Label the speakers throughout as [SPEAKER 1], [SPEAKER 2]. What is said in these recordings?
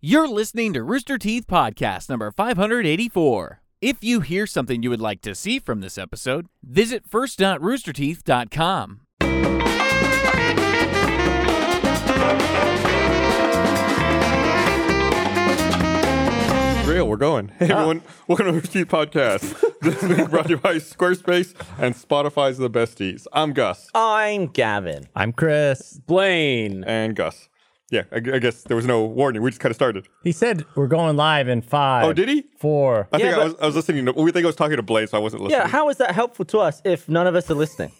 [SPEAKER 1] You're listening to Rooster Teeth Podcast number 584. If you hear something you would like to see from this episode, visit first.roosterteeth.com.
[SPEAKER 2] Real, we're going. Hey everyone, welcome to Rooster Teeth Podcast. This is brought to you by Squarespace and Spotify's the besties. I'm Gus
[SPEAKER 3] I'm Gavin.
[SPEAKER 4] I'm Chris.
[SPEAKER 5] Blaine.
[SPEAKER 2] and Gus. Yeah, I, gu- I guess there was no warning. We just kind of started.
[SPEAKER 4] He said we're going live in five.
[SPEAKER 2] Oh, did he?
[SPEAKER 4] Four.
[SPEAKER 2] I think
[SPEAKER 3] but-
[SPEAKER 2] I, was, I was listening. To, we think I was talking to Blaine, so I wasn't listening.
[SPEAKER 3] Yeah, how is that helpful to us if none of us are listening?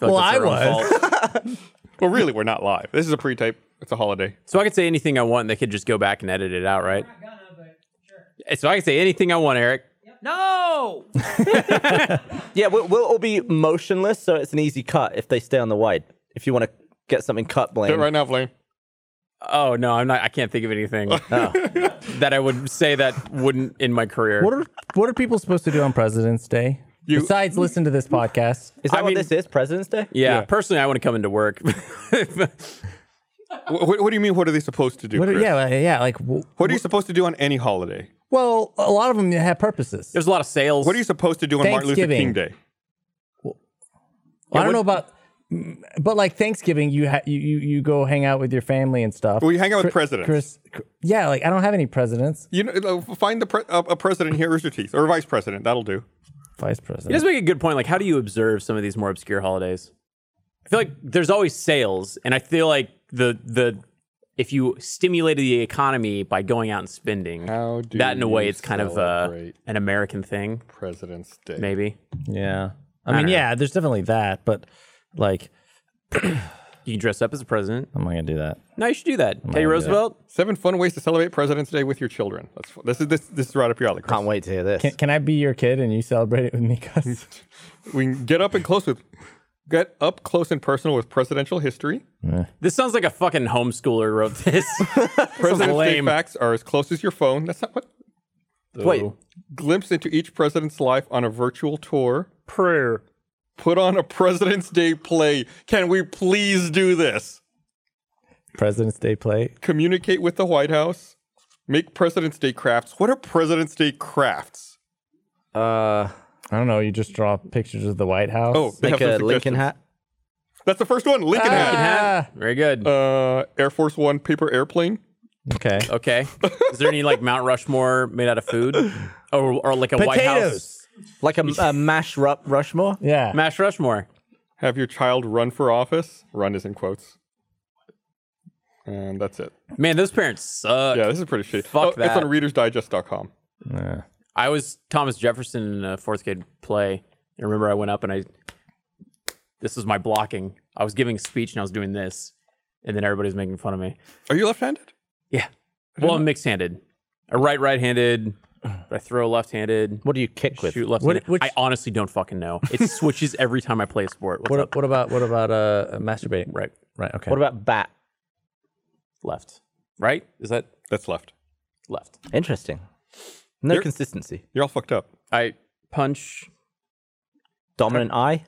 [SPEAKER 4] well, I was.
[SPEAKER 2] well, really, we're not live. This is a pre-tape. It's a holiday.
[SPEAKER 5] So I could say anything I want and they could just go back and edit it out, right? Eh, So I can say anything I want, Eric.
[SPEAKER 6] No!
[SPEAKER 3] yeah, we'll, we'll all be motionless, so it's an easy cut if they stay on the wide. If you want to get something cut,
[SPEAKER 2] Do it
[SPEAKER 3] Blaine.
[SPEAKER 2] right now, Blaine.
[SPEAKER 5] Oh no, I'm not I can't think of anything that I would say that wouldn't in my career.
[SPEAKER 4] What are What are people supposed to do on President's Day
[SPEAKER 2] You-
[SPEAKER 4] besides listen to this podcast?
[SPEAKER 3] Is that
[SPEAKER 5] I
[SPEAKER 3] what
[SPEAKER 5] mean-
[SPEAKER 3] this is? President's Day?
[SPEAKER 2] Yeah.
[SPEAKER 5] yeah, personally I want to come into work.
[SPEAKER 2] Wh- wh- What, do you mean? What are they supposed to do?
[SPEAKER 4] What are,
[SPEAKER 2] Chris?
[SPEAKER 4] yeah, like- yeah. Like, w-
[SPEAKER 2] What are you supposed to do on any holiday?
[SPEAKER 4] well, a lot of them have purposes.
[SPEAKER 5] There's a lot of sales.
[SPEAKER 2] What are you supposed to do on Martin Luther
[SPEAKER 4] Thanksgiving.
[SPEAKER 2] King Day?
[SPEAKER 4] I don't know about, mm, but like Thanksgiving, you ha- you, you you go hang out with your family and stuff.
[SPEAKER 2] Well, you hang out with
[SPEAKER 4] Chri-
[SPEAKER 2] presidents.
[SPEAKER 4] Chris, Cr- yeah, like I don't have any presidents,
[SPEAKER 2] You know, uh, find the pre- a, a president here at Rooster Teeth or a vice president. That'll do.
[SPEAKER 4] vice
[SPEAKER 5] He does
[SPEAKER 4] president.
[SPEAKER 5] make a good point. Like, how do you observe some of these more obscure holidays? I feel like there's always sales, and I feel like the the if you stimulated the economy by going out and spending,
[SPEAKER 2] How do
[SPEAKER 5] that in a way
[SPEAKER 2] you
[SPEAKER 5] it's kind of uh,
[SPEAKER 2] celebrate?
[SPEAKER 5] an American thing,
[SPEAKER 2] President's Day.
[SPEAKER 5] maybe.
[SPEAKER 4] Yeah, I mean,
[SPEAKER 5] don't know.
[SPEAKER 4] yeah, there's definitely that, but like,
[SPEAKER 5] You can dress up as a president.
[SPEAKER 4] I'm not gonna do that.
[SPEAKER 5] No, you should do that. Teddy
[SPEAKER 4] do that.
[SPEAKER 5] Roosevelt.
[SPEAKER 2] Seven fun ways to celebrate President's Day with your children. That's fu- this is this this is right up your alley. Chris.
[SPEAKER 3] Can't wait to hear this.
[SPEAKER 4] Can, can I be your kid and you celebrate it with me, Gus?
[SPEAKER 2] We can get up and close with get up close and personal with presidential history.
[SPEAKER 5] This sounds like a fucking homeschooler wrote this.
[SPEAKER 2] President's
[SPEAKER 5] lame.
[SPEAKER 2] Day facts are as close as your phone. That's not what.
[SPEAKER 3] wait,
[SPEAKER 2] Glimpse into each president's life on a virtual tour.
[SPEAKER 5] prayer.
[SPEAKER 2] Put on a President's Day play. Can we please do this?
[SPEAKER 4] President's Day play.
[SPEAKER 2] Communicate with the White House. Make President's Day crafts. What are President's Day crafts?
[SPEAKER 3] uh,
[SPEAKER 4] I don't know. You just draw pictures of the White House.
[SPEAKER 2] Oh, they
[SPEAKER 3] like
[SPEAKER 2] have
[SPEAKER 3] a
[SPEAKER 2] some
[SPEAKER 3] Lincoln
[SPEAKER 2] suggestions.
[SPEAKER 3] hat?
[SPEAKER 2] That's the first one.
[SPEAKER 5] Ah.
[SPEAKER 2] Lincoln hat.
[SPEAKER 5] Very good.
[SPEAKER 2] Uh, Air Force One paper airplane.
[SPEAKER 4] Ah, okay.
[SPEAKER 5] okay. Is there any like Mount Rushmore made out of food, or or like a White House
[SPEAKER 4] Potatoes.
[SPEAKER 3] Like a, a mash rup Rushmore?
[SPEAKER 4] Yeah.
[SPEAKER 5] Mash Rushmore?
[SPEAKER 2] Have your child run for office. Run is in quotes. And that's it.
[SPEAKER 5] Man, those parents suck.
[SPEAKER 2] Yeah, this is pretty shitty. Oh,
[SPEAKER 5] Fuck
[SPEAKER 2] It's
[SPEAKER 5] that.
[SPEAKER 2] on readersdigest.com.
[SPEAKER 4] Nah.
[SPEAKER 5] I was Thomas Jefferson in a fourth grade play. I remember I went up and I, this was my blocking. I was giving a speech and I was doing this, and then everybody's making fun of me.
[SPEAKER 2] Are you left-handed?
[SPEAKER 5] Yeah. Well, I'm mixed handed. I write right handed, I throw left handed,
[SPEAKER 3] What do you kick with?
[SPEAKER 5] shoot left
[SPEAKER 4] What-
[SPEAKER 5] handed.
[SPEAKER 4] which-
[SPEAKER 5] I honestly don't fucking know. It switches every time I play a sport. What's
[SPEAKER 4] What,
[SPEAKER 5] up?
[SPEAKER 4] what about what about uh masturbating?
[SPEAKER 5] Right,
[SPEAKER 4] Right. Okay.
[SPEAKER 3] What about bat?
[SPEAKER 5] left. Right? Is that
[SPEAKER 2] That's left.
[SPEAKER 5] left?
[SPEAKER 3] Interesting. No
[SPEAKER 2] There-
[SPEAKER 3] consistency.
[SPEAKER 2] You're all fucked up.
[SPEAKER 5] I punch.
[SPEAKER 3] Dominant eye?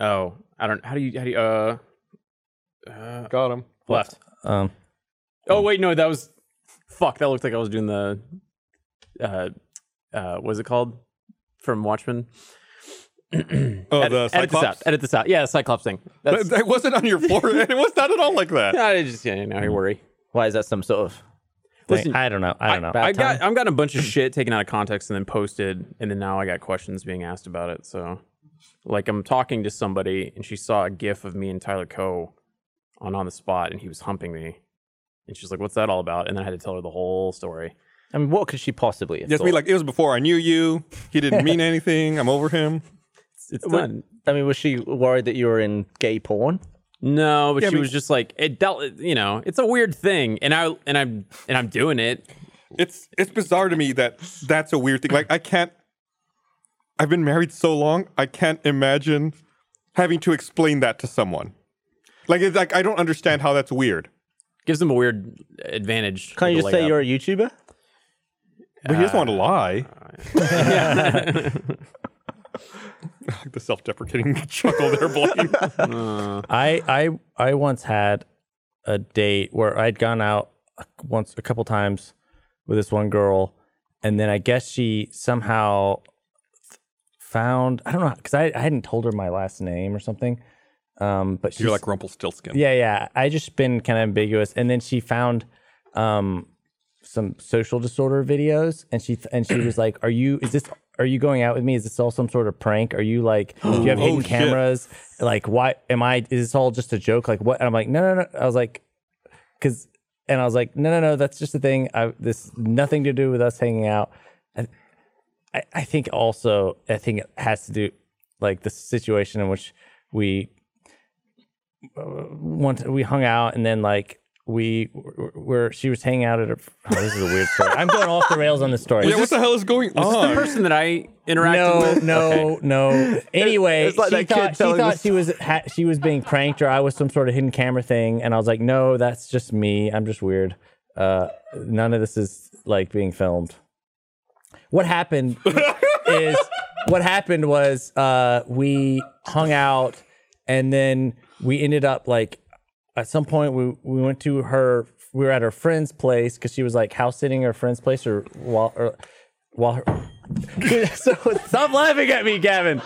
[SPEAKER 5] Oh, I don't. How do you, how do you, uh,
[SPEAKER 2] Got him.
[SPEAKER 5] left.
[SPEAKER 4] um.
[SPEAKER 5] Oh wait, no, that was fuck. That looked like I was doing the uh uh what is it called from Watchmen?
[SPEAKER 2] Oh,
[SPEAKER 5] Ed-
[SPEAKER 2] the
[SPEAKER 5] edit this out.
[SPEAKER 2] Cyclops?
[SPEAKER 5] Edit this out. Yeah, the Cyclops thing.
[SPEAKER 2] That,
[SPEAKER 5] That's
[SPEAKER 2] that wasn't on your forehead. It was not at all like that.
[SPEAKER 5] I just yeah, now you worry.
[SPEAKER 3] Why is that some sort of.
[SPEAKER 4] thing. I don't know. I don't know.
[SPEAKER 5] I got I've gotten a bunch of shit taken out of context and then posted, and then now I got questions being asked about it. So, like, I'm talking to somebody and she saw a GIF of me and Tyler Coe on on the spot, and he was humping me, and she's like, "What's that all about?" And then I had to tell her the whole story.
[SPEAKER 3] I mean, what could she possibly have
[SPEAKER 2] Yes,
[SPEAKER 3] thought?
[SPEAKER 2] me like it was before I knew you. He didn't mean anything. I'm over him.
[SPEAKER 5] It's
[SPEAKER 3] Would-
[SPEAKER 5] done.
[SPEAKER 3] I mean, was she worried that you were in gay porn?
[SPEAKER 5] No, but
[SPEAKER 2] Yeah, I
[SPEAKER 5] she
[SPEAKER 2] mean-
[SPEAKER 5] was just like it dealt. You know, it's a weird thing, and I and I'm and I'm doing it.
[SPEAKER 2] It's it's bizarre to me that that's a weird thing. Like I can't. I've been married so long. I can't imagine having to explain that to someone. Like it's like I don't understand how that's weird.
[SPEAKER 5] Gives them a weird advantage.
[SPEAKER 3] Can't
[SPEAKER 5] with
[SPEAKER 3] you
[SPEAKER 5] the
[SPEAKER 3] just say
[SPEAKER 5] layup.
[SPEAKER 3] you're a YouTuber?
[SPEAKER 2] But he doesn't want to lie. Like the self-deprecating chuckle there, Blaine.
[SPEAKER 4] I I I once had a date where I'd gone out once a couple times with this one girl, and then I guess she somehow f- found I don't know because I, I hadn't told her my last name or something. Um, but she's
[SPEAKER 2] You're like Rumpelstiltskin.
[SPEAKER 4] yeah, yeah. I just been kind of ambiguous, and then she found um, some social disorder videos, and she and she was like, "Are you? Is this? Are you going out with me? Is this all some sort of prank? Are you like? Do you have hidden
[SPEAKER 2] shit.
[SPEAKER 4] cameras? Like, why am I? Is this all just a joke? Like, what? And I'm like, no, no, no. I was like, because, and I was like, no, no, no. That's just a thing. I, this nothing to do with us hanging out. I, I, I think also, I think it has to do like the situation in which we uh, once we hung out and then like we were- were she was hanging out at her oh, this is a weird story i'm going off the rails on this story
[SPEAKER 2] Yeah, what the hell is going on?
[SPEAKER 5] person that I interacted
[SPEAKER 4] no
[SPEAKER 5] with.
[SPEAKER 4] no
[SPEAKER 5] Okay.
[SPEAKER 4] no anyway
[SPEAKER 3] It's like
[SPEAKER 4] she
[SPEAKER 3] that kid
[SPEAKER 4] thought, she,
[SPEAKER 3] telling
[SPEAKER 4] thought
[SPEAKER 3] us-
[SPEAKER 4] she was ha- she was being pranked or i was some sort of hidden camera thing and i was like no that's just me i'm just weird uh, none of this is like being filmed what happened is what happened was uh, we hung out and then we ended up like at some point we, we went to her we were at her friend's place because she was like house sitting her friend's place or while or while her so stop laughing at me gavin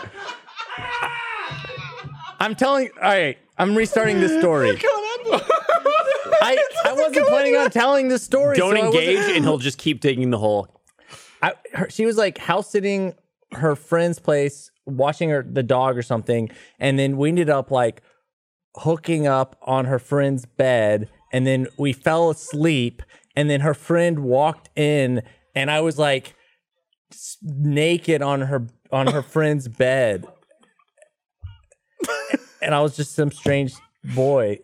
[SPEAKER 4] i'm telling all right i'm restarting this story I, I wasn't planning on telling this story
[SPEAKER 5] Don't
[SPEAKER 4] so I wasn't-
[SPEAKER 5] engage, and he'll just keep taking the whole.
[SPEAKER 4] I, her, she was like house sitting her friend's place, watching her the dog or something, and then we ended up like hooking up on her friend's bed, and then we fell asleep, and then her friend walked in, and I was like s- naked on her on her friend's bed, and I was just some strange boy.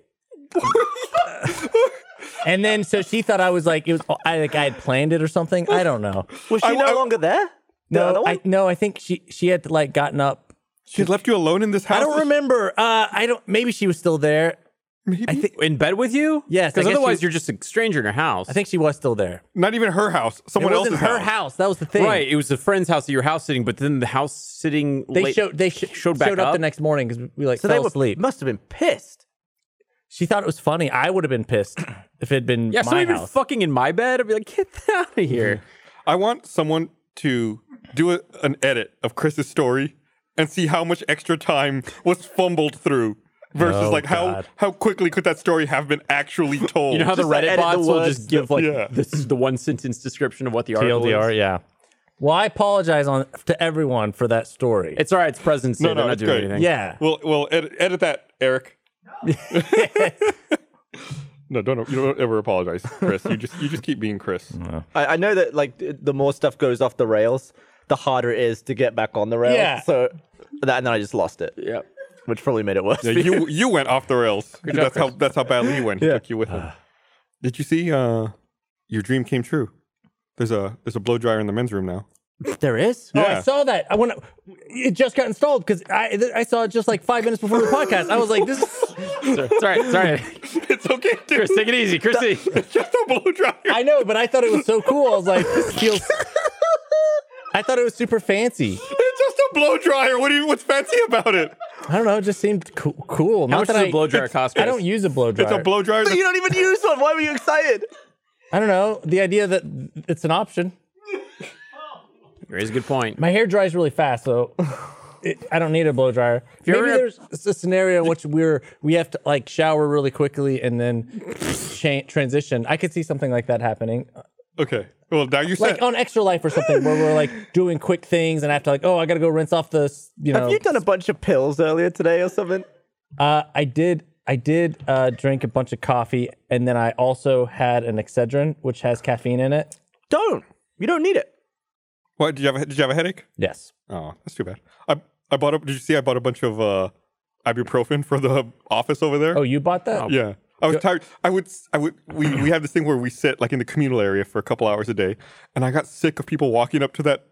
[SPEAKER 4] And then, so she thought I was like it was I like I had planned it or something. I don't know.
[SPEAKER 3] Was she no longer there? The other
[SPEAKER 4] No,
[SPEAKER 3] one?
[SPEAKER 4] I, no, I think she she had like gotten up.
[SPEAKER 2] She left you alone in this house.
[SPEAKER 4] I don't remember. Uh, I don't. Maybe she was still there.
[SPEAKER 5] In bed with you?
[SPEAKER 4] Yes, I
[SPEAKER 5] Because
[SPEAKER 4] guess she
[SPEAKER 5] otherwise,
[SPEAKER 4] was-
[SPEAKER 5] you're just a stranger in her house.
[SPEAKER 4] I think she was still there.
[SPEAKER 2] Not even her house. Someone
[SPEAKER 4] it wasn't
[SPEAKER 2] else's
[SPEAKER 4] her house.
[SPEAKER 2] house.
[SPEAKER 4] That was the thing.
[SPEAKER 5] Right. It was the friend's house that you were house sitting, but then the house sitting.
[SPEAKER 4] They
[SPEAKER 5] late-
[SPEAKER 4] showed they sh-
[SPEAKER 5] showed
[SPEAKER 4] showed,
[SPEAKER 5] back
[SPEAKER 4] up,
[SPEAKER 5] up?
[SPEAKER 4] the next morning because we like
[SPEAKER 3] so they
[SPEAKER 4] fell
[SPEAKER 3] were,
[SPEAKER 4] asleep.
[SPEAKER 3] must have been pissed.
[SPEAKER 4] She thought it was funny. I would have been pissed if it had been my
[SPEAKER 5] Yeah, somebody been
[SPEAKER 4] house. Mm-hmm.
[SPEAKER 5] fucking in my bed. I'd be like, get out of here.
[SPEAKER 2] I want someone to do a, an edit of Chris's story and see how much extra time was fumbled through versus
[SPEAKER 4] Oh,
[SPEAKER 2] like how
[SPEAKER 4] God.
[SPEAKER 2] how quickly could that story have been actually told.
[SPEAKER 5] You know how the
[SPEAKER 3] Just, like,
[SPEAKER 5] Reddit
[SPEAKER 3] edit the
[SPEAKER 5] bots will
[SPEAKER 3] words
[SPEAKER 5] just give like
[SPEAKER 2] Yeah.
[SPEAKER 5] this is the one sentence description of what the article
[SPEAKER 4] TLDR.
[SPEAKER 5] is.
[SPEAKER 4] Yeah. Well, I apologize on to everyone for that story.
[SPEAKER 5] It's all right. It's present state.
[SPEAKER 2] No, no,
[SPEAKER 5] I'm not
[SPEAKER 2] it's
[SPEAKER 5] doing
[SPEAKER 2] good.
[SPEAKER 5] anything.
[SPEAKER 4] yeah.
[SPEAKER 2] we'll we'll edit, edit that, Eric. no, don't you don't ever apologize, Chris. You just you just keep being Chris.
[SPEAKER 3] I, I know that like th- the more stuff goes off the rails, the harder it is to get back on the rails.
[SPEAKER 4] Yeah.
[SPEAKER 3] So that, and then I just lost it. Yeah. Which probably made it worse.
[SPEAKER 2] Yeah, you you went off the rails. that's how that's how badly he went. He took you with him. Did you see? Uh, your dream came true. There's a there's a blow dryer in the men's room now.
[SPEAKER 4] There is. Oh,
[SPEAKER 2] Yeah.
[SPEAKER 4] I saw that. I when I- it just got installed because I th- I saw it just like five minutes before the podcast. I was like, this. Is,
[SPEAKER 5] It's all right. It's all right.
[SPEAKER 2] it's okay, dude.
[SPEAKER 5] Chris, take it easy. Chrissy.
[SPEAKER 2] It's just a blow dryer.
[SPEAKER 4] I know, but I thought it was so cool. I was like, this feels. I thought it was super fancy.
[SPEAKER 2] It's just a blow dryer. What do you? What's fancy about it?
[SPEAKER 4] I don't know. It just seemed coo- cool. Not
[SPEAKER 5] much
[SPEAKER 4] that
[SPEAKER 5] does a
[SPEAKER 4] I-
[SPEAKER 5] blow dryer cost,
[SPEAKER 4] I
[SPEAKER 5] Chris?
[SPEAKER 4] don't use a blow dryer.
[SPEAKER 2] It's a blow dryer.
[SPEAKER 3] you don't even use one. Why were you excited?
[SPEAKER 4] I don't know. The idea that it's an option.
[SPEAKER 5] Raise a good point.
[SPEAKER 4] My hair dries really fast, so it, I don't need a blow dryer. Maybe
[SPEAKER 5] ever-
[SPEAKER 4] there's a scenario in which we're we have to like shower really quickly and then cha- transition. I could see something like that happening,
[SPEAKER 2] okay. Well, now you said.
[SPEAKER 4] like on Extra Life or something, where we're like doing quick things and I have to like, oh, I gotta go rinse off the, s- you know.
[SPEAKER 3] Have you done a bunch of pills earlier today or something?
[SPEAKER 4] Uh, I did. I did uh, drink a bunch of coffee, and then I also had an Excedrin, which has caffeine in it.
[SPEAKER 3] Don't. You don't need it.
[SPEAKER 2] what did you have? A, did you have a headache?
[SPEAKER 4] Yes.
[SPEAKER 2] Oh, that's too bad. I I bought up. Did you see? I bought a bunch of uh, ibuprofen for the office over there.
[SPEAKER 4] Oh, you bought that?
[SPEAKER 2] Yeah. I was tired. I would, I would, we, we have this thing where we sit like in the communal area for a couple hours a day. And I got sick of people walking up to that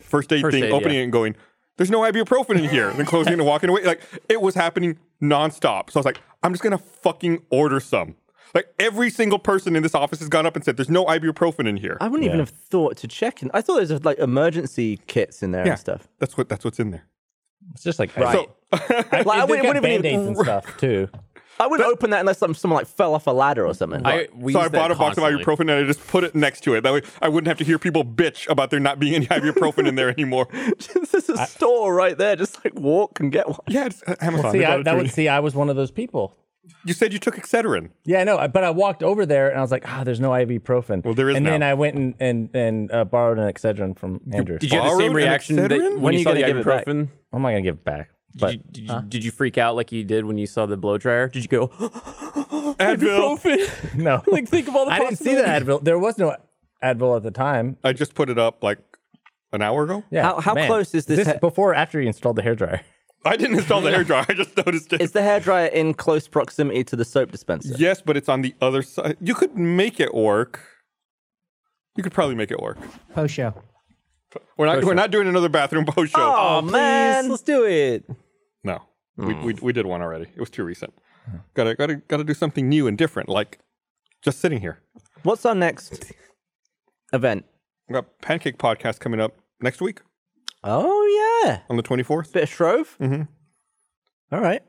[SPEAKER 2] first aid
[SPEAKER 5] First
[SPEAKER 2] thing,
[SPEAKER 5] aid,
[SPEAKER 2] opening
[SPEAKER 5] yeah.
[SPEAKER 2] it and going, there's no ibuprofen in here. And then closing it and walking away. Like it was happening nonstop. So I was like, I'm just going to fucking order some. Like every single person in this office has gone up and said, there's no ibuprofen in here.
[SPEAKER 3] I wouldn't even have thought to check in. I thought there was like emergency kits in there
[SPEAKER 2] Yeah.
[SPEAKER 3] and stuff.
[SPEAKER 2] That's what, that's what's in there.
[SPEAKER 4] It's just like
[SPEAKER 3] Right.
[SPEAKER 4] I,
[SPEAKER 2] So
[SPEAKER 4] I,
[SPEAKER 3] Like, I
[SPEAKER 4] I
[SPEAKER 3] wouldn't-
[SPEAKER 4] would
[SPEAKER 3] wouldn't even-
[SPEAKER 4] band-aids and stuff too.
[SPEAKER 3] I wouldn't open that unless some- someone like fell off a ladder or something.
[SPEAKER 5] I, we
[SPEAKER 2] so I
[SPEAKER 5] use that
[SPEAKER 2] bought a box of
[SPEAKER 5] constantly.
[SPEAKER 2] ibuprofen and I just put it next to it. That way I wouldn't have to hear people bitch about there not being any ibuprofen in there anymore.
[SPEAKER 3] this is a store right there. Just like walk and get one.
[SPEAKER 2] Yeah, it's uh, Amazon.
[SPEAKER 4] See,
[SPEAKER 2] they got
[SPEAKER 4] I,
[SPEAKER 2] it
[SPEAKER 4] that
[SPEAKER 2] to
[SPEAKER 4] would
[SPEAKER 2] me.
[SPEAKER 4] see. I was one of those people.
[SPEAKER 2] you said you took Excedrin.
[SPEAKER 4] Yeah, I know. But I walked over there and I was like, ah, there's no ibuprofen. Well,
[SPEAKER 2] there is
[SPEAKER 4] And then
[SPEAKER 2] now.
[SPEAKER 4] I went and and and uh, borrowed an Excedrin from Andrew.
[SPEAKER 5] Did you have the
[SPEAKER 2] Borrowed
[SPEAKER 5] same
[SPEAKER 2] an
[SPEAKER 5] reaction that
[SPEAKER 2] Excedrin?
[SPEAKER 5] when,
[SPEAKER 3] When
[SPEAKER 5] you
[SPEAKER 3] are you
[SPEAKER 5] saw the
[SPEAKER 3] gonna give it back?
[SPEAKER 5] ibuprofen?
[SPEAKER 4] I'm not gonna give it back. But uh.
[SPEAKER 5] Did you, did, you, did you freak out like you did when you saw the blow dryer? Did you go?
[SPEAKER 2] Advil.
[SPEAKER 4] no,
[SPEAKER 5] like think of all the.
[SPEAKER 4] I didn't see the Advil. There was no Advil at the time.
[SPEAKER 2] I just put it up like an hour ago.
[SPEAKER 4] Yeah.
[SPEAKER 3] How- how close is this he-
[SPEAKER 4] before or after you installed the hairdryer?
[SPEAKER 2] I didn't install the hairdryer. I just noticed it.
[SPEAKER 3] Is the hairdryer in close proximity to the soap dispenser?
[SPEAKER 2] yes, but it's on the other side. You could make it work. You could probably make it work.
[SPEAKER 7] Post show.
[SPEAKER 2] We're not. We're not doing another bathroom post show.
[SPEAKER 3] Oh, man.
[SPEAKER 5] let's do it.
[SPEAKER 2] No, we,
[SPEAKER 5] Hmm.
[SPEAKER 2] we we did one already. It was too recent. Gotta gotta gotta do something new and different. Like just sitting here.
[SPEAKER 3] What's our next event?
[SPEAKER 2] We got pancake podcast coming up next week
[SPEAKER 3] Oh yeah,
[SPEAKER 2] on the twenty fourth.
[SPEAKER 3] bit of Shrove.
[SPEAKER 4] All right.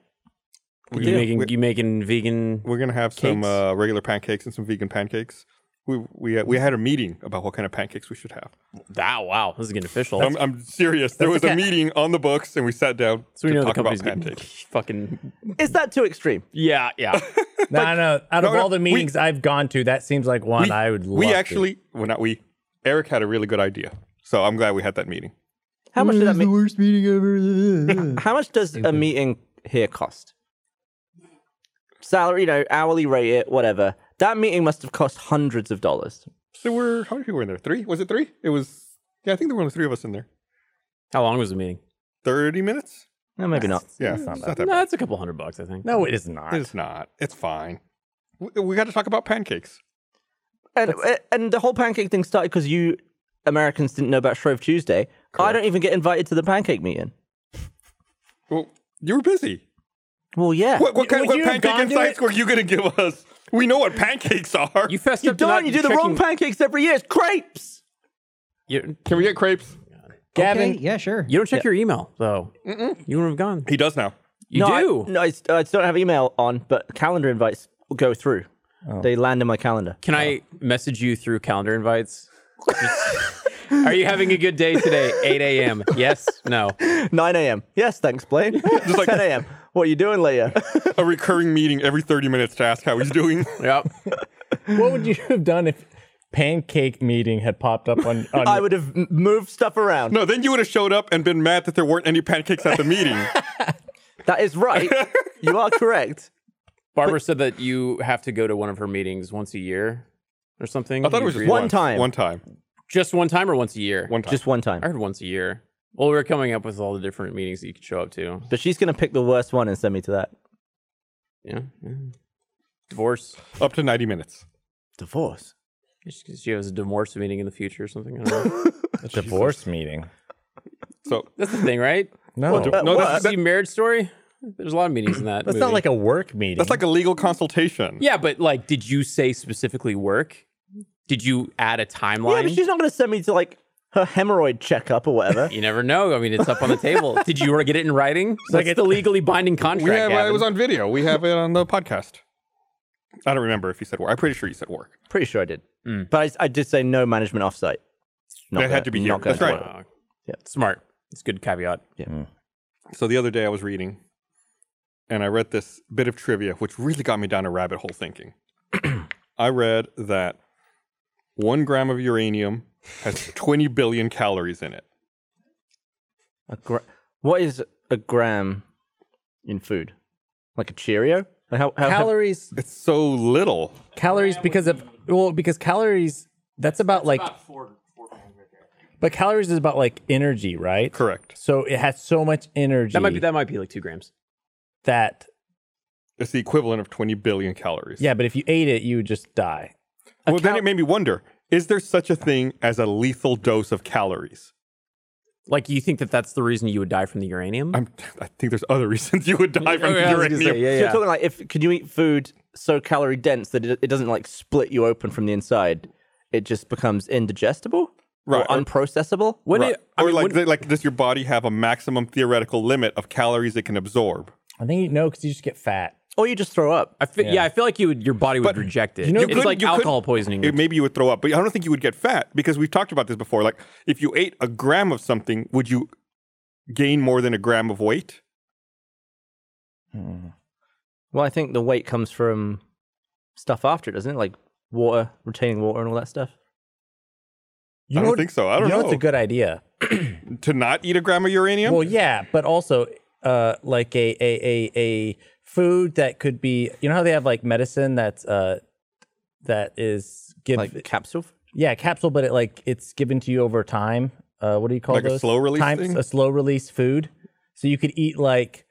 [SPEAKER 5] You making you making vegan?
[SPEAKER 2] We're gonna have some
[SPEAKER 5] Cakes?
[SPEAKER 2] uh, regular pancakes and some vegan pancakes. We we uh, we had a meeting about what kind of pancakes we should have.
[SPEAKER 5] Wow, ah, wow, this is getting official.
[SPEAKER 2] I'm, I'm serious. There was a meeting on the books, and we sat down
[SPEAKER 5] so we
[SPEAKER 2] to
[SPEAKER 5] know the
[SPEAKER 2] talk about
[SPEAKER 5] company's getting
[SPEAKER 2] pancakes.
[SPEAKER 5] fucking.
[SPEAKER 3] Is that too extreme?
[SPEAKER 5] Yeah, yeah.
[SPEAKER 4] No, no. Out of
[SPEAKER 2] no,
[SPEAKER 4] all the
[SPEAKER 2] we-
[SPEAKER 4] meetings I've gone to, that seems like one
[SPEAKER 2] We-
[SPEAKER 4] I would. Love
[SPEAKER 2] we
[SPEAKER 4] to.
[SPEAKER 2] actually, well, not we. Eric had a really good idea, so I'm glad we had that meeting.
[SPEAKER 3] How much does that mean?
[SPEAKER 7] worst meeting ever.
[SPEAKER 3] How much does a meeting here cost? Salary, you know, hourly rate, it whatever. That meeting must have cost hundreds of dollars.
[SPEAKER 2] There were how many people were in there? Three? Was it three? It was. Yeah, I think there were only three of us in there.
[SPEAKER 5] How long was the meeting?
[SPEAKER 2] Thirty minutes?
[SPEAKER 3] No, maybe not.
[SPEAKER 2] Yeah, it's not, that
[SPEAKER 5] No,
[SPEAKER 2] bad.
[SPEAKER 5] it's a couple hundred bucks, I think.
[SPEAKER 4] No, it is not.
[SPEAKER 2] It's not. It's fine. We, we got to talk about pancakes.
[SPEAKER 3] And uh, and the whole pancake thing started because you Americans didn't know about Shrove Tuesday. I don't even get invited to the pancake meeting.
[SPEAKER 2] Well, you were busy.
[SPEAKER 3] Well, yeah.
[SPEAKER 2] What, what kind
[SPEAKER 4] would
[SPEAKER 2] what
[SPEAKER 4] you have
[SPEAKER 2] pancake
[SPEAKER 4] gone to
[SPEAKER 2] insights were you going to give us? We know what pancakes are.
[SPEAKER 5] You fessed
[SPEAKER 3] You
[SPEAKER 5] up. to not
[SPEAKER 3] don't. You do the wrong
[SPEAKER 5] checking-
[SPEAKER 3] pancakes every year. It's crepes.
[SPEAKER 5] You,
[SPEAKER 2] Can we get crepes?
[SPEAKER 4] Gavin,
[SPEAKER 7] Okay, yeah, sure.
[SPEAKER 5] you don't check your email though. You wouldn't have gone.
[SPEAKER 2] He does now.
[SPEAKER 5] You
[SPEAKER 3] no, I-
[SPEAKER 5] do.
[SPEAKER 3] no, I, I still don't have email on, but calendar invites go through. They land in my calendar.
[SPEAKER 5] Can I message you through calendar invites? Are you having a good day today? 8 a.m. Yes. No.
[SPEAKER 3] 9 a.m. Yes, thanks, Blaine. Just like 10 a.m. What are you doing later?
[SPEAKER 2] A recurring meeting every 30 minutes to ask how he's doing.
[SPEAKER 5] Yep.
[SPEAKER 4] what would you have done if pancake meeting had popped up on? on
[SPEAKER 3] I would have m- moved stuff around.
[SPEAKER 2] No, then you would have showed up and been mad that there weren't any pancakes at the meeting.
[SPEAKER 3] That is right. you are correct.
[SPEAKER 5] Barbara said that you have to go to one of her meetings once a year or something.
[SPEAKER 2] I thought it
[SPEAKER 5] You
[SPEAKER 2] was just
[SPEAKER 5] agreed?
[SPEAKER 3] One
[SPEAKER 2] once.
[SPEAKER 3] time.
[SPEAKER 2] One time.
[SPEAKER 5] just one time or once a year.
[SPEAKER 2] One time.
[SPEAKER 3] Just one
[SPEAKER 5] I
[SPEAKER 3] time.
[SPEAKER 5] heard once a year. Well, we were coming up with all the different meetings that you could show up to.
[SPEAKER 3] But she's going to pick the worst one and send me to that.
[SPEAKER 5] Yeah. yeah. Divorce.
[SPEAKER 2] Up to 90 minutes.
[SPEAKER 3] Divorce.
[SPEAKER 5] She she has a divorce meeting in the future or something. I don't know.
[SPEAKER 4] a divorce meeting.
[SPEAKER 2] So
[SPEAKER 5] That's the thing, right?
[SPEAKER 4] No,
[SPEAKER 2] no,
[SPEAKER 5] You
[SPEAKER 2] that's,
[SPEAKER 5] see marriage story? There's a lot of meetings in that.
[SPEAKER 4] that's not
[SPEAKER 5] movie.
[SPEAKER 4] like a work meeting.
[SPEAKER 2] that's like a legal consultation.
[SPEAKER 5] Yeah, but like, did you say specifically work? Did you add a timeline?
[SPEAKER 3] Yeah, but she's not going to send me to like her hemorrhoid checkup or whatever.
[SPEAKER 5] you never know. I mean, it's up on the table. Did you get it in writing? It's like the legally binding
[SPEAKER 2] We
[SPEAKER 5] contract.
[SPEAKER 2] have, uh, it
[SPEAKER 5] Gavin.
[SPEAKER 2] was on video. We have it on the podcast. I don't remember if you said work. I'm pretty sure you said work.
[SPEAKER 3] Pretty sure I did. But I, I did say no management offsite. Not
[SPEAKER 2] That had to be here.
[SPEAKER 3] not gonna
[SPEAKER 2] That's right.
[SPEAKER 3] work.
[SPEAKER 5] Wow.
[SPEAKER 3] Yeah.
[SPEAKER 5] Smart. It's a good caveat.
[SPEAKER 2] So the other day I was reading and I read this bit of trivia, which really got me down a rabbit hole thinking. I read that one gram of uranium has 20 billion calories in it.
[SPEAKER 3] A gra- what is a gram in food? Like a Cheerio? Like how, how, how,
[SPEAKER 4] calories.
[SPEAKER 2] It's so little.
[SPEAKER 4] Calories because of well, because calories. That's about like. But calories is about like energy, right?
[SPEAKER 2] Correct.
[SPEAKER 4] So it has so much energy
[SPEAKER 5] That might be that might be like two grams.
[SPEAKER 4] that
[SPEAKER 2] It's the equivalent of 20 billion calories.
[SPEAKER 4] yeah. But if you ate it, you would just die.
[SPEAKER 2] Well, then it made me wonder is there such a thing as a lethal dose of calories?
[SPEAKER 5] Like, you think that that's the reason you would die from the uranium?
[SPEAKER 2] I'm, I think there's other reasons you would die from uranium.
[SPEAKER 3] So
[SPEAKER 5] yeah,
[SPEAKER 3] you're talking like if can you eat food so calorie dense that it, it doesn't like split you open from the inside? It just becomes indigestible,
[SPEAKER 2] Right.
[SPEAKER 3] Or unprocessable.
[SPEAKER 5] When
[SPEAKER 2] Right.
[SPEAKER 5] it- I
[SPEAKER 2] or
[SPEAKER 5] mean,
[SPEAKER 2] like,
[SPEAKER 5] when-
[SPEAKER 2] th- like, does your body have a maximum theoretical limit of calories it can absorb?
[SPEAKER 4] I think you know because you just get fat.
[SPEAKER 3] or you just throw up.
[SPEAKER 5] I feel, yeah. I feel like you would, your body would reject it.
[SPEAKER 2] know,
[SPEAKER 5] it's
[SPEAKER 2] could-
[SPEAKER 5] like
[SPEAKER 2] you could-
[SPEAKER 5] alcohol poisoning.
[SPEAKER 2] It- maybe you would throw up, but I don't think you would get fat because we've talked about this before. Like, if you ate a gram of something, would you gain more than a gram of weight?
[SPEAKER 3] Well, I think the weight comes from stuff after it, doesn't it? Like water, retaining water, and all that stuff.
[SPEAKER 2] I
[SPEAKER 4] know
[SPEAKER 2] don't
[SPEAKER 4] what-
[SPEAKER 2] think so. I don't
[SPEAKER 4] you know,
[SPEAKER 2] know.
[SPEAKER 4] it's a good idea.
[SPEAKER 2] to not eat a gram of uranium?
[SPEAKER 4] Well, yeah, but also uh, like a, a a a food that could be. You know how they have like medicine that's uh, that is give
[SPEAKER 3] Like capsule. food?
[SPEAKER 4] yeah capsule, but it like it's given to you over time. Uh, what do you call
[SPEAKER 2] Like a
[SPEAKER 4] those?
[SPEAKER 2] slow release
[SPEAKER 4] Time-
[SPEAKER 2] thing?
[SPEAKER 4] A slow release food. So you could eat like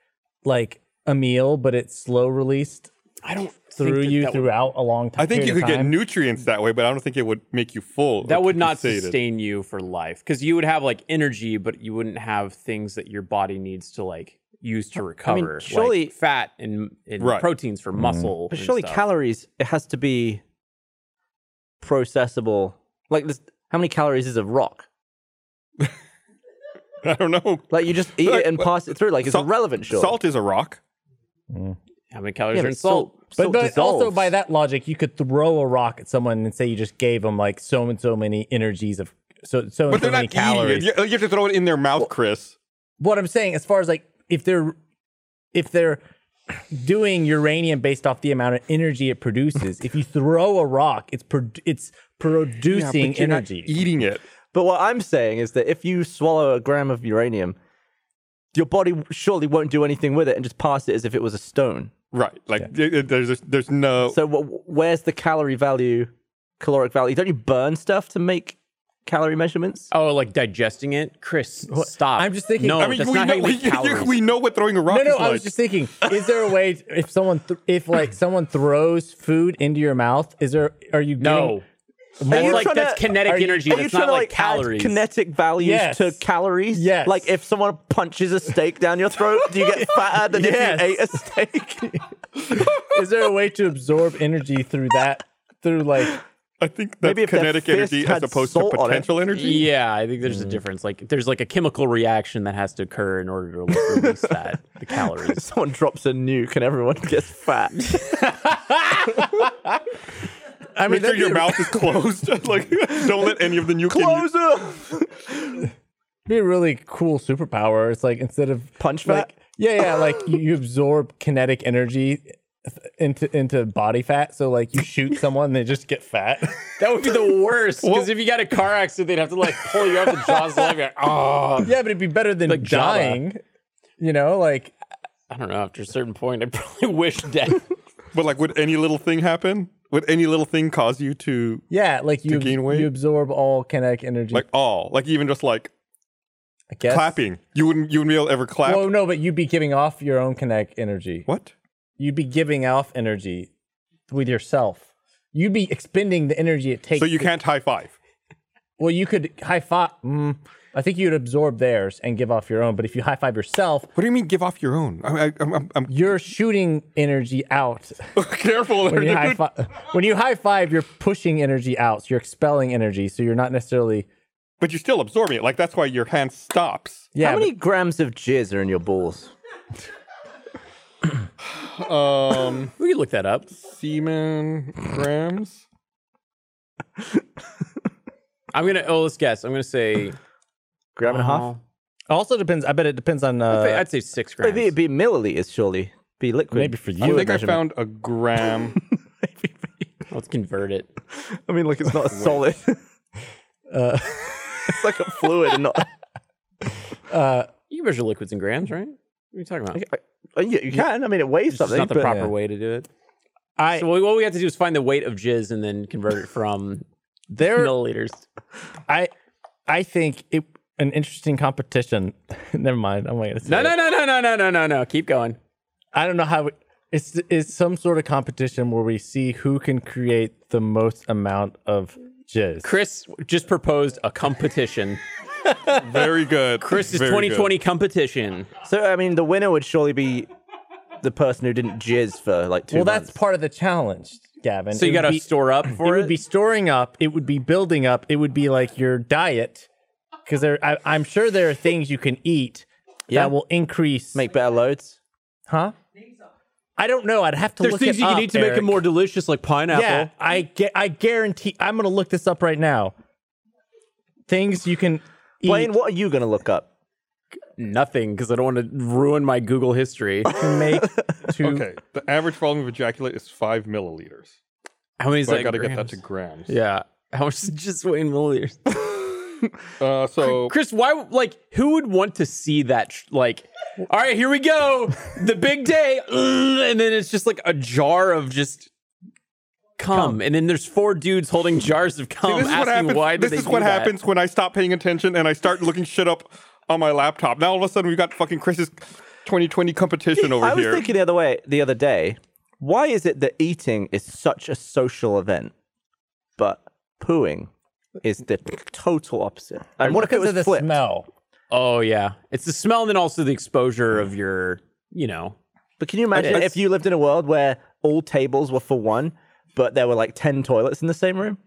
[SPEAKER 4] like a meal, but it's slow released. I don't through you throughout a long time.
[SPEAKER 2] I think you could get nutrients that way, but I don't think it would make you full. or
[SPEAKER 5] that would
[SPEAKER 2] keep
[SPEAKER 5] not
[SPEAKER 2] you sated.
[SPEAKER 5] sustain you for life because you would have like energy, but you wouldn't have things that your body needs to like use to recover. like
[SPEAKER 3] surely-
[SPEAKER 5] fat and, and
[SPEAKER 2] Right.
[SPEAKER 5] proteins for muscle.
[SPEAKER 3] But
[SPEAKER 5] and
[SPEAKER 3] surely
[SPEAKER 5] stuff.
[SPEAKER 3] calories, it has to be processable. Like, this, how many calories is a rock?
[SPEAKER 2] I don't know.
[SPEAKER 3] Like, you just eat
[SPEAKER 2] Like,
[SPEAKER 3] it and
[SPEAKER 2] what-
[SPEAKER 3] pass it through. Like, it's
[SPEAKER 2] Salt-
[SPEAKER 3] irrelevant, sure.
[SPEAKER 2] Salt is a rock.
[SPEAKER 5] how many calories
[SPEAKER 3] yeah,
[SPEAKER 5] are
[SPEAKER 3] but
[SPEAKER 5] in salt?
[SPEAKER 4] But,
[SPEAKER 3] salt
[SPEAKER 4] but also
[SPEAKER 3] dissolves.
[SPEAKER 4] by that logic, you could throw a rock at someone and say you just gave them like so and so many energies of so so
[SPEAKER 2] But
[SPEAKER 4] and so
[SPEAKER 2] they're
[SPEAKER 4] many
[SPEAKER 2] not
[SPEAKER 4] calories.
[SPEAKER 2] eating it. You- You have to throw it in their mouth, Chris.
[SPEAKER 4] What I'm saying, as far as like if they're if they're doing uranium based off the amount of energy it produces, if you throw a rock, it's pro- it's producing
[SPEAKER 2] You're not
[SPEAKER 4] energy.
[SPEAKER 2] eating it.
[SPEAKER 3] But what I'm saying is that if you swallow a gram of uranium, your body surely won't do anything with it and just pass it as if it was a stone.
[SPEAKER 2] Right. Like it- it- there's there's no
[SPEAKER 3] So wh- where's the calorie value, caloric value? Don't you burn stuff to make calorie measurements?
[SPEAKER 5] Oh, like digesting it, Chris? Stop.
[SPEAKER 4] I'm just thinking-
[SPEAKER 5] No,
[SPEAKER 4] I
[SPEAKER 2] I mean,
[SPEAKER 5] that's
[SPEAKER 2] we
[SPEAKER 5] not
[SPEAKER 2] know,
[SPEAKER 5] how you
[SPEAKER 2] we,
[SPEAKER 5] make calories.
[SPEAKER 2] we know what throwing a rock
[SPEAKER 4] No, no.
[SPEAKER 2] is
[SPEAKER 4] I
[SPEAKER 2] like.
[SPEAKER 4] was just thinking: Is there a way if someone th- if like someone throws food into your mouth? Is there are you
[SPEAKER 5] no,
[SPEAKER 4] getting-
[SPEAKER 5] that's
[SPEAKER 3] you
[SPEAKER 5] like
[SPEAKER 3] tryna-
[SPEAKER 5] that's kinetic
[SPEAKER 3] are you-
[SPEAKER 5] energy.
[SPEAKER 3] are you
[SPEAKER 5] that's
[SPEAKER 3] trying to,
[SPEAKER 5] not like,
[SPEAKER 3] add
[SPEAKER 5] calories.
[SPEAKER 3] kinetic values
[SPEAKER 4] Yes.
[SPEAKER 3] to calories?
[SPEAKER 4] Yes.
[SPEAKER 3] Like if someone punches a steak down your throat, do you get fatter than if
[SPEAKER 4] Yes.
[SPEAKER 3] you ate a steak?
[SPEAKER 4] Is there a way to absorb energy through that through like?
[SPEAKER 2] I think that's
[SPEAKER 3] Maybe if their
[SPEAKER 2] kinetic
[SPEAKER 3] fist
[SPEAKER 2] energy as
[SPEAKER 3] had
[SPEAKER 2] opposed to
[SPEAKER 3] salt on it.
[SPEAKER 2] potential energy.
[SPEAKER 5] Yeah, I think there's a difference. Like, there's like a chemical reaction that has to occur in order to like, release that the calories.
[SPEAKER 3] someone drops a nuke and everyone gets fat.
[SPEAKER 2] I mean, Make sure your mouth is closed. like, don't let any of the nuke. in your-
[SPEAKER 3] Closer.
[SPEAKER 4] be a really cool superpower. It's like instead of
[SPEAKER 3] Punch
[SPEAKER 4] like
[SPEAKER 3] fat?
[SPEAKER 4] yeah, yeah, like you, you absorb kinetic energy into into body fat. So like you shoot someone, and they just get fat.
[SPEAKER 5] That would be the worst because if you got a car accident, they'd have to like pull you off the jaws of life. You're Like, oh,
[SPEAKER 4] yeah, but it'd be better than
[SPEAKER 5] Like Java.
[SPEAKER 4] dying. You know, like
[SPEAKER 5] I don't know. After a certain point, I probably wish death.
[SPEAKER 2] But like, would any little thing happen? Would any little thing cause you to
[SPEAKER 4] yeah, like you
[SPEAKER 2] gain weight?
[SPEAKER 4] you absorb all kinetic energy.
[SPEAKER 2] like all? Like even just like
[SPEAKER 4] I guess.
[SPEAKER 2] clapping, you wouldn't you wouldn't be able to ever clap.
[SPEAKER 4] Well, no, but you'd be giving off your own kinetic energy.
[SPEAKER 2] what?
[SPEAKER 4] You'd be giving off energy with yourself. You'd be expending the energy it takes.
[SPEAKER 2] So you
[SPEAKER 4] to-
[SPEAKER 2] can't high five.
[SPEAKER 4] Well, you could high five. Mm, I think you'd absorb theirs and give off your own. But if you high five yourself,
[SPEAKER 2] What do you mean? Give off your own? I, I, I'm, I'm, I'm
[SPEAKER 4] you're shooting energy out.
[SPEAKER 2] careful there,
[SPEAKER 4] When you, high
[SPEAKER 2] dude.
[SPEAKER 4] fi- when you high five, you're pushing energy out. So you're expelling energy. So you're not necessarily.
[SPEAKER 2] But you're still absorbing it. Like that's why your hand stops.
[SPEAKER 4] Yeah.
[SPEAKER 3] How
[SPEAKER 4] but-
[SPEAKER 3] many grams of jizz are in your balls?
[SPEAKER 2] Um,
[SPEAKER 5] we could look that up.
[SPEAKER 2] semen grams.
[SPEAKER 5] I'm gonna. Oh, let's guess. I'm gonna say.
[SPEAKER 3] Gram and a half?
[SPEAKER 5] Oh,
[SPEAKER 4] also depends. I bet it depends on.
[SPEAKER 5] I'd say-
[SPEAKER 4] Uh,
[SPEAKER 5] I'd say six grams.
[SPEAKER 3] Maybe it'd be milliliters, surely. Be liquid.
[SPEAKER 4] maybe for
[SPEAKER 2] I
[SPEAKER 4] you.
[SPEAKER 2] think I found a gram.
[SPEAKER 5] Let's convert it.
[SPEAKER 3] I mean, like it's not a solid. Uh, it's like a fluid, and not.
[SPEAKER 5] You measure liquids in grams, right? What are you talking about? It's
[SPEAKER 3] Uh, Yeah, you can. I mean, it weighs
[SPEAKER 5] just
[SPEAKER 3] something.
[SPEAKER 5] not the
[SPEAKER 3] but-
[SPEAKER 5] proper way to do it.
[SPEAKER 4] I
[SPEAKER 5] So what what we have to do is find the weight of jizz and then convert it from
[SPEAKER 4] there.
[SPEAKER 5] milliliters.
[SPEAKER 4] I I think it an interesting competition. Never mind. I'm waiting.
[SPEAKER 5] No, no, no, no, no, no, no, no, no. Keep going.
[SPEAKER 4] I don't know how it, it's it's some sort of competition where we see who can create the most amount of jizz.
[SPEAKER 5] Chris just proposed a competition.
[SPEAKER 2] Very good.
[SPEAKER 5] Chris is
[SPEAKER 2] Very
[SPEAKER 5] 2020 competition.
[SPEAKER 3] So, I mean, the winner would surely be the person who didn't jizz for like two
[SPEAKER 4] well,
[SPEAKER 3] months.
[SPEAKER 4] that's part of the challenge, Gavin.
[SPEAKER 5] So you got to
[SPEAKER 4] to
[SPEAKER 5] store up
[SPEAKER 4] It
[SPEAKER 5] for it.
[SPEAKER 4] would be storing up. It would be building up. It would be like your diet, because there. I, I'm sure there are things you can eat
[SPEAKER 3] Yeah.
[SPEAKER 4] that will increase.
[SPEAKER 3] Make better loads.
[SPEAKER 4] huh? I don't know. I'd have to
[SPEAKER 5] There's
[SPEAKER 4] look
[SPEAKER 5] things
[SPEAKER 4] it
[SPEAKER 5] you can
[SPEAKER 4] up,
[SPEAKER 5] eat to make
[SPEAKER 4] Eric.
[SPEAKER 5] it more delicious, like pineapple.
[SPEAKER 4] Yeah, I get. I guarantee. I'm gonna look this up right now. Things you can eat.
[SPEAKER 3] Blaine, what are you going to look up?
[SPEAKER 5] Nothing, because I don't want to ruin my Google history.
[SPEAKER 4] to make to
[SPEAKER 2] Okay, the average volume of ejaculate is five milliliters.
[SPEAKER 5] How many?
[SPEAKER 2] So I gotta get that to grams.
[SPEAKER 5] Yeah. How much is just Wayne milliliters?
[SPEAKER 2] Uh, so
[SPEAKER 5] Chris, why? Like, who would want to see that? sh- Like, all right, here we go, the big day, and then it's just like a jar of just cum, and then there's four dudes holding jars of cum,
[SPEAKER 2] See, this is
[SPEAKER 5] asking
[SPEAKER 2] what happens.
[SPEAKER 5] why. do
[SPEAKER 2] this
[SPEAKER 5] they
[SPEAKER 2] is
[SPEAKER 5] do
[SPEAKER 2] what
[SPEAKER 5] that?
[SPEAKER 2] happens when I stop paying attention and I start looking shit up on my laptop. Now all of a sudden we've got fucking Chris's 2020 competition over
[SPEAKER 3] I was
[SPEAKER 2] here.
[SPEAKER 3] thinking the other way the other day. Why is it that eating is such a social event, but pooing is the total opposite? And what if it
[SPEAKER 4] because
[SPEAKER 3] was
[SPEAKER 4] of the
[SPEAKER 3] flipped?
[SPEAKER 4] smell.
[SPEAKER 5] Oh yeah, it's the smell, and then also the exposure of your, you know,
[SPEAKER 3] But can you imagine if you lived in a world where all tables were for one, but there were like ten toilets in the same room?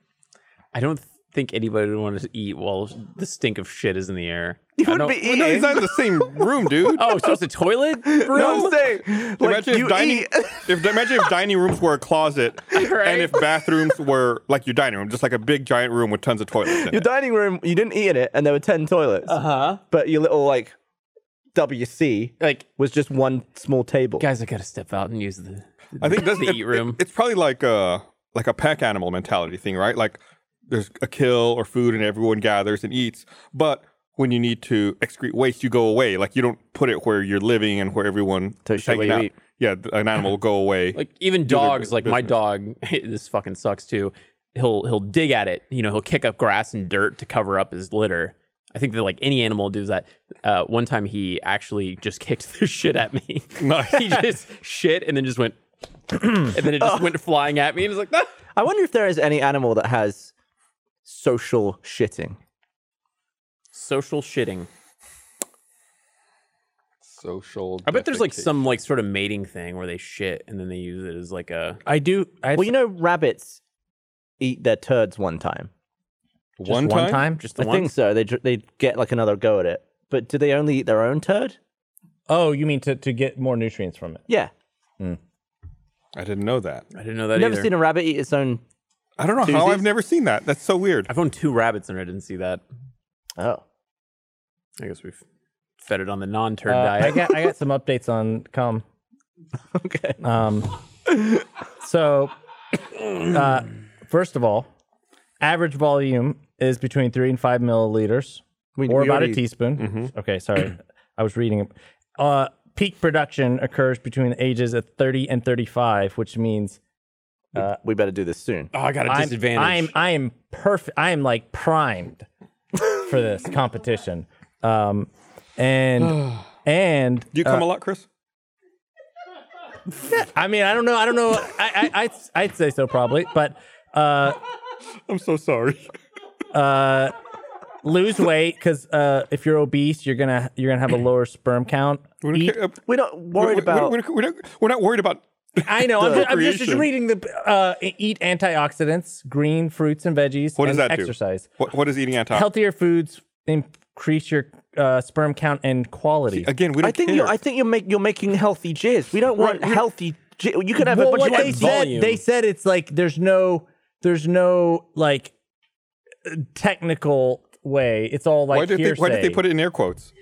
[SPEAKER 5] I don't think anybody would want to eat while the stink of shit is in the air.
[SPEAKER 3] You
[SPEAKER 5] I
[SPEAKER 3] wouldn't
[SPEAKER 5] don't-
[SPEAKER 3] be
[SPEAKER 2] Well, no,
[SPEAKER 3] eating.
[SPEAKER 2] he's not in the same room, dude.
[SPEAKER 5] Oh, so it's a toilet room.
[SPEAKER 3] No, I'm saying, like,
[SPEAKER 2] imagine
[SPEAKER 3] you
[SPEAKER 2] if dining,
[SPEAKER 3] eat.
[SPEAKER 2] if imagine if dining rooms were a closet, and if bathrooms were like your dining room, just like a big giant room with tons of toilets. In
[SPEAKER 3] Your
[SPEAKER 2] it.
[SPEAKER 3] dining room, you didn't eat in it, and there were ten toilets. Uh huh. But your little like WC
[SPEAKER 5] like,
[SPEAKER 3] was just one small table.
[SPEAKER 5] guys, I gotta step out and use the.
[SPEAKER 2] I think that's
[SPEAKER 5] the eat room.
[SPEAKER 2] it's probably like a like a pack animal mentality thing, right? Like there's a kill or food, and everyone gathers and eats. But when you need to excrete waste, you go away. Like you don't put it where you're living and where everyone
[SPEAKER 3] To
[SPEAKER 2] is
[SPEAKER 3] show
[SPEAKER 2] hanging
[SPEAKER 3] where
[SPEAKER 2] out.
[SPEAKER 3] you eat.
[SPEAKER 2] Yeah, th- an animal will go away.
[SPEAKER 5] like even
[SPEAKER 2] their
[SPEAKER 5] dogs like my
[SPEAKER 2] business.
[SPEAKER 5] dog this fucking sucks too he'll he'll dig at it you know he'll kick up grass and dirt to cover up his litter i think that like any animal does that uh, one time he actually just kicked the shit at me
[SPEAKER 2] Nice.
[SPEAKER 5] he just shit and then just went and then it just went flying at me and it's like "Ah."
[SPEAKER 3] I wonder if there is any animal that has social shitting.
[SPEAKER 5] social shitting
[SPEAKER 2] Social.
[SPEAKER 5] i bet there's like some like sort of mating thing where they shit and then they use it as like a
[SPEAKER 4] I do. I
[SPEAKER 3] Well, you know, rabbits eat their turds one time.
[SPEAKER 2] one,
[SPEAKER 4] one
[SPEAKER 2] time.
[SPEAKER 4] time.
[SPEAKER 5] just
[SPEAKER 3] I
[SPEAKER 5] the one
[SPEAKER 3] think so. They dr- they get like another go at it. But do they only eat their own turd?
[SPEAKER 4] Oh, you mean to to get more nutrients from it?
[SPEAKER 3] Yeah.
[SPEAKER 2] I didn't know that.
[SPEAKER 5] i didn't know that
[SPEAKER 3] I've never
[SPEAKER 5] either
[SPEAKER 3] seen a rabbit eat its own.
[SPEAKER 2] I don't know how I've never seen that. That's so weird.
[SPEAKER 5] i've owned two rabbits and i didn't see that
[SPEAKER 3] Oh.
[SPEAKER 5] i guess we've fed it on the non-turd
[SPEAKER 4] Uh,
[SPEAKER 5] diet
[SPEAKER 4] I got I got some updates on cum.
[SPEAKER 3] Okay.
[SPEAKER 4] Um, so, uh, first of all, average volume is between three and five milliliters,
[SPEAKER 3] We-
[SPEAKER 4] or
[SPEAKER 3] we
[SPEAKER 4] about
[SPEAKER 3] already-
[SPEAKER 4] a teaspoon. Okay, sorry, I was reading. it. Uh, peak production occurs between the ages of thirty and thirty-five, which means
[SPEAKER 3] uh, we better do this soon.
[SPEAKER 5] oh i got a
[SPEAKER 4] I'm,
[SPEAKER 5] disadvantage
[SPEAKER 4] I'm I am perfect. I am like primed for this competition. Um, and and
[SPEAKER 2] Do you come a lot, Chris?
[SPEAKER 4] I mean, I don't know. I don't know. I, I, I'd, I'd say so probably, but uh,
[SPEAKER 2] I'm so sorry.
[SPEAKER 4] lose weight because uh, if you're obese, you're gonna you're gonna have a lower sperm count.
[SPEAKER 2] We don't
[SPEAKER 4] Eat-
[SPEAKER 2] care-
[SPEAKER 3] We're not worried
[SPEAKER 2] we- we-
[SPEAKER 3] about.
[SPEAKER 2] We're, we're not, we're not worried about.
[SPEAKER 4] I know. I'm, just, I'm just- just
[SPEAKER 2] Procreation.
[SPEAKER 4] reading the uh, eat antioxidants, green fruits and veggies.
[SPEAKER 2] What does
[SPEAKER 4] and
[SPEAKER 2] that do?
[SPEAKER 4] Exercise.
[SPEAKER 2] What, what is eating on top?
[SPEAKER 4] Healthier foods increase your uh, sperm count and quality.
[SPEAKER 2] Again, we don't
[SPEAKER 3] I think
[SPEAKER 2] care.
[SPEAKER 3] you. I think you're make, You're making healthy jizz. We don't want healthy. J- you can have
[SPEAKER 4] well,
[SPEAKER 3] a bunch
[SPEAKER 4] what
[SPEAKER 3] of
[SPEAKER 4] they
[SPEAKER 3] like,
[SPEAKER 4] said,
[SPEAKER 5] volume.
[SPEAKER 4] they said it's like there's no there's no like technical way. It's all like
[SPEAKER 2] why, did they,
[SPEAKER 4] hearsay.
[SPEAKER 2] why did they put it in air quotes?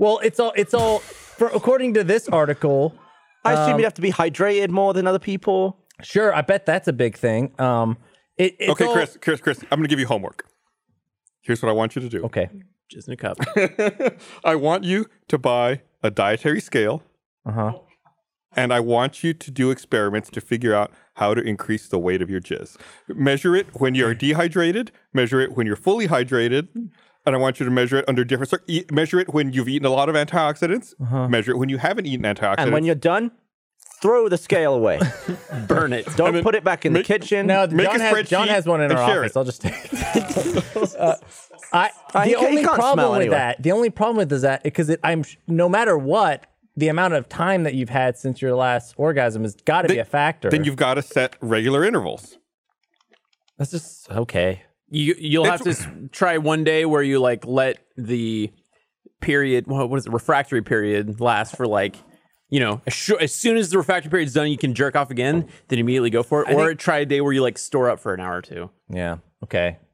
[SPEAKER 4] Well, it's all it's all for, according to this article.
[SPEAKER 3] I assume you'd have to be hydrated more than other people.
[SPEAKER 4] Sure, I bet that's a big thing. Um, it, it's
[SPEAKER 2] okay,
[SPEAKER 4] all-
[SPEAKER 2] Chris, Chris, Chris, I'm going to give you homework. Here's what I want you to do.
[SPEAKER 4] Okay,
[SPEAKER 5] just in a cup
[SPEAKER 2] I want you to buy a dietary scale.
[SPEAKER 4] Uh-huh.
[SPEAKER 2] And I want you to do experiments to figure out how to increase the weight of your jizz. Measure it when you're dehydrated, measure it when you're fully hydrated. And I want you to measure it under different cir- e- measure it when you've eaten a lot of antioxidants,
[SPEAKER 4] Uh-huh.
[SPEAKER 2] measure it when you haven't eaten antioxidants.
[SPEAKER 3] And when you're done, throw the scale away.
[SPEAKER 5] burn it
[SPEAKER 3] Don't put it back in the kitchen.
[SPEAKER 4] now
[SPEAKER 2] Make
[SPEAKER 4] John
[SPEAKER 2] a
[SPEAKER 4] has, John
[SPEAKER 2] spreadsheet
[SPEAKER 4] has one in
[SPEAKER 2] and
[SPEAKER 4] our
[SPEAKER 2] share
[SPEAKER 4] office.
[SPEAKER 2] it.
[SPEAKER 4] I'll just take. Uh, I
[SPEAKER 3] Uh,
[SPEAKER 4] the
[SPEAKER 3] you can't- you
[SPEAKER 4] only
[SPEAKER 3] can't
[SPEAKER 4] problem
[SPEAKER 3] smell
[SPEAKER 4] with
[SPEAKER 3] anyway.
[SPEAKER 4] that the only problem with is that because it, I'm sh- no matter what the amount of time that you've had since your last orgasm has got to be a factor.
[SPEAKER 2] then you've got to set regular intervals.
[SPEAKER 4] that's just okay.
[SPEAKER 5] You you'll have to s- try one day where you like let the period what what is it refractory period last for like you know, as, sure, as soon as the refractory period's done, you can jerk off again, then immediately go for it, or try a day where you like store up for an hour or two.
[SPEAKER 6] Yeah. Okay.
[SPEAKER 3] Oh.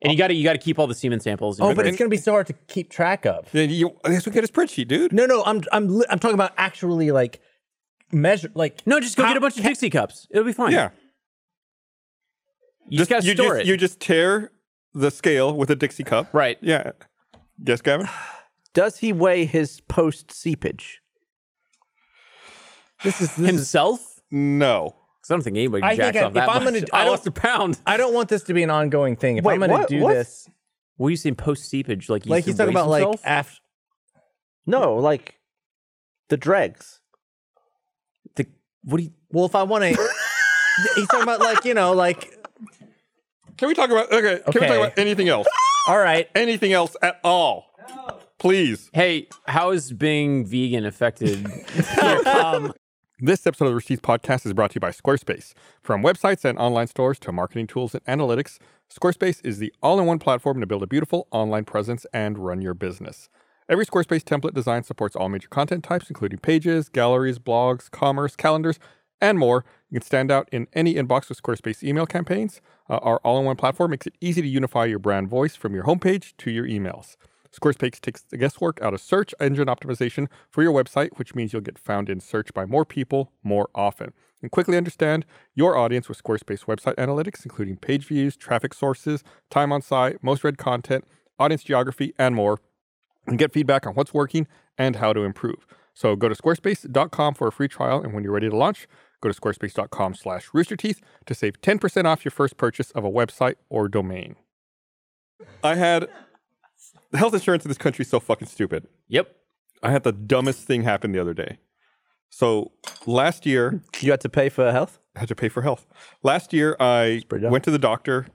[SPEAKER 5] And you got to you got to keep all the semen samples. in
[SPEAKER 6] Oh,
[SPEAKER 5] your
[SPEAKER 6] but
[SPEAKER 5] fridge.
[SPEAKER 6] it's gonna be so hard to keep track of.
[SPEAKER 2] Yeah, you, I guess we get a spreadsheet, dude.
[SPEAKER 6] No, no, I'm I'm li- I'm talking about actually like measure like
[SPEAKER 5] no, just go
[SPEAKER 6] How
[SPEAKER 5] get a bunch of Dixie cups. It'll be fine.
[SPEAKER 2] Yeah.
[SPEAKER 5] you just, got to
[SPEAKER 2] you
[SPEAKER 5] store
[SPEAKER 2] just,
[SPEAKER 5] it.
[SPEAKER 2] You just tear the scale with a Dixie cup.
[SPEAKER 5] right.
[SPEAKER 2] Yeah. Yes, Gavin?
[SPEAKER 3] Does he weigh his post seepage?
[SPEAKER 6] this is this is
[SPEAKER 5] Himself.
[SPEAKER 2] No.
[SPEAKER 5] 'Cause I don't think anybody
[SPEAKER 6] I
[SPEAKER 5] jacks
[SPEAKER 6] think I-
[SPEAKER 5] off that
[SPEAKER 6] if I'm
[SPEAKER 5] much.
[SPEAKER 6] gonna-
[SPEAKER 5] I
[SPEAKER 6] I don't-
[SPEAKER 5] lost a pound.
[SPEAKER 6] I don't want this to be an ongoing thing. If
[SPEAKER 3] Wait,
[SPEAKER 6] I'm gonna
[SPEAKER 3] what-
[SPEAKER 6] do
[SPEAKER 3] what?
[SPEAKER 6] this,
[SPEAKER 5] What are you saying post seepage? Like, he
[SPEAKER 6] like he's
[SPEAKER 5] used to
[SPEAKER 6] talking
[SPEAKER 5] waste
[SPEAKER 6] about like
[SPEAKER 5] himself?
[SPEAKER 6] after
[SPEAKER 3] No, like the dregs.
[SPEAKER 5] the what do you?
[SPEAKER 6] Well, if I want to, he's talking about like you know, like
[SPEAKER 2] Can we talk about okay, can we
[SPEAKER 6] Okay.
[SPEAKER 2] talk about anything else?
[SPEAKER 6] all right,
[SPEAKER 2] anything else at all? Please.
[SPEAKER 5] Hey, how is being vegan affected?
[SPEAKER 2] This episode of the Receipts Podcast is brought to you by Squarespace. From websites and online stores to marketing tools and analytics, Squarespace is the all in one platform to build a beautiful online presence and run your business. Every Squarespace template design supports all major content types, including pages, galleries, blogs, commerce, calendars, and more. You can stand out in any inbox with Squarespace email campaigns. Uh, our all in one platform makes it easy to unify your brand voice from your homepage to your emails. Squarespace takes the guesswork out of search engine optimization for your website, which means you'll get found in search by more people more often. And quickly understand your audience with Squarespace website analytics, including page views, traffic sources, time on site, most read content, audience geography, and more and get feedback on what's working and how to improve. So go to squarespace.com for a free trial, and when you're ready to launch, go to squarespace.com slash roosterteeth to save 10% off your first purchase of a website or domain. I had the health insurance in this country is so fucking stupid.
[SPEAKER 5] yep.
[SPEAKER 2] I had the dumbest thing happen the other day. So last year,
[SPEAKER 3] You had to pay for health.
[SPEAKER 2] I had to pay for health. Last year, I
[SPEAKER 3] pretty dumb.
[SPEAKER 2] went to the doctor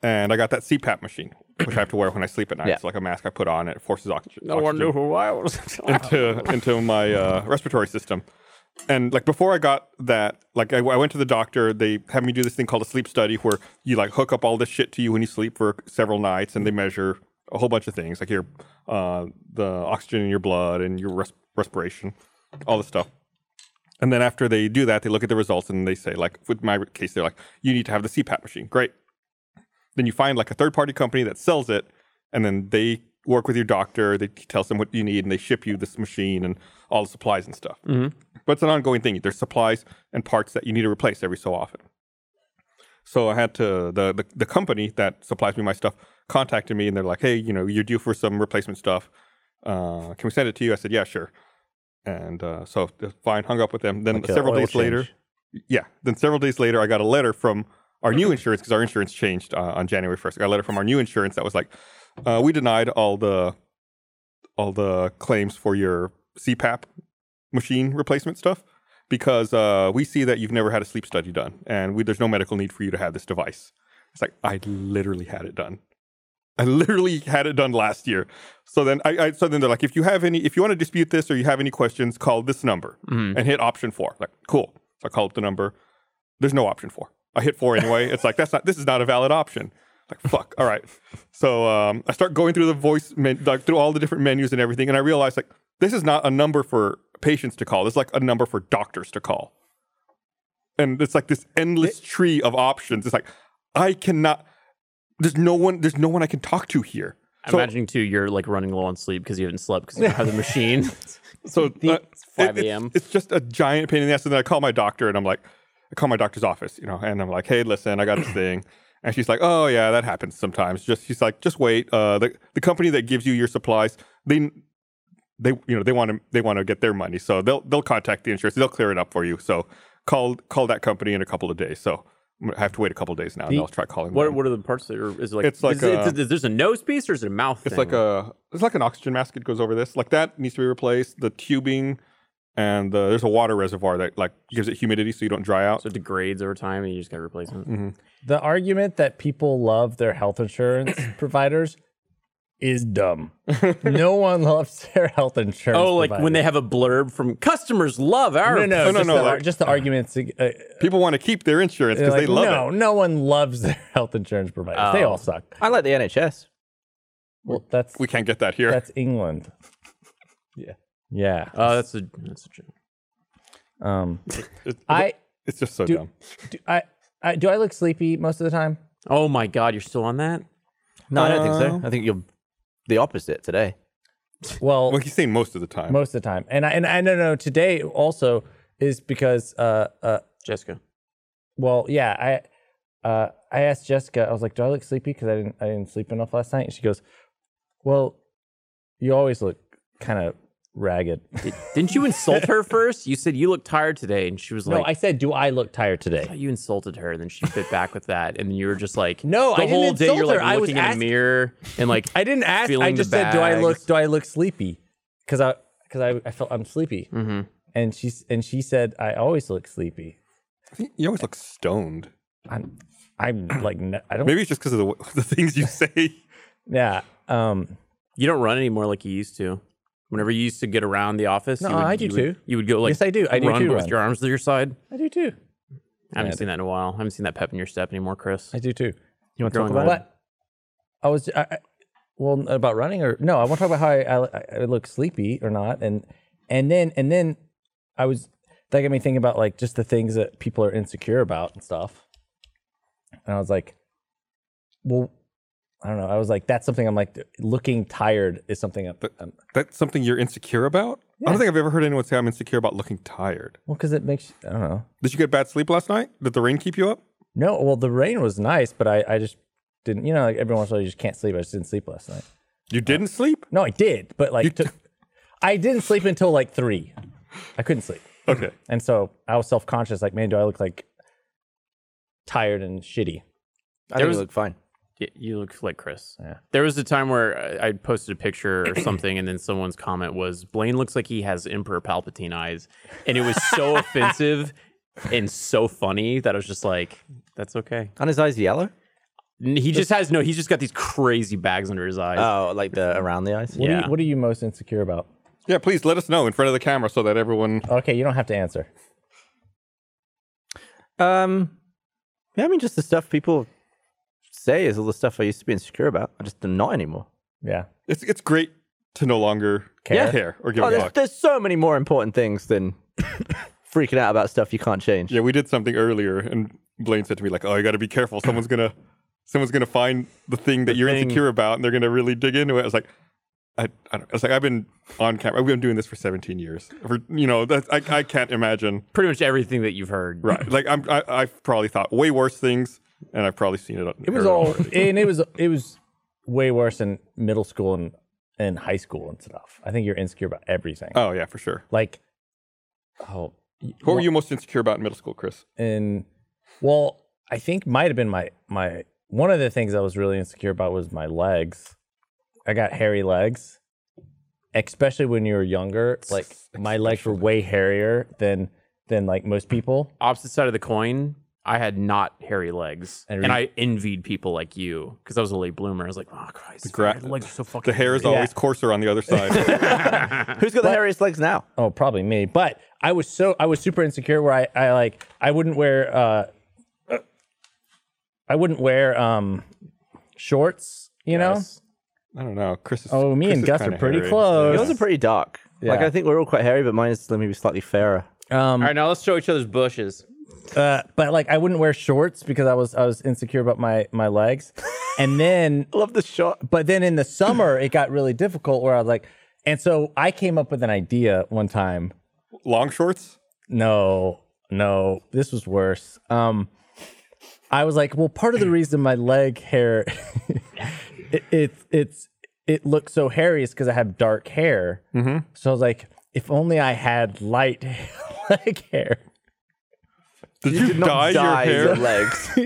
[SPEAKER 2] and I got that CPAP machine, which I have to wear when I sleep at night.
[SPEAKER 3] Yeah.
[SPEAKER 2] It's like a mask I put on, it forces oxygen.
[SPEAKER 5] No one
[SPEAKER 2] oxygen
[SPEAKER 5] knew who I was.
[SPEAKER 2] into into my uh, respiratory system. And like before I got that, like I, I went to the doctor. They had me do this thing called a sleep study, where you like hook up all this shit to you when you sleep for several nights, and they measure a whole bunch of things, like your uh, the oxygen in your blood and your res- respiration, all this stuff. And then after they do that, they look at the results and they say, like with my case, they're like, you need to have the CPAP machine. Great. Then you find like a third party company that sells it, and then they work with your doctor. They tell them what you need, and they ship you this machine and all the supplies and stuff. Mm-hmm. But it's an ongoing thing. There's supplies and parts that you need to replace every so often. So I had to the, the the company that supplies me my stuff contacted me, and they're like, hey, you know, you're due for some replacement stuff. Uh, can we send it to you? I said, yeah, sure. And uh, so fine, hung up with them. Then
[SPEAKER 3] a
[SPEAKER 2] several
[SPEAKER 3] uh, oil
[SPEAKER 2] days later,
[SPEAKER 3] change.
[SPEAKER 2] yeah. Then several days later, I got a letter from our new insurance because our insurance changed uh, on January 1st. I got a letter from our new insurance that was like, uh, we denied all the all the claims for your CPAP machine replacement stuff because uh, we see that you've never had a sleep study done, and we, there's no medical need for you to have this device. It's like I literally had it done. I literally had it done last year. So then, I, I so then they're like, if you have any, if you want to dispute this or you have any questions, call this number and hit option four. Like, cool. So I call up the number. There's no option four. I hit four anyway. it's like that's not. This is not a valid option. Like, fuck. All right. So um, I start going through the voice, men- like through all the different menus and everything, and I realize like this is not a number for patients to call. This is like a number for doctors to call and it's like this endless tree of options. It's like I cannot. There's no one. There's no one I can talk to here.
[SPEAKER 5] I'm
[SPEAKER 2] So,
[SPEAKER 5] imagining too, you're like running low on sleep because you haven't slept because you don't have the machine.
[SPEAKER 2] so uh,
[SPEAKER 5] It's 5
[SPEAKER 2] it-
[SPEAKER 5] a.m..
[SPEAKER 2] It's, it's just a giant pain in the ass. And then I call my doctor, and I'm like, I call my doctor's office, you know, and I'm like, hey, listen, I got this thing. And she's like, oh yeah, that happens sometimes. Just she's like, just wait. Uh, the the company that gives you your supplies, they they you know they want to they want to get their money, so they'll they'll contact the insurance, they'll clear it up for you. So call call that company in a couple of days. So I'm gonna have to wait a couple of days now, and I'll try calling.
[SPEAKER 5] what
[SPEAKER 2] them.
[SPEAKER 5] what are the parts that are is it like?
[SPEAKER 2] It's like
[SPEAKER 5] is it-
[SPEAKER 2] a-
[SPEAKER 5] is there's a nose piece or is it a mouth?
[SPEAKER 2] It's like a it's like an oxygen mask that goes over this. Like that needs to be replaced. The tubing and the, there's a water reservoir that like gives it humidity so you don't dry out.
[SPEAKER 5] so it degrades over time and you just got to replace it.
[SPEAKER 6] the argument that people love their health insurance providers is dumb. no one loves their health insurance.
[SPEAKER 5] Oh, like when
[SPEAKER 6] provider.
[SPEAKER 5] they have a blurb from customers love our.
[SPEAKER 6] no no
[SPEAKER 2] Oh, no,
[SPEAKER 6] just
[SPEAKER 2] no,
[SPEAKER 6] the,
[SPEAKER 2] like-
[SPEAKER 6] ar- just the arguments uh, uh,
[SPEAKER 2] People want to keep their insurance because
[SPEAKER 6] like,
[SPEAKER 2] they love
[SPEAKER 6] no
[SPEAKER 2] it.
[SPEAKER 6] no one loves their health insurance providers. They
[SPEAKER 5] Oh.
[SPEAKER 6] all suck.
[SPEAKER 3] I like the NHS.
[SPEAKER 6] Well, that's
[SPEAKER 2] We can't get that here.
[SPEAKER 6] that's England. yeah yeah.
[SPEAKER 5] Uh, Oh, that's a that's a joke.
[SPEAKER 6] Um,
[SPEAKER 4] I
[SPEAKER 2] It's just so dumb.
[SPEAKER 4] do I, I do I look sleepy most of the time.
[SPEAKER 5] Oh my god, you're still on that?
[SPEAKER 3] No, I don't think so. I think you're the opposite today.
[SPEAKER 4] Well,
[SPEAKER 2] Well, he's saying most of the time.
[SPEAKER 4] most of the time, and I and I no no today also is because uh uh
[SPEAKER 5] Jessica.
[SPEAKER 4] well yeah I uh I asked Jessica I was like do I look sleepy because I didn't I didn't sleep enough last night and she goes well you always look kind of ragged.
[SPEAKER 5] Did, didn't you insult her first? You said you look tired today, and she was
[SPEAKER 4] No,
[SPEAKER 5] like,
[SPEAKER 4] I said do I look tired today?
[SPEAKER 5] "Oh, you insulted her, and then she bit back with that, and you were just like,
[SPEAKER 4] No,
[SPEAKER 5] the
[SPEAKER 4] I didn't
[SPEAKER 5] whole day you're
[SPEAKER 4] insult
[SPEAKER 5] like
[SPEAKER 4] her. I was
[SPEAKER 5] looking in
[SPEAKER 4] ask-
[SPEAKER 5] a mirror and like
[SPEAKER 4] I didn't ask. I
[SPEAKER 5] feeling the
[SPEAKER 4] just said, "Do I look?
[SPEAKER 5] bags.
[SPEAKER 4] Do I look sleepy?" Because I, because I, I felt I'm sleepy.
[SPEAKER 5] Mm-hmm.
[SPEAKER 4] And she's and she said, "I always look sleepy."
[SPEAKER 2] you always look stoned.
[SPEAKER 4] I'm, I'm like, n- I don't.
[SPEAKER 2] Maybe it's just because of the, the things you say.
[SPEAKER 4] Yeah. Um.
[SPEAKER 5] you don't run anymore like you used to. Whenever you used to get around the office, you
[SPEAKER 4] No,
[SPEAKER 5] would,
[SPEAKER 4] I do
[SPEAKER 5] you would-
[SPEAKER 4] too.
[SPEAKER 5] you would go like,
[SPEAKER 4] Yes, I do. I do
[SPEAKER 5] run,
[SPEAKER 4] too
[SPEAKER 5] but
[SPEAKER 4] run.
[SPEAKER 5] with your arms to your side.
[SPEAKER 4] I do too.
[SPEAKER 5] I haven't seen that in a while. I haven't seen that pep in your step anymore, Chris.
[SPEAKER 4] I do too.
[SPEAKER 5] You want to
[SPEAKER 3] talk about it?
[SPEAKER 4] But I was, I, I, well, about running or no? I want to talk about how I, I, I look sleepy or not, and and then and then I was that got me thinking about like just the things that people are insecure about and stuff. And I was like, well, I don't know. I was like, that's something I'm like looking tired is something. I'm, I'm,
[SPEAKER 2] That's something you're insecure about? I don't think I've ever heard anyone say I'm insecure about looking tired.
[SPEAKER 4] well, because it makes I don't know.
[SPEAKER 2] Did you get bad sleep last night? Did the rain keep you up?
[SPEAKER 4] No, well, the rain was nice, but I I just didn't. You know, like every once in a while you just can't sleep. I just didn't sleep last night.
[SPEAKER 2] You didn't
[SPEAKER 6] Uh,
[SPEAKER 2] sleep?
[SPEAKER 4] No, I did, but like took, I didn't sleep until like three. I couldn't sleep,
[SPEAKER 6] mm-hmm.
[SPEAKER 2] Okay.
[SPEAKER 4] and so I was self conscious. Like, man, do I look like tired and shitty?
[SPEAKER 3] I think
[SPEAKER 5] was-
[SPEAKER 3] you look fine.
[SPEAKER 5] Yeah, you look like Chris. Yeah. There was a time where I I posted a picture or something, and then someone's comment was, "Blaine looks like he has Emperor Palpatine eyes," and it was so offensive and so funny that I was just like, "That's okay."
[SPEAKER 3] And his eyes yellow?
[SPEAKER 5] N- He just has no. He's just got these crazy bags under his eyes.
[SPEAKER 3] Oh, like the around the eyes?
[SPEAKER 4] What,
[SPEAKER 5] yeah.
[SPEAKER 4] are you, what are you most insecure about?
[SPEAKER 2] Yeah, please let us know in front of the camera so that everyone.
[SPEAKER 4] Okay, you don't have to answer.
[SPEAKER 3] Um, yeah, I mean, just the stuff people say is all the stuff I used to be insecure about. I just am not anymore.
[SPEAKER 4] Yeah,
[SPEAKER 2] It's, it's great to no longer
[SPEAKER 4] Care?
[SPEAKER 2] care or give
[SPEAKER 3] Oh,
[SPEAKER 2] a
[SPEAKER 3] there's,
[SPEAKER 2] fuck.
[SPEAKER 3] there's so many more important things than freaking out about stuff you can't change.
[SPEAKER 2] Yeah, we did something earlier, and Blaine said to me like, "Oh, you got to be careful. Someone's gonna, someone's gonna find the thing that you're insecure about, and they're gonna really dig into it." I was like, "I, I don't." I was like, "I've been on camera. I've been doing this for 17 years. For you know, that's, I, I can't imagine.
[SPEAKER 5] Pretty much everything that you've heard.
[SPEAKER 2] Right? Like, I'm, I, I've probably thought way worse things, and I've probably seen it. on-
[SPEAKER 4] it was
[SPEAKER 2] heard it
[SPEAKER 4] all,
[SPEAKER 2] already.
[SPEAKER 4] and it was it was way worse in middle school and and high school and stuff. I think you're insecure about everything.
[SPEAKER 2] Oh yeah, for sure.
[SPEAKER 4] like, oh,
[SPEAKER 2] What were you most insecure about in middle school, Chris?
[SPEAKER 4] and well, I think might have been my my one of the things I was really insecure about was my legs. I got hairy legs, especially when you were younger. Like my legs were way hairier than than like most people.
[SPEAKER 5] Opposite side of the coin. I had not hairy legs, and, I envied people like you because I was a late bloomer. I was like, "Oh Christ,
[SPEAKER 2] gra-
[SPEAKER 5] my legs are so fucking."
[SPEAKER 2] The hair is always coarser on the other side.
[SPEAKER 3] Who's got the hairiest legs now?
[SPEAKER 4] Oh, probably me. But I was so I was super insecure where I I like I wouldn't wear uh I wouldn't wear um shorts, you know?
[SPEAKER 2] I don't know. Chris is.
[SPEAKER 4] Oh, me
[SPEAKER 2] Chris
[SPEAKER 4] and
[SPEAKER 2] is
[SPEAKER 4] Gus are
[SPEAKER 2] kinda
[SPEAKER 4] pretty
[SPEAKER 2] hairy.
[SPEAKER 4] close.
[SPEAKER 3] Yours are pretty dark. Like,
[SPEAKER 4] Yeah.
[SPEAKER 3] I think we're all quite hairy, but mine is maybe slightly fairer.
[SPEAKER 5] All right, now let's show each other's bushes.
[SPEAKER 4] Uh, but like I wouldn't wear shorts because I was I was insecure about my my legs, and then
[SPEAKER 3] I love the shot.
[SPEAKER 4] but then in the summer it got really difficult where I was like, and so I came up with an idea one time.
[SPEAKER 2] Long shorts.
[SPEAKER 4] No, no, this was worse. Um, I was like, well, part of the reason my leg hair it, it it's it looks so hairy is because I have dark hair. Mm-hmm. So I was like, if only I had light leg hair.
[SPEAKER 2] Did you,
[SPEAKER 3] Not
[SPEAKER 2] dye, your hair?
[SPEAKER 3] legs.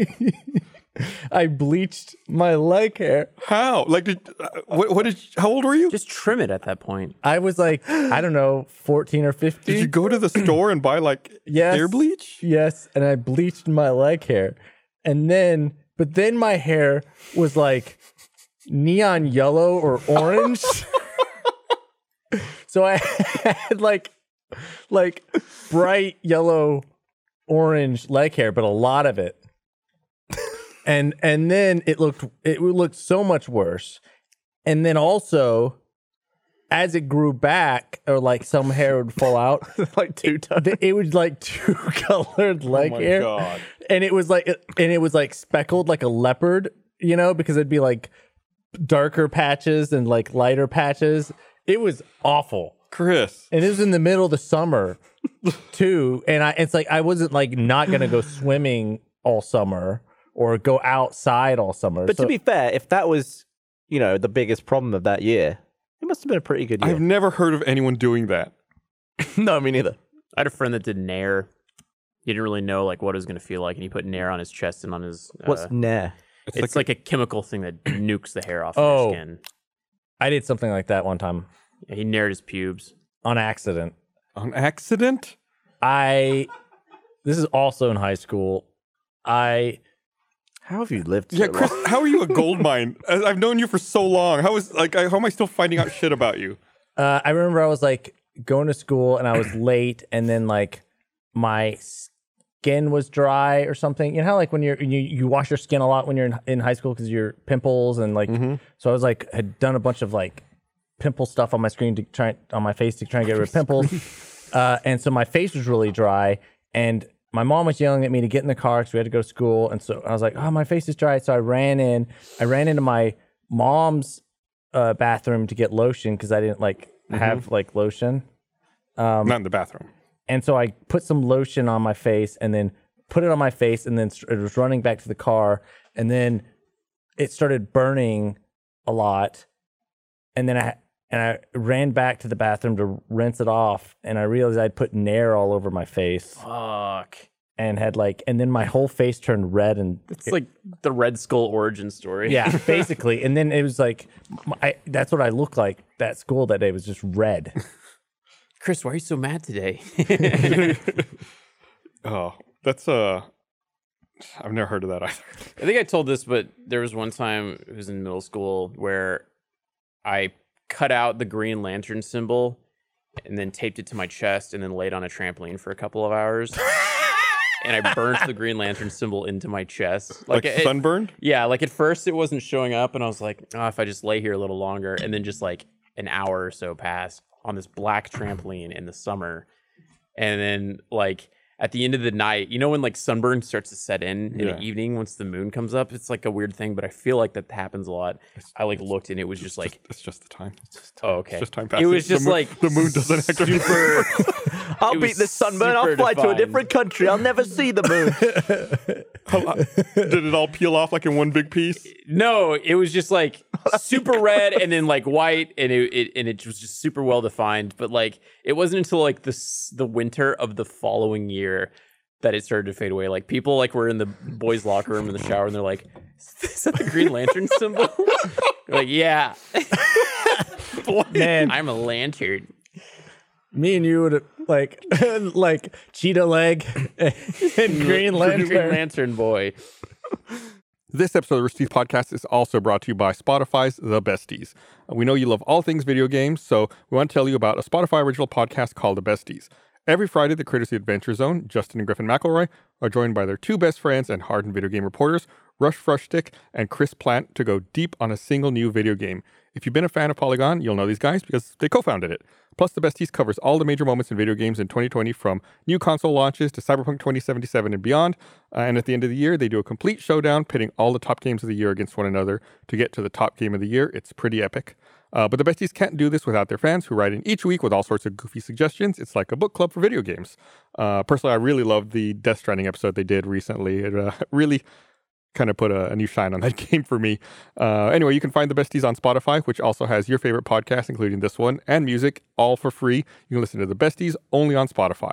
[SPEAKER 4] I bleached my leg hair.
[SPEAKER 2] How? Like, did uh, what, what did? How old were you?
[SPEAKER 5] Just trim it at that point.
[SPEAKER 4] I was like, I don't know, 14 or 15.
[SPEAKER 2] Did you go to the store and buy like
[SPEAKER 4] Yes.
[SPEAKER 2] hair bleach?
[SPEAKER 4] yes, and I bleached my leg hair. And then, but then my hair was like neon yellow or orange. so I had like, like bright yellow, orange leg hair, but a lot of it. And and then it looked it looked so much worse. And then also as it grew back, or like some hair would fall out,
[SPEAKER 3] like two tones.
[SPEAKER 4] th- it was like two colored leg
[SPEAKER 2] Oh my
[SPEAKER 4] hair,
[SPEAKER 2] God.
[SPEAKER 4] and it was like and it was like speckled like a leopard, you know, because it'd be like darker patches and like lighter patches. It was awful,
[SPEAKER 2] Chris.
[SPEAKER 4] and it was in the middle of the summer too. And I, it's like I wasn't like not gonna go swimming all summer or go outside all summer.
[SPEAKER 3] But
[SPEAKER 4] So-
[SPEAKER 3] to be fair, if that was, you know, the biggest problem of that year, it must have been a pretty good
[SPEAKER 2] I've
[SPEAKER 3] year.
[SPEAKER 2] never heard of anyone doing that.
[SPEAKER 3] no, me neither.
[SPEAKER 5] I had a friend that did Nair. He didn't really know like what it was going to feel like, and he put Nair on his chest and on his. Uh,
[SPEAKER 3] What's nah?
[SPEAKER 5] it's like, a chemical thing that nukes the hair off
[SPEAKER 4] Oh.
[SPEAKER 5] your skin.
[SPEAKER 4] I did something like that one time
[SPEAKER 5] Yeah, he Naired his pubes.
[SPEAKER 4] on accident.
[SPEAKER 2] An accident?
[SPEAKER 4] I this is also in high school. I
[SPEAKER 3] How have you lived?
[SPEAKER 2] Yeah,
[SPEAKER 3] so
[SPEAKER 2] Chris,
[SPEAKER 3] long?
[SPEAKER 2] how are you a gold mine? I- I've known you for so long. How is like I, how am I still finding out shit about you?
[SPEAKER 4] uh, I remember I was like going to school and I was late, and then like my skin was dry or something. You know how like when you're you, you wash your skin a lot when you're in, in high school because your pimples and like so I was like had done a bunch of like pimple stuff on my screen to try on my face to try and get rid of pimples, uh, and so my face was really dry and. My mom was yelling at me to get in the car because we had to go to school, and so I was like, "Oh, my face is dry." So I ran in. I ran into my mom's uh, bathroom to get lotion because I didn't like have like lotion,
[SPEAKER 2] Not in the bathroom.
[SPEAKER 4] and so I put some lotion on my face and then put it on my face and then st- it was running back to the car and then it started burning a lot, and then I and I ran back to the bathroom to rinse it off and I realized I'd put Nair all over my face
[SPEAKER 5] Fuck.
[SPEAKER 4] and had like and then my whole face turned red and
[SPEAKER 5] It's like the Red Skull origin story.
[SPEAKER 4] yeah basically and then it was like I, that's what I looked like that school that day was just red.
[SPEAKER 5] Chris, why are you so mad today?
[SPEAKER 2] Oh, that's uh I've never heard of that either.
[SPEAKER 5] I think I told this, but there was one time it was in middle school where I cut out the Green Lantern symbol and then taped it to my chest and then laid on a trampoline for a couple of hours. and I burnt the Green Lantern symbol into my chest.
[SPEAKER 2] Like,
[SPEAKER 5] it-
[SPEAKER 2] sunburned?
[SPEAKER 5] yeah, like at first it wasn't showing up, and I was like, oh, if I just lay here a little longer, and then just like an hour or so passed on this black trampoline in the summer, and then like at the end of the night, you know when like sunburn starts to set in in
[SPEAKER 2] Yeah.
[SPEAKER 5] the evening once the moon comes up, it's like a weird thing, but I feel like that happens a lot. I like looked and it was just like,
[SPEAKER 2] It's just the time. It's just
[SPEAKER 5] oh okay,
[SPEAKER 2] It's just time
[SPEAKER 5] It
[SPEAKER 2] passing.
[SPEAKER 5] was
[SPEAKER 2] The
[SPEAKER 5] just
[SPEAKER 2] moon-
[SPEAKER 5] like
[SPEAKER 2] the moon doesn't act on
[SPEAKER 5] super.
[SPEAKER 3] I'll
[SPEAKER 5] It
[SPEAKER 3] beat
[SPEAKER 5] was
[SPEAKER 3] this sunburn. I'll
[SPEAKER 5] super
[SPEAKER 3] fly to a
[SPEAKER 5] defined.
[SPEAKER 3] different country. I'll never see the moon.
[SPEAKER 2] Did it all peel off like in one big piece?
[SPEAKER 5] No, it was just like super red and then like white, and it, it and it was just super well defined. But like, it wasn't until like the s- the winter of the following year that it started to fade away. Like people like were in the boys' locker room in the shower, and they're like, "Is that the Green Lantern symbol?" like, yeah,
[SPEAKER 4] Man,
[SPEAKER 5] I'm a lantern.
[SPEAKER 4] Me and you would have like like cheetah leg and green
[SPEAKER 5] Green
[SPEAKER 4] lantern.
[SPEAKER 5] Lantern boy.
[SPEAKER 2] This episode of the Rich Teeth Podcast is also brought to you by Spotify's The Besties. We know you love all things video games, so we want to tell you about a Spotify original podcast called The Besties. Every Friday, the creators of the Adventure Zone, Justin and Griffin McElroy, are joined by their two best friends and hardened video game reporters, Rush Frushtick and Chris Plant, to go deep on a single new video game. If you've been a fan of Polygon, you'll know these guys because they co founded it. Plus, The Besties covers all the major moments in video games in 2020, from new console launches to Cyberpunk 2077 and beyond. Uh, and at the end of the year, they do a complete showdown, pitting all the top games of the year against one another to get to the top game of the year. It's pretty epic. Uh, but the besties can't do this without their fans who write in each week with all sorts of goofy suggestions. It's like a book club for video games. Uh, personally, I really loved the Death Stranding episode they did recently. It uh, really kind of put a, a new shine on that game for me. Uh, anyway, you can find the besties on Spotify, which also has your favorite podcasts, including this one, and music, all for free. You can listen to the besties only on Spotify.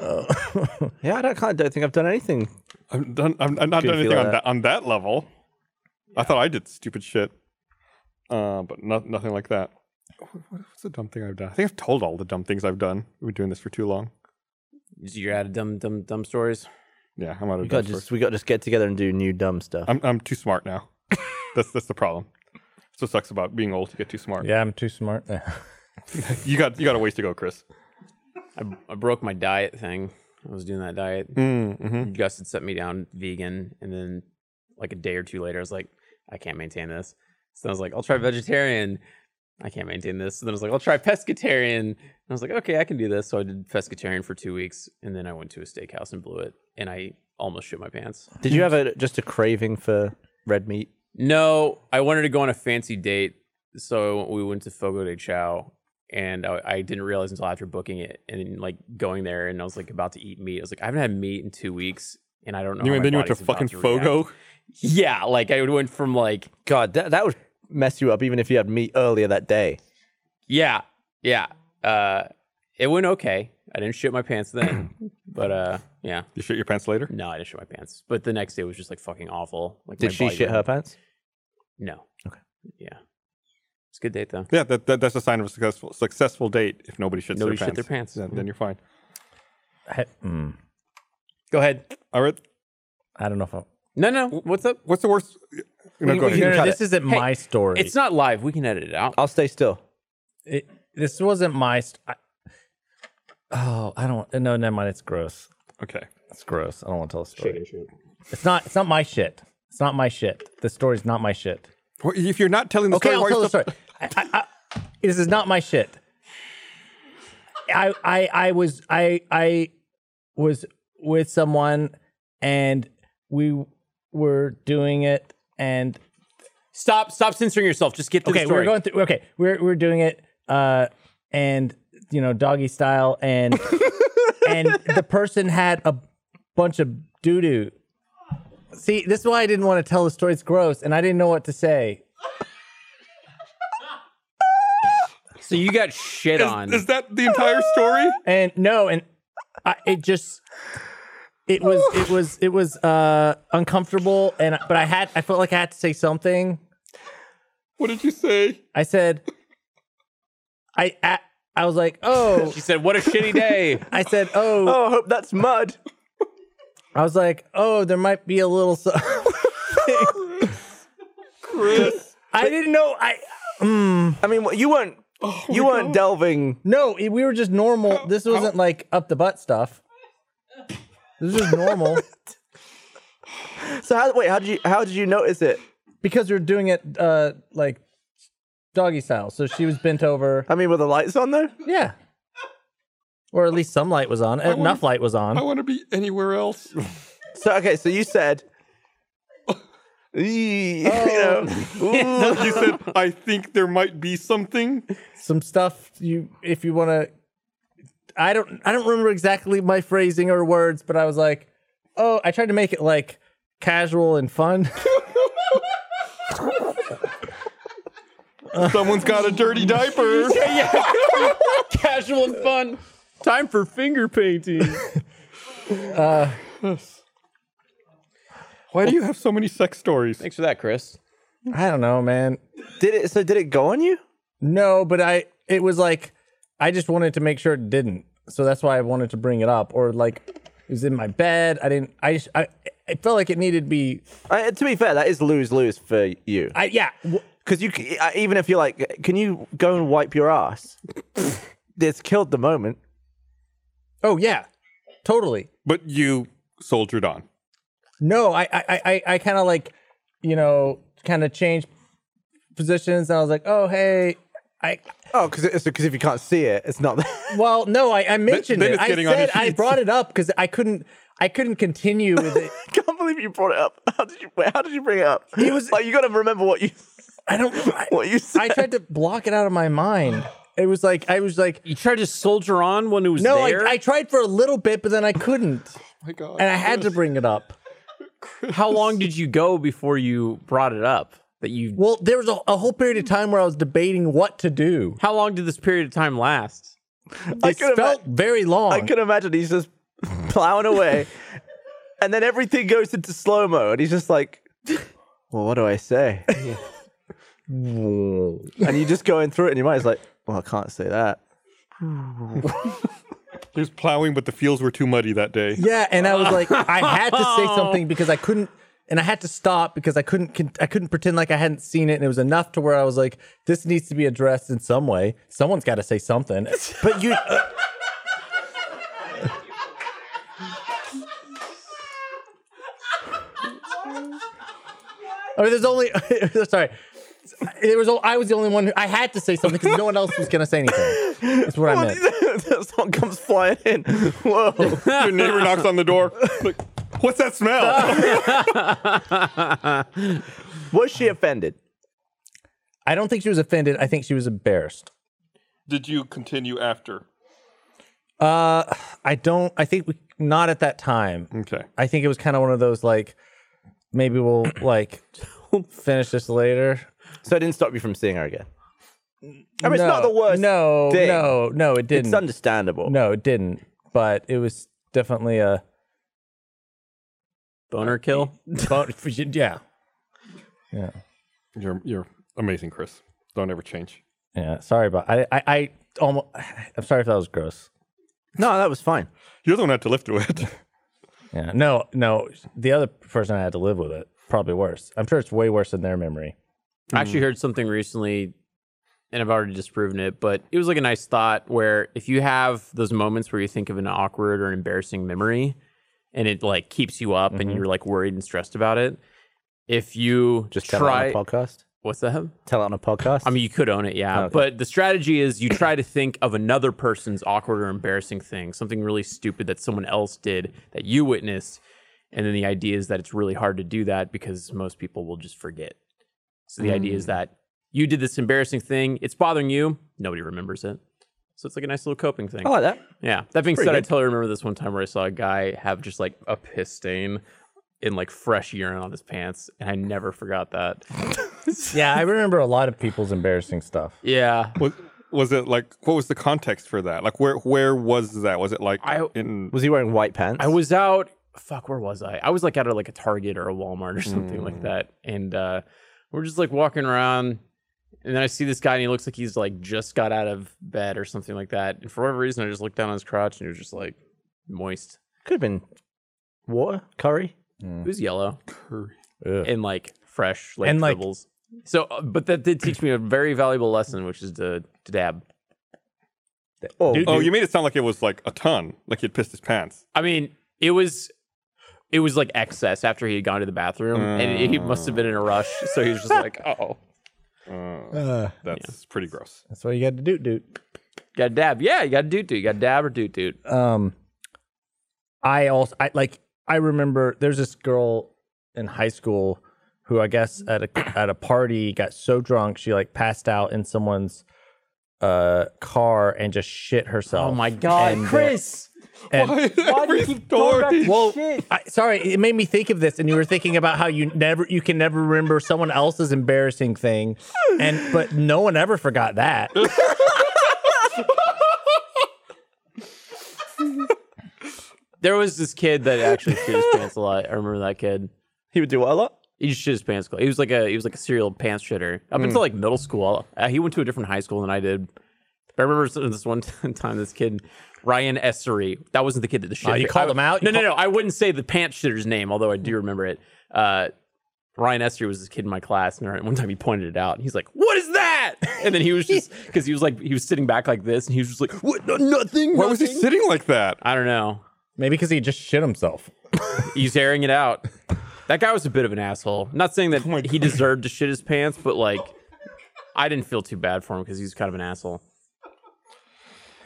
[SPEAKER 3] yeah, I don't, kind of don't think I've done anything.
[SPEAKER 2] I'm done. I'm, I'm not done
[SPEAKER 3] Couldn't
[SPEAKER 2] anything
[SPEAKER 3] feel
[SPEAKER 2] on
[SPEAKER 3] that.
[SPEAKER 2] that on that level. I thought I did stupid shit. uh, but not, nothing like that. What- What's the dumb thing I've done? I think I've told all the dumb things I've done. We've been doing this for too long.
[SPEAKER 5] You're out of dumb, dumb, dumb stories.
[SPEAKER 2] Yeah, I'm out
[SPEAKER 3] We
[SPEAKER 2] of
[SPEAKER 3] got
[SPEAKER 2] dumb
[SPEAKER 3] just
[SPEAKER 2] just...
[SPEAKER 3] we got to just get together and do new dumb stuff.
[SPEAKER 2] I'm I'm too smart now. that's that's the problem. That's what sucks about being old. You get too smart.
[SPEAKER 4] Yeah, I'm too smart.
[SPEAKER 2] You got you got a ways to go, Chris.
[SPEAKER 5] I, I broke my diet thing. I was doing that diet.
[SPEAKER 2] Mm, mhm.
[SPEAKER 5] Gus had set me down vegan, and then like a day or two later, I was like, I can't maintain this. So I was like, I'll try vegetarian. I can't maintain this. And then I was like, I'll try pescatarian. And I was like, okay, I can do this. So I did pescatarian for two weeks, and then I went to a steakhouse and blew it, and I almost shit my pants.
[SPEAKER 3] Did you have a just a craving for red meat?
[SPEAKER 5] No, I wanted to go on a fancy date, so we went to Fogo de Chao, and I, I didn't realize until after booking it and then, like going there, and I was like about to eat meat. I was like, I haven't had meat in two weeks, and I don't know.
[SPEAKER 2] You
[SPEAKER 5] how
[SPEAKER 2] went-
[SPEAKER 5] my
[SPEAKER 2] then you went to
[SPEAKER 5] body's about
[SPEAKER 2] fucking
[SPEAKER 5] to react.
[SPEAKER 2] Fogo.
[SPEAKER 5] Yeah, like I went from like
[SPEAKER 3] God, that that would mess you up even if you had meat earlier that day.
[SPEAKER 5] yeah, yeah. Uh, it went okay. I didn't shit my pants then, but uh, yeah,
[SPEAKER 2] You shit your pants later.
[SPEAKER 5] no, I didn't shit my pants. But the next day was just like fucking awful. Like, my
[SPEAKER 3] Did she
[SPEAKER 5] body
[SPEAKER 3] shit
[SPEAKER 5] went-
[SPEAKER 3] her pants?
[SPEAKER 5] No.
[SPEAKER 3] Okay.
[SPEAKER 5] Yeah, it's a good date though.
[SPEAKER 2] Yeah, that, that that's a sign of a successful successful date. If nobody shits
[SPEAKER 5] Nobody
[SPEAKER 2] their
[SPEAKER 5] shit
[SPEAKER 2] pants,
[SPEAKER 5] their pants. Mm-hmm.
[SPEAKER 2] Then, then you're fine.
[SPEAKER 4] I, mm,
[SPEAKER 5] Go ahead.
[SPEAKER 2] All right.
[SPEAKER 4] I don't know if I'm.
[SPEAKER 5] No, no. What's up?
[SPEAKER 2] What's the worst? No, go
[SPEAKER 3] we
[SPEAKER 2] ahead.
[SPEAKER 3] can- cut
[SPEAKER 4] this is isn't
[SPEAKER 5] Hey,
[SPEAKER 4] my story.
[SPEAKER 5] It's not live. We can edit it out.
[SPEAKER 3] I'll stay still.
[SPEAKER 4] It, this wasn't my. St- I, oh, I don't. No, never mind. It's gross.
[SPEAKER 2] Okay.
[SPEAKER 4] It's gross. I don't want to tell a story. It's not. It's not my shit. It's not my shit. The story's not my shit.
[SPEAKER 2] Well, If you're not telling the
[SPEAKER 4] Okay,
[SPEAKER 2] story, why
[SPEAKER 4] I'll tell
[SPEAKER 2] are
[SPEAKER 4] the
[SPEAKER 2] you
[SPEAKER 4] story. I, I, I, this is not my shit. I, I I was I I was with someone and we were doing it and
[SPEAKER 5] Stop. Stop censoring yourself. Just get to
[SPEAKER 4] okay
[SPEAKER 5] the
[SPEAKER 4] we were
[SPEAKER 5] story.
[SPEAKER 4] going through okay we're we're doing it uh and you know doggy style and and the person had a bunch of doo doo. See, this is why I didn't want to tell the story. It's gross, and I didn't know what to say.
[SPEAKER 5] so you got shit
[SPEAKER 2] so-
[SPEAKER 5] on.
[SPEAKER 2] Is that the entire story?
[SPEAKER 4] and no and I, it just it was it was it was uh uncomfortable and but i had i felt like i had to say something
[SPEAKER 2] What did you say?
[SPEAKER 4] i said i i, I was like oh
[SPEAKER 5] she said, "What a shitty day."
[SPEAKER 4] i said oh
[SPEAKER 3] Oh, I hope that's mud.
[SPEAKER 4] I was like, oh, there might be a little. So- I didn't know. I
[SPEAKER 3] I mean, what- you weren't you weren't delving.
[SPEAKER 4] no, it- we were just normal. This wasn't like up the butt stuff. This is normal
[SPEAKER 3] So how, wait, how did you how did you notice it?
[SPEAKER 4] because we were doing it uh like doggy style. So she was bent over.
[SPEAKER 3] I mean, were the lights on though?
[SPEAKER 4] Yeah. Or at least some light was on. Enough light was
[SPEAKER 2] I
[SPEAKER 4] on.
[SPEAKER 2] want to be anywhere else.
[SPEAKER 3] So okay, so you said. "Ee," you know,
[SPEAKER 2] you said, I think there might be something.
[SPEAKER 4] Some stuff you if you want to I don't I don't remember exactly my phrasing or words, but I was like, "Oh, I tried to make it like casual and fun."
[SPEAKER 2] Someone's got a dirty diaper.
[SPEAKER 5] Casual and fun. Time for finger painting.
[SPEAKER 2] Why do you have so many sex stories?
[SPEAKER 5] Thanks for that, Chris.
[SPEAKER 4] I don't know, man.
[SPEAKER 3] did it? So did it go on you?
[SPEAKER 4] No, but I it was like I just wanted to make sure it didn't. So that's why I wanted to bring it up or like it was in my bed. I didn't I just, I it felt like it needed to be
[SPEAKER 3] I, to be fair, that is lose lose for you.
[SPEAKER 4] I yeah, w-
[SPEAKER 3] Because you, c- I- even if you're like, can you go and wipe your ass? it's killed the moment.
[SPEAKER 4] oh yeah. Totally.
[SPEAKER 2] But you soldiered on.
[SPEAKER 4] No, I I I- I, I kind of like, you know, kind of changed positions, and I was like, oh hey, I
[SPEAKER 3] Oh, because because if you can't see it, it's not. there.
[SPEAKER 4] well no, I, I mentioned
[SPEAKER 2] then
[SPEAKER 4] it.
[SPEAKER 2] it's
[SPEAKER 4] I
[SPEAKER 2] getting on
[SPEAKER 4] said
[SPEAKER 2] your
[SPEAKER 4] I
[SPEAKER 2] sheets.
[SPEAKER 4] brought it up because I couldn't I couldn't continue with it.
[SPEAKER 3] I can't believe you brought it up. How did you? Wait, how did you bring it up? It was like you got to remember what you
[SPEAKER 4] I don't. I,
[SPEAKER 3] what you said.
[SPEAKER 4] I tried to block it out of my mind. It was like I was like.
[SPEAKER 5] You tried to soldier on when it was
[SPEAKER 4] No,
[SPEAKER 5] there.
[SPEAKER 4] I, I tried for a little bit, but then I couldn't,
[SPEAKER 2] my God.
[SPEAKER 4] and I had to bring it up.
[SPEAKER 5] How long did you go before you brought it up? That you.
[SPEAKER 4] Well, there was a, a whole period of time where I was debating what to do.
[SPEAKER 5] How long did this period of time last?
[SPEAKER 3] I
[SPEAKER 4] It
[SPEAKER 3] could ima-
[SPEAKER 4] felt very long.
[SPEAKER 3] I could imagine he's just plowing away, and then everything goes into slow mo, and he's just like, "Well, what do I say?" and you're just going through it, and your mind's like, "Well, I can't say that."
[SPEAKER 2] He was plowing, but the fields were too muddy that day.
[SPEAKER 4] Yeah, and I was like, I had to say something because I couldn't, and I had to stop because I couldn't, con- I couldn't pretend like I hadn't seen it, and it was enough to where I was like, this needs to be addressed in some way. Someone's got to say something. But you, I mean, there's only, sorry. It was. o- I was the only one. Who, I had to say something because no one else was going to say anything. That's what I meant.
[SPEAKER 3] that song comes flying in. Whoa!
[SPEAKER 2] Your neighbor knocks on the door. Like, what's that smell?
[SPEAKER 3] Was she offended?
[SPEAKER 4] I don't think she was offended. I think she was embarrassed.
[SPEAKER 2] Did you continue after?
[SPEAKER 4] Uh, I don't. I think we not at that time.
[SPEAKER 3] Mm.
[SPEAKER 2] Okay.
[SPEAKER 4] I think it was kind of one of those like, maybe we'll like finish this later.
[SPEAKER 3] So it didn't stop you from seeing her again. I mean,
[SPEAKER 4] no,
[SPEAKER 3] it's not the worst.
[SPEAKER 4] No,
[SPEAKER 3] thing.
[SPEAKER 4] no, no. It didn't.
[SPEAKER 3] It's understandable.
[SPEAKER 4] no, it didn't. But it was definitely a
[SPEAKER 5] Boner kill.
[SPEAKER 4] bone. yeah, yeah,
[SPEAKER 2] You're you're amazing, Chris. Don't ever change.
[SPEAKER 4] yeah. Sorry about. I, I, I almost. I'm sorry if that was gross.
[SPEAKER 3] no, that was fine.
[SPEAKER 2] You're the one who had to live through it.
[SPEAKER 4] Yeah. No, no. The other person I had to live with it. Probably worse. I'm sure it's way worse in their memory.
[SPEAKER 5] I actually heard something recently, and I've already disproven it, but it was like a nice thought where if you have those moments where you think of an awkward or embarrassing memory and it like keeps you up and you're like worried and stressed about it, if you
[SPEAKER 3] Just tell
[SPEAKER 5] try
[SPEAKER 3] it on a podcast.
[SPEAKER 5] what's that?
[SPEAKER 3] Tell it on a podcast.
[SPEAKER 5] I mean, you could own it, yeah.
[SPEAKER 3] Oh, Okay.
[SPEAKER 5] But the strategy is you try to think of another person's awkward or embarrassing thing, something really stupid that someone else did that you witnessed. And then the idea is that it's really hard to do that because most people will just forget. So the idea
[SPEAKER 3] Mm.
[SPEAKER 5] is that you did this embarrassing thing, it's bothering you, nobody remembers it. So it's like a nice little coping thing.
[SPEAKER 3] I like that.
[SPEAKER 5] yeah. That being said,
[SPEAKER 3] Oh, pretty
[SPEAKER 5] I
[SPEAKER 3] good.
[SPEAKER 5] totally remember this one time where I saw a guy have just like a piss stain and like fresh urine on his pants, and I never forgot that.
[SPEAKER 4] Yeah, I remember a lot of people's embarrassing stuff.
[SPEAKER 5] yeah.
[SPEAKER 2] Was was it like what was the context for that? Like where where was that? Was it like
[SPEAKER 5] I-
[SPEAKER 2] in
[SPEAKER 3] Was he wearing white pants?
[SPEAKER 5] I was out. Fuck, where was I? I was like out at like a Target or a Walmart or something like that, and uh, we're just like walking around, and then I see this guy, and he looks like he's like just got out of bed or something like that. And for whatever reason, I just looked down on his crotch, and he was just like moist.
[SPEAKER 3] Could have been water curry.
[SPEAKER 5] It was yellow
[SPEAKER 4] Ugh.
[SPEAKER 5] and like fresh, like
[SPEAKER 4] And, like-
[SPEAKER 5] dribbles. so, uh, but that did teach me a very valuable lesson, which is to, to dab.
[SPEAKER 3] Oh,
[SPEAKER 2] Oh, you made it sound like it was like a ton, like he'd pissed his pants.
[SPEAKER 5] I mean, it was it was like excess after he had gone to the bathroom, and he must have been in a rush, so he was just like, oh.
[SPEAKER 3] Uh.
[SPEAKER 2] That's pretty gross.
[SPEAKER 4] That's what you got to do, dude.
[SPEAKER 5] Got to dab. Yeah, you got to doot doot. You got to dab or doot doot.
[SPEAKER 4] Um, I also I like I remember there's this girl in high school who I guess at a at a party got so drunk she like passed out in someone's uh car and just shit herself.
[SPEAKER 5] Oh
[SPEAKER 4] And, uh, and-
[SPEAKER 2] Every story.
[SPEAKER 4] Well, I, sorry, it made me think of this, and you were thinking about how you never, you can never remember someone else's embarrassing thing, and but no one ever forgot that.
[SPEAKER 5] There was this kid that actually shit his pants a lot. I remember that kid.
[SPEAKER 3] he would do what a lot.
[SPEAKER 5] He just shit his pants. He was like a he was like a serial pants shitter up until like middle school. Uh, he went to a different high school than I did. But I remember s- this one time this kid Ryan Essery. That wasn't the kid that the shit.
[SPEAKER 4] Oh, you
[SPEAKER 5] I-
[SPEAKER 4] called him out?
[SPEAKER 5] No,
[SPEAKER 4] You
[SPEAKER 5] no, no. I wouldn't say the pants shitter's name, although I do remember it. Uh, Ryan Essery was this kid in my class, and one time he pointed it out. And he's like, "What is that?" And then he was just because he was like he was sitting back like this, and he was just like, "What? No, nothing."
[SPEAKER 2] Why was he
[SPEAKER 5] nothing."
[SPEAKER 2] sitting like that?
[SPEAKER 5] I don't know.
[SPEAKER 4] Maybe because he just shit himself.
[SPEAKER 5] He's airing it out. That guy was a bit of an asshole. Not saying
[SPEAKER 2] Oh
[SPEAKER 5] that he deserved to shit his pants, but like, I didn't feel too bad for him because he's kind of an asshole.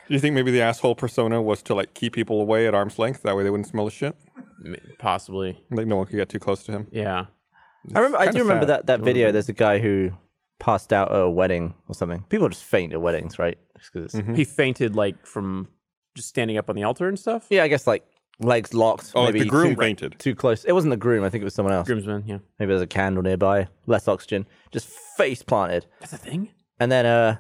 [SPEAKER 2] Do you think maybe the asshole persona was to like keep people away at arm's length? That way they wouldn't smell the shit.
[SPEAKER 5] M- Possibly,
[SPEAKER 2] Like no one could get too close to him.
[SPEAKER 5] yeah.
[SPEAKER 3] I remember. I
[SPEAKER 2] kinda
[SPEAKER 3] do remember
[SPEAKER 2] sad.
[SPEAKER 3] that that video. There's a guy who passed out at a wedding or something. People just faint at weddings, right? Just 'cause
[SPEAKER 2] Mm-hmm.
[SPEAKER 3] it's-
[SPEAKER 5] He fainted like from just standing up on the altar and stuff.
[SPEAKER 3] Yeah, I guess like legs locked.
[SPEAKER 2] Oh, like
[SPEAKER 3] maybe
[SPEAKER 2] the groom
[SPEAKER 3] too,
[SPEAKER 2] fainted.
[SPEAKER 3] too close. It wasn't the groom. I think it was someone else.
[SPEAKER 5] Groomsman, yeah.
[SPEAKER 3] Maybe there's a candle nearby. Less oxygen. Just face planted.
[SPEAKER 5] That's a thing.
[SPEAKER 3] and then uh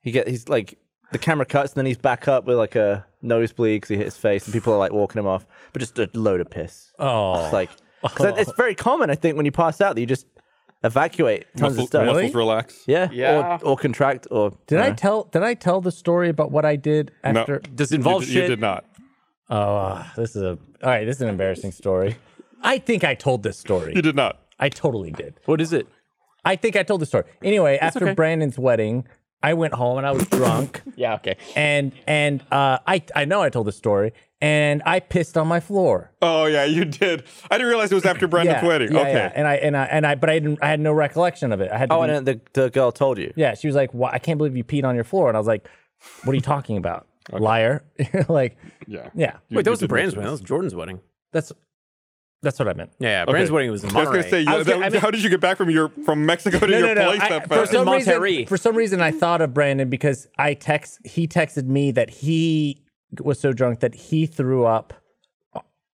[SPEAKER 3] he get he's like the camera cuts and then he's back up with like a nosebleed because he hit his face and people are like walking him off but just a load of piss
[SPEAKER 4] Oh,
[SPEAKER 3] it's like 'cause it's very common i think when you pass out that you just evacuate tons
[SPEAKER 2] Muscle-
[SPEAKER 3] of stuff.
[SPEAKER 2] Muscles relax.
[SPEAKER 3] Yeah.
[SPEAKER 5] Yeah.
[SPEAKER 3] Or, or contract or. uh,
[SPEAKER 4] Did I
[SPEAKER 3] Yeah.
[SPEAKER 4] tell did I tell the story about what I did after
[SPEAKER 5] Does it
[SPEAKER 2] You,
[SPEAKER 5] involve
[SPEAKER 2] d-
[SPEAKER 5] shit?
[SPEAKER 2] you did not.
[SPEAKER 4] Oh, uh, this is a all right. This is an embarrassing story. I think I told this story.
[SPEAKER 2] You did not.
[SPEAKER 4] I totally did.
[SPEAKER 5] What is it?
[SPEAKER 4] I think I told the story. Anyway, after
[SPEAKER 5] okay.
[SPEAKER 4] Brandon's wedding, I went home and I was drunk,
[SPEAKER 5] Yeah. Okay.
[SPEAKER 4] and and uh, I I know I told the story, and I pissed on my floor.
[SPEAKER 2] Oh yeah, you did. I didn't realize it was after Brandon's
[SPEAKER 4] yeah,
[SPEAKER 2] wedding.
[SPEAKER 4] yeah,
[SPEAKER 2] okay.
[SPEAKER 4] yeah. And I and I and I but I didn't. I had no recollection of it. I had. To
[SPEAKER 3] Oh,
[SPEAKER 4] be-
[SPEAKER 3] and then the, the girl told you.
[SPEAKER 4] Yeah, she was like, "Why I can't believe you peed on your floor," and I was like, "What are you talking about, liar?" like,
[SPEAKER 2] yeah.
[SPEAKER 4] yeah,
[SPEAKER 2] You-
[SPEAKER 5] Wait, that
[SPEAKER 2] you
[SPEAKER 5] wasn't
[SPEAKER 2] did mention
[SPEAKER 5] Brandon's wedding. That
[SPEAKER 2] this.
[SPEAKER 5] was Jordan's wedding.
[SPEAKER 4] that's that's what I meant.
[SPEAKER 5] Yeah. yeah, Brandon's
[SPEAKER 2] Okay.
[SPEAKER 5] wedding was in
[SPEAKER 2] I was
[SPEAKER 5] Monterey.
[SPEAKER 2] gonna say,
[SPEAKER 4] I
[SPEAKER 2] yeah,
[SPEAKER 4] was
[SPEAKER 2] that
[SPEAKER 4] gonna- I
[SPEAKER 2] was-
[SPEAKER 4] mean-
[SPEAKER 2] how did you get back from your from Mexico to your place
[SPEAKER 4] I-
[SPEAKER 2] that
[SPEAKER 4] for,
[SPEAKER 2] fast?
[SPEAKER 4] some reason,
[SPEAKER 5] Monterrey.
[SPEAKER 4] for some reason, I thought of Brandon because I text he texted me that he was so drunk that he threw up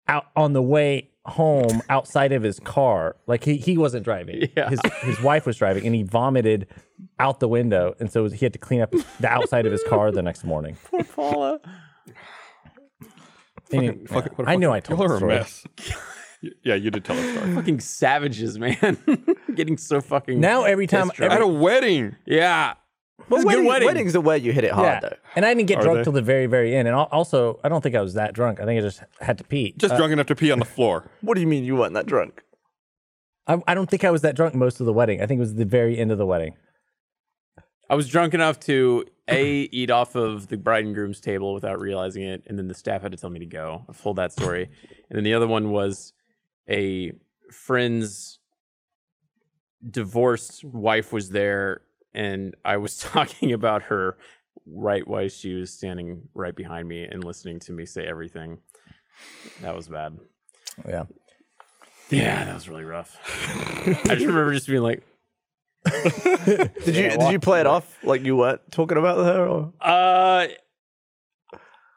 [SPEAKER 4] out on the way home outside of his car. Like he, he wasn't driving.
[SPEAKER 5] Yeah.
[SPEAKER 4] His his wife was driving and he vomited out the window and so it was- he had to clean up the outside of his car the next morning. Poor Paula.
[SPEAKER 2] Fuck it, what a
[SPEAKER 4] I knew
[SPEAKER 2] fucking-
[SPEAKER 4] I told
[SPEAKER 2] y'all
[SPEAKER 4] the
[SPEAKER 2] are a
[SPEAKER 4] story.
[SPEAKER 2] mess. yeah, you did tell a story.
[SPEAKER 5] fucking savages, man. Getting so fucking
[SPEAKER 4] Now every time
[SPEAKER 5] That's true.
[SPEAKER 2] At
[SPEAKER 4] every-
[SPEAKER 2] a wedding.
[SPEAKER 5] yeah.
[SPEAKER 3] But
[SPEAKER 5] It's a good
[SPEAKER 3] wedding-
[SPEAKER 5] wedding.
[SPEAKER 3] weddings are where you hit it hard, though.
[SPEAKER 4] And I didn't get
[SPEAKER 2] Are
[SPEAKER 4] drunk
[SPEAKER 2] they?
[SPEAKER 4] till the very, very end. And al- also, I don't think I was that drunk. I think I just had to pee. Uh,
[SPEAKER 2] Just drunk enough to pee on the floor.
[SPEAKER 3] What do you mean you weren't that drunk?
[SPEAKER 4] I, I don't think I was that drunk most of the wedding. I think it was the very end of the wedding.
[SPEAKER 5] I was drunk enough to a eat off of the bride and groom's table without realizing it, and then the staff had to tell me to go. I've told that story, and then the other one was a friend's divorced wife was there, and I was talking about her right while she was standing right behind me and listening to me say everything. That was bad.
[SPEAKER 4] Yeah.
[SPEAKER 5] Yeah, that was really rough. I just remember just being like,
[SPEAKER 3] Did you did you play it off like you weren't talking about her? Or?
[SPEAKER 5] Uh,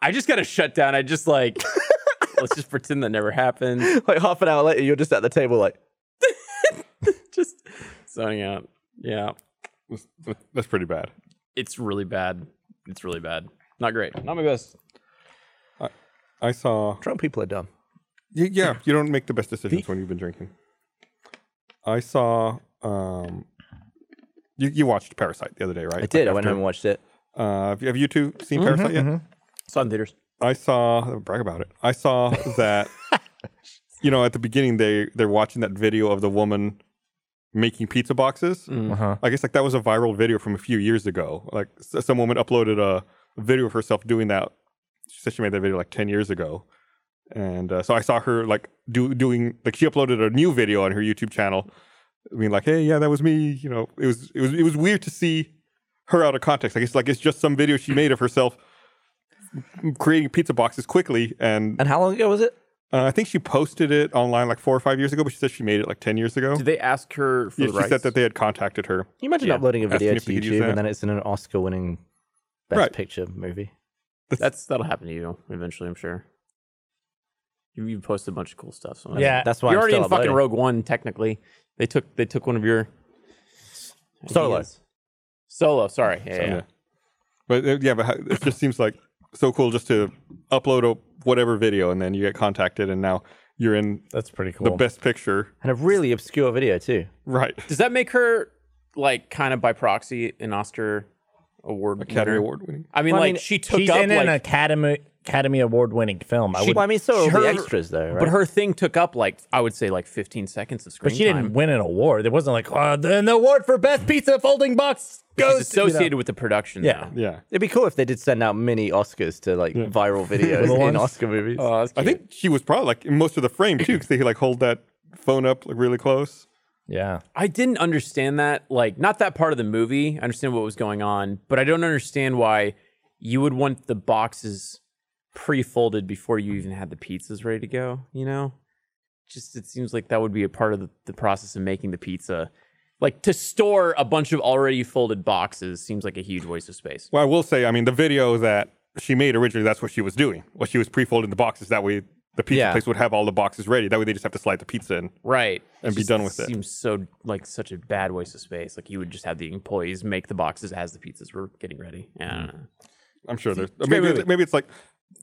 [SPEAKER 5] I just got to shut down. I just like let's just pretend that never happened.
[SPEAKER 3] Like half an hour later, you're just at the table like,
[SPEAKER 5] Just zoning out. Yeah,
[SPEAKER 2] That's pretty bad.
[SPEAKER 5] it's really bad. It's really bad. Not great. Not my best.
[SPEAKER 2] I saw.
[SPEAKER 3] drunk people are dumb.
[SPEAKER 2] y- Yeah, you don't make the best decisions when you've been drinking. I saw. Um, you you watched Parasite the other day, right?
[SPEAKER 3] I did. I went home and watched it.
[SPEAKER 2] Uh, have you- have you two seen Parasite yet?
[SPEAKER 5] Saw it in theaters.
[SPEAKER 2] I saw I'll brag about it. I saw that you know at the beginning they they're watching that video of the woman making pizza boxes. I guess like that was a viral video from a few years ago. Like s- some woman uploaded a video of herself doing that. She said she made that video like ten years ago, and uh, so I saw her like do doing like she uploaded a new video on her YouTube channel. I mean, like, hey, yeah, that was me. You know, it was it was it was weird to see her out of context. I guess like it's just some video she made of herself creating pizza boxes quickly and
[SPEAKER 3] And how long ago was it?
[SPEAKER 2] uh, I think she posted it online like four or five years ago, but she said she made it like ten years ago.
[SPEAKER 5] Did they ask her for
[SPEAKER 2] Yeah,
[SPEAKER 5] the
[SPEAKER 2] she
[SPEAKER 5] rights?
[SPEAKER 2] said that they had contacted her.
[SPEAKER 3] You imagine
[SPEAKER 5] Yeah.
[SPEAKER 3] uploading a video
[SPEAKER 2] Asking
[SPEAKER 3] to
[SPEAKER 2] if they could use
[SPEAKER 3] YouTube
[SPEAKER 2] that.
[SPEAKER 3] and then it's in an Oscar-winning best
[SPEAKER 2] Right.
[SPEAKER 3] picture movie.
[SPEAKER 5] That's that'll happen to you eventually. I'm sure. You you posted a bunch of cool stuff. So
[SPEAKER 4] Yeah.
[SPEAKER 3] That's why
[SPEAKER 5] You're
[SPEAKER 3] I'm
[SPEAKER 5] already
[SPEAKER 3] still
[SPEAKER 5] in fucking
[SPEAKER 3] uploading.
[SPEAKER 5] Rogue One. Technically, they took they took one of your
[SPEAKER 3] Solo.
[SPEAKER 5] ideas. Solo. Sorry. Yeah, yeah.
[SPEAKER 2] Yeah. But uh, yeah, but how- it just seems like so cool just to upload a whatever video and then you get contacted and now you're in
[SPEAKER 4] That's pretty cool.
[SPEAKER 2] the best picture.
[SPEAKER 3] and a really obscure video too.
[SPEAKER 2] Right.
[SPEAKER 5] Does that make her like kind of by proxy an Oscar award
[SPEAKER 2] Academy
[SPEAKER 5] winner?
[SPEAKER 2] Award winning.
[SPEAKER 5] I mean,
[SPEAKER 3] Well, I
[SPEAKER 5] like
[SPEAKER 3] mean,
[SPEAKER 5] she took
[SPEAKER 4] She's
[SPEAKER 5] up
[SPEAKER 4] in an
[SPEAKER 5] like,
[SPEAKER 4] Academy Academy Award winning film. I
[SPEAKER 5] She-
[SPEAKER 4] would,
[SPEAKER 3] Well, I mean, so are
[SPEAKER 5] Her-
[SPEAKER 3] the extras though, right?
[SPEAKER 5] but her thing took up like I would say like 15 seconds of screen
[SPEAKER 4] but she
[SPEAKER 5] time.
[SPEAKER 4] didn't win an award. It wasn't like uh, the, the award for best pizza folding box goes
[SPEAKER 5] She's associated with the production.
[SPEAKER 4] Yeah.
[SPEAKER 5] though.
[SPEAKER 2] Yeah.
[SPEAKER 3] It'd be cool if they did send out mini Oscars to like viral videos
[SPEAKER 4] Little
[SPEAKER 3] in
[SPEAKER 4] ones.
[SPEAKER 3] Oscar movies.
[SPEAKER 2] I think she was probably like in most of the frame too, because they like hold that phone up like really close.
[SPEAKER 4] You know? Yeah.
[SPEAKER 5] I didn't understand that. Like, not that part of the movie. I understand what was going on, but I don't understand why you would want the boxes pre-folded before you even had the pizzas ready to go. You know, just it seems like that would be a part of the, the process of making the pizza. Like to store a bunch of already folded boxes seems like a huge waste of space.
[SPEAKER 2] Well, I will say, I mean, the video that she made originally, that's what she was doing. Well, she was pre-folding the boxes. That way, the pizza
[SPEAKER 3] Yeah.
[SPEAKER 2] place would have all the boxes ready. That way, they just have to slide the pizza in.
[SPEAKER 5] Right.
[SPEAKER 2] And be
[SPEAKER 5] just
[SPEAKER 2] done with it.
[SPEAKER 5] Seems so like such a bad waste of space. Like you would just have the employees make the boxes as the pizzas were getting ready. Yeah.
[SPEAKER 2] Mm.
[SPEAKER 5] I don't know.
[SPEAKER 2] I'm sure there's
[SPEAKER 5] great
[SPEAKER 2] maybe,
[SPEAKER 5] movie.
[SPEAKER 2] maybe it's like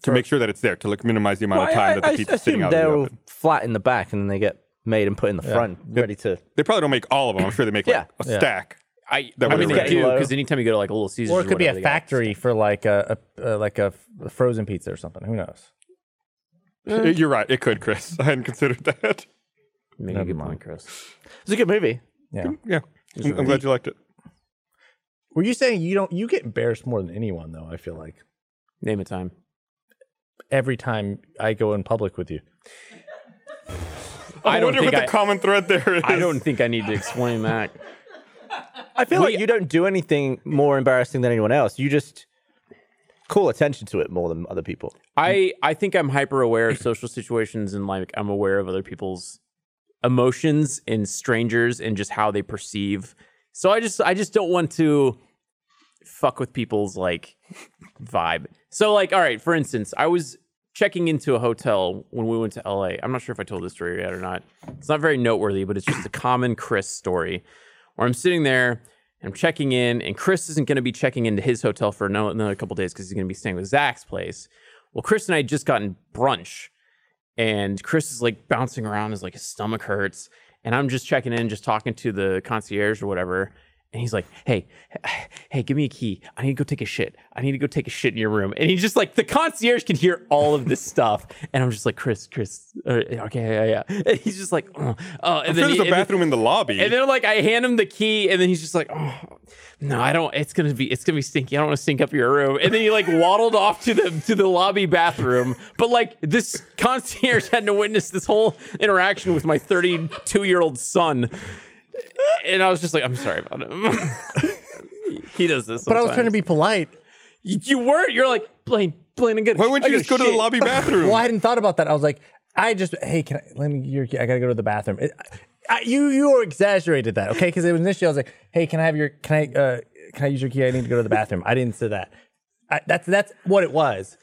[SPEAKER 2] to make sure that it's there to like minimize the amount
[SPEAKER 3] Well,
[SPEAKER 2] of time
[SPEAKER 3] I,
[SPEAKER 2] that
[SPEAKER 3] I-
[SPEAKER 2] the
[SPEAKER 3] I
[SPEAKER 2] pizza's
[SPEAKER 3] assume
[SPEAKER 2] sitting out. in the
[SPEAKER 3] they're all
[SPEAKER 2] oven.
[SPEAKER 3] flat in the back and then they get made and put in the front, ready to.
[SPEAKER 2] They probably don't make all of them. I'm sure they make like
[SPEAKER 3] Yeah.
[SPEAKER 2] a stack.
[SPEAKER 5] I,
[SPEAKER 2] That
[SPEAKER 5] I mean,
[SPEAKER 2] would've
[SPEAKER 5] they
[SPEAKER 2] been
[SPEAKER 5] do
[SPEAKER 3] low.
[SPEAKER 5] because anytime you go to like Little Caesars,
[SPEAKER 6] or it could be
[SPEAKER 5] whatever,
[SPEAKER 6] a
[SPEAKER 5] they got-
[SPEAKER 6] factory for like a, a, a like a f- frozen pizza or something. Who knows?
[SPEAKER 2] You're right. It could, Chris. I hadn't considered that.
[SPEAKER 5] Make a good point, Chris.
[SPEAKER 3] It's a good movie.
[SPEAKER 2] Yeah. I'm, I'm glad you liked it.
[SPEAKER 6] Were you saying you don't? You get embarrassed more than anyone, though. I feel like
[SPEAKER 5] Name a time.
[SPEAKER 6] every time I go in public with you,
[SPEAKER 2] I,
[SPEAKER 5] I don't
[SPEAKER 2] wonder
[SPEAKER 5] think
[SPEAKER 2] what
[SPEAKER 5] I-
[SPEAKER 2] the common thread there is.
[SPEAKER 5] I don't think I need to explain that.
[SPEAKER 3] I feel like you don't do anything more embarrassing than anyone else. You just call attention to it more than other people.
[SPEAKER 5] I I think I'm hyper aware of social situations and like I'm aware of other people's emotions and strangers and just how they perceive. So I just I just don't want to fuck with people's like vibe. So like all right, for instance, I was checking into a hotel when we went to LA. I'm not sure if I told this story yet or not. It's not very noteworthy, but it's just a common Chris story where I'm sitting there and I'm checking in, and Chris isn't going to be checking into his hotel for ano- another couple days because he's going to be staying with Zach's place. Well, Chris and I had just gotten brunch, and Chris is like bouncing around, his like his stomach hurts, and I'm just checking in, just talking to the concierge or whatever. And he's like, "Hey, hey, give me a key. I need to go take a shit. I need to go take a shit in your room." And he's just like, the concierge can hear all of this stuff, and I'm just like, "Chris, Chris, uh, okay, yeah, yeah." And he's just like, "Oh, oh," and
[SPEAKER 2] I'm sure
[SPEAKER 5] he-
[SPEAKER 2] there's a
[SPEAKER 5] and then-
[SPEAKER 2] bathroom in the lobby.
[SPEAKER 5] and then like I hand him the key, and then he's just like, "Oh, no, I don't. It's gonna be, it's gonna be stinky. I don't want to stink up your room." And then he like waddled off to the to the lobby bathroom. But like this concierge had to witness this whole interaction with my 32 year old son, and I was just like, "I'm sorry about him." he does this.
[SPEAKER 6] but I was trying to be polite.
[SPEAKER 5] You weren't. You're like Blaine. Blaine, I'm good.
[SPEAKER 2] Why wouldn't you just go to the lobby bathroom?
[SPEAKER 6] Well, I hadn't thought about that. I was like, I just hey, can I let me? Your, I gotta go to the bathroom. It, I, you you exaggerated that, okay? Because it was initially I was like, hey, can I have your can I uh, can I use your key? I need to go to the bathroom. I didn't say that. I, that's that's what it was.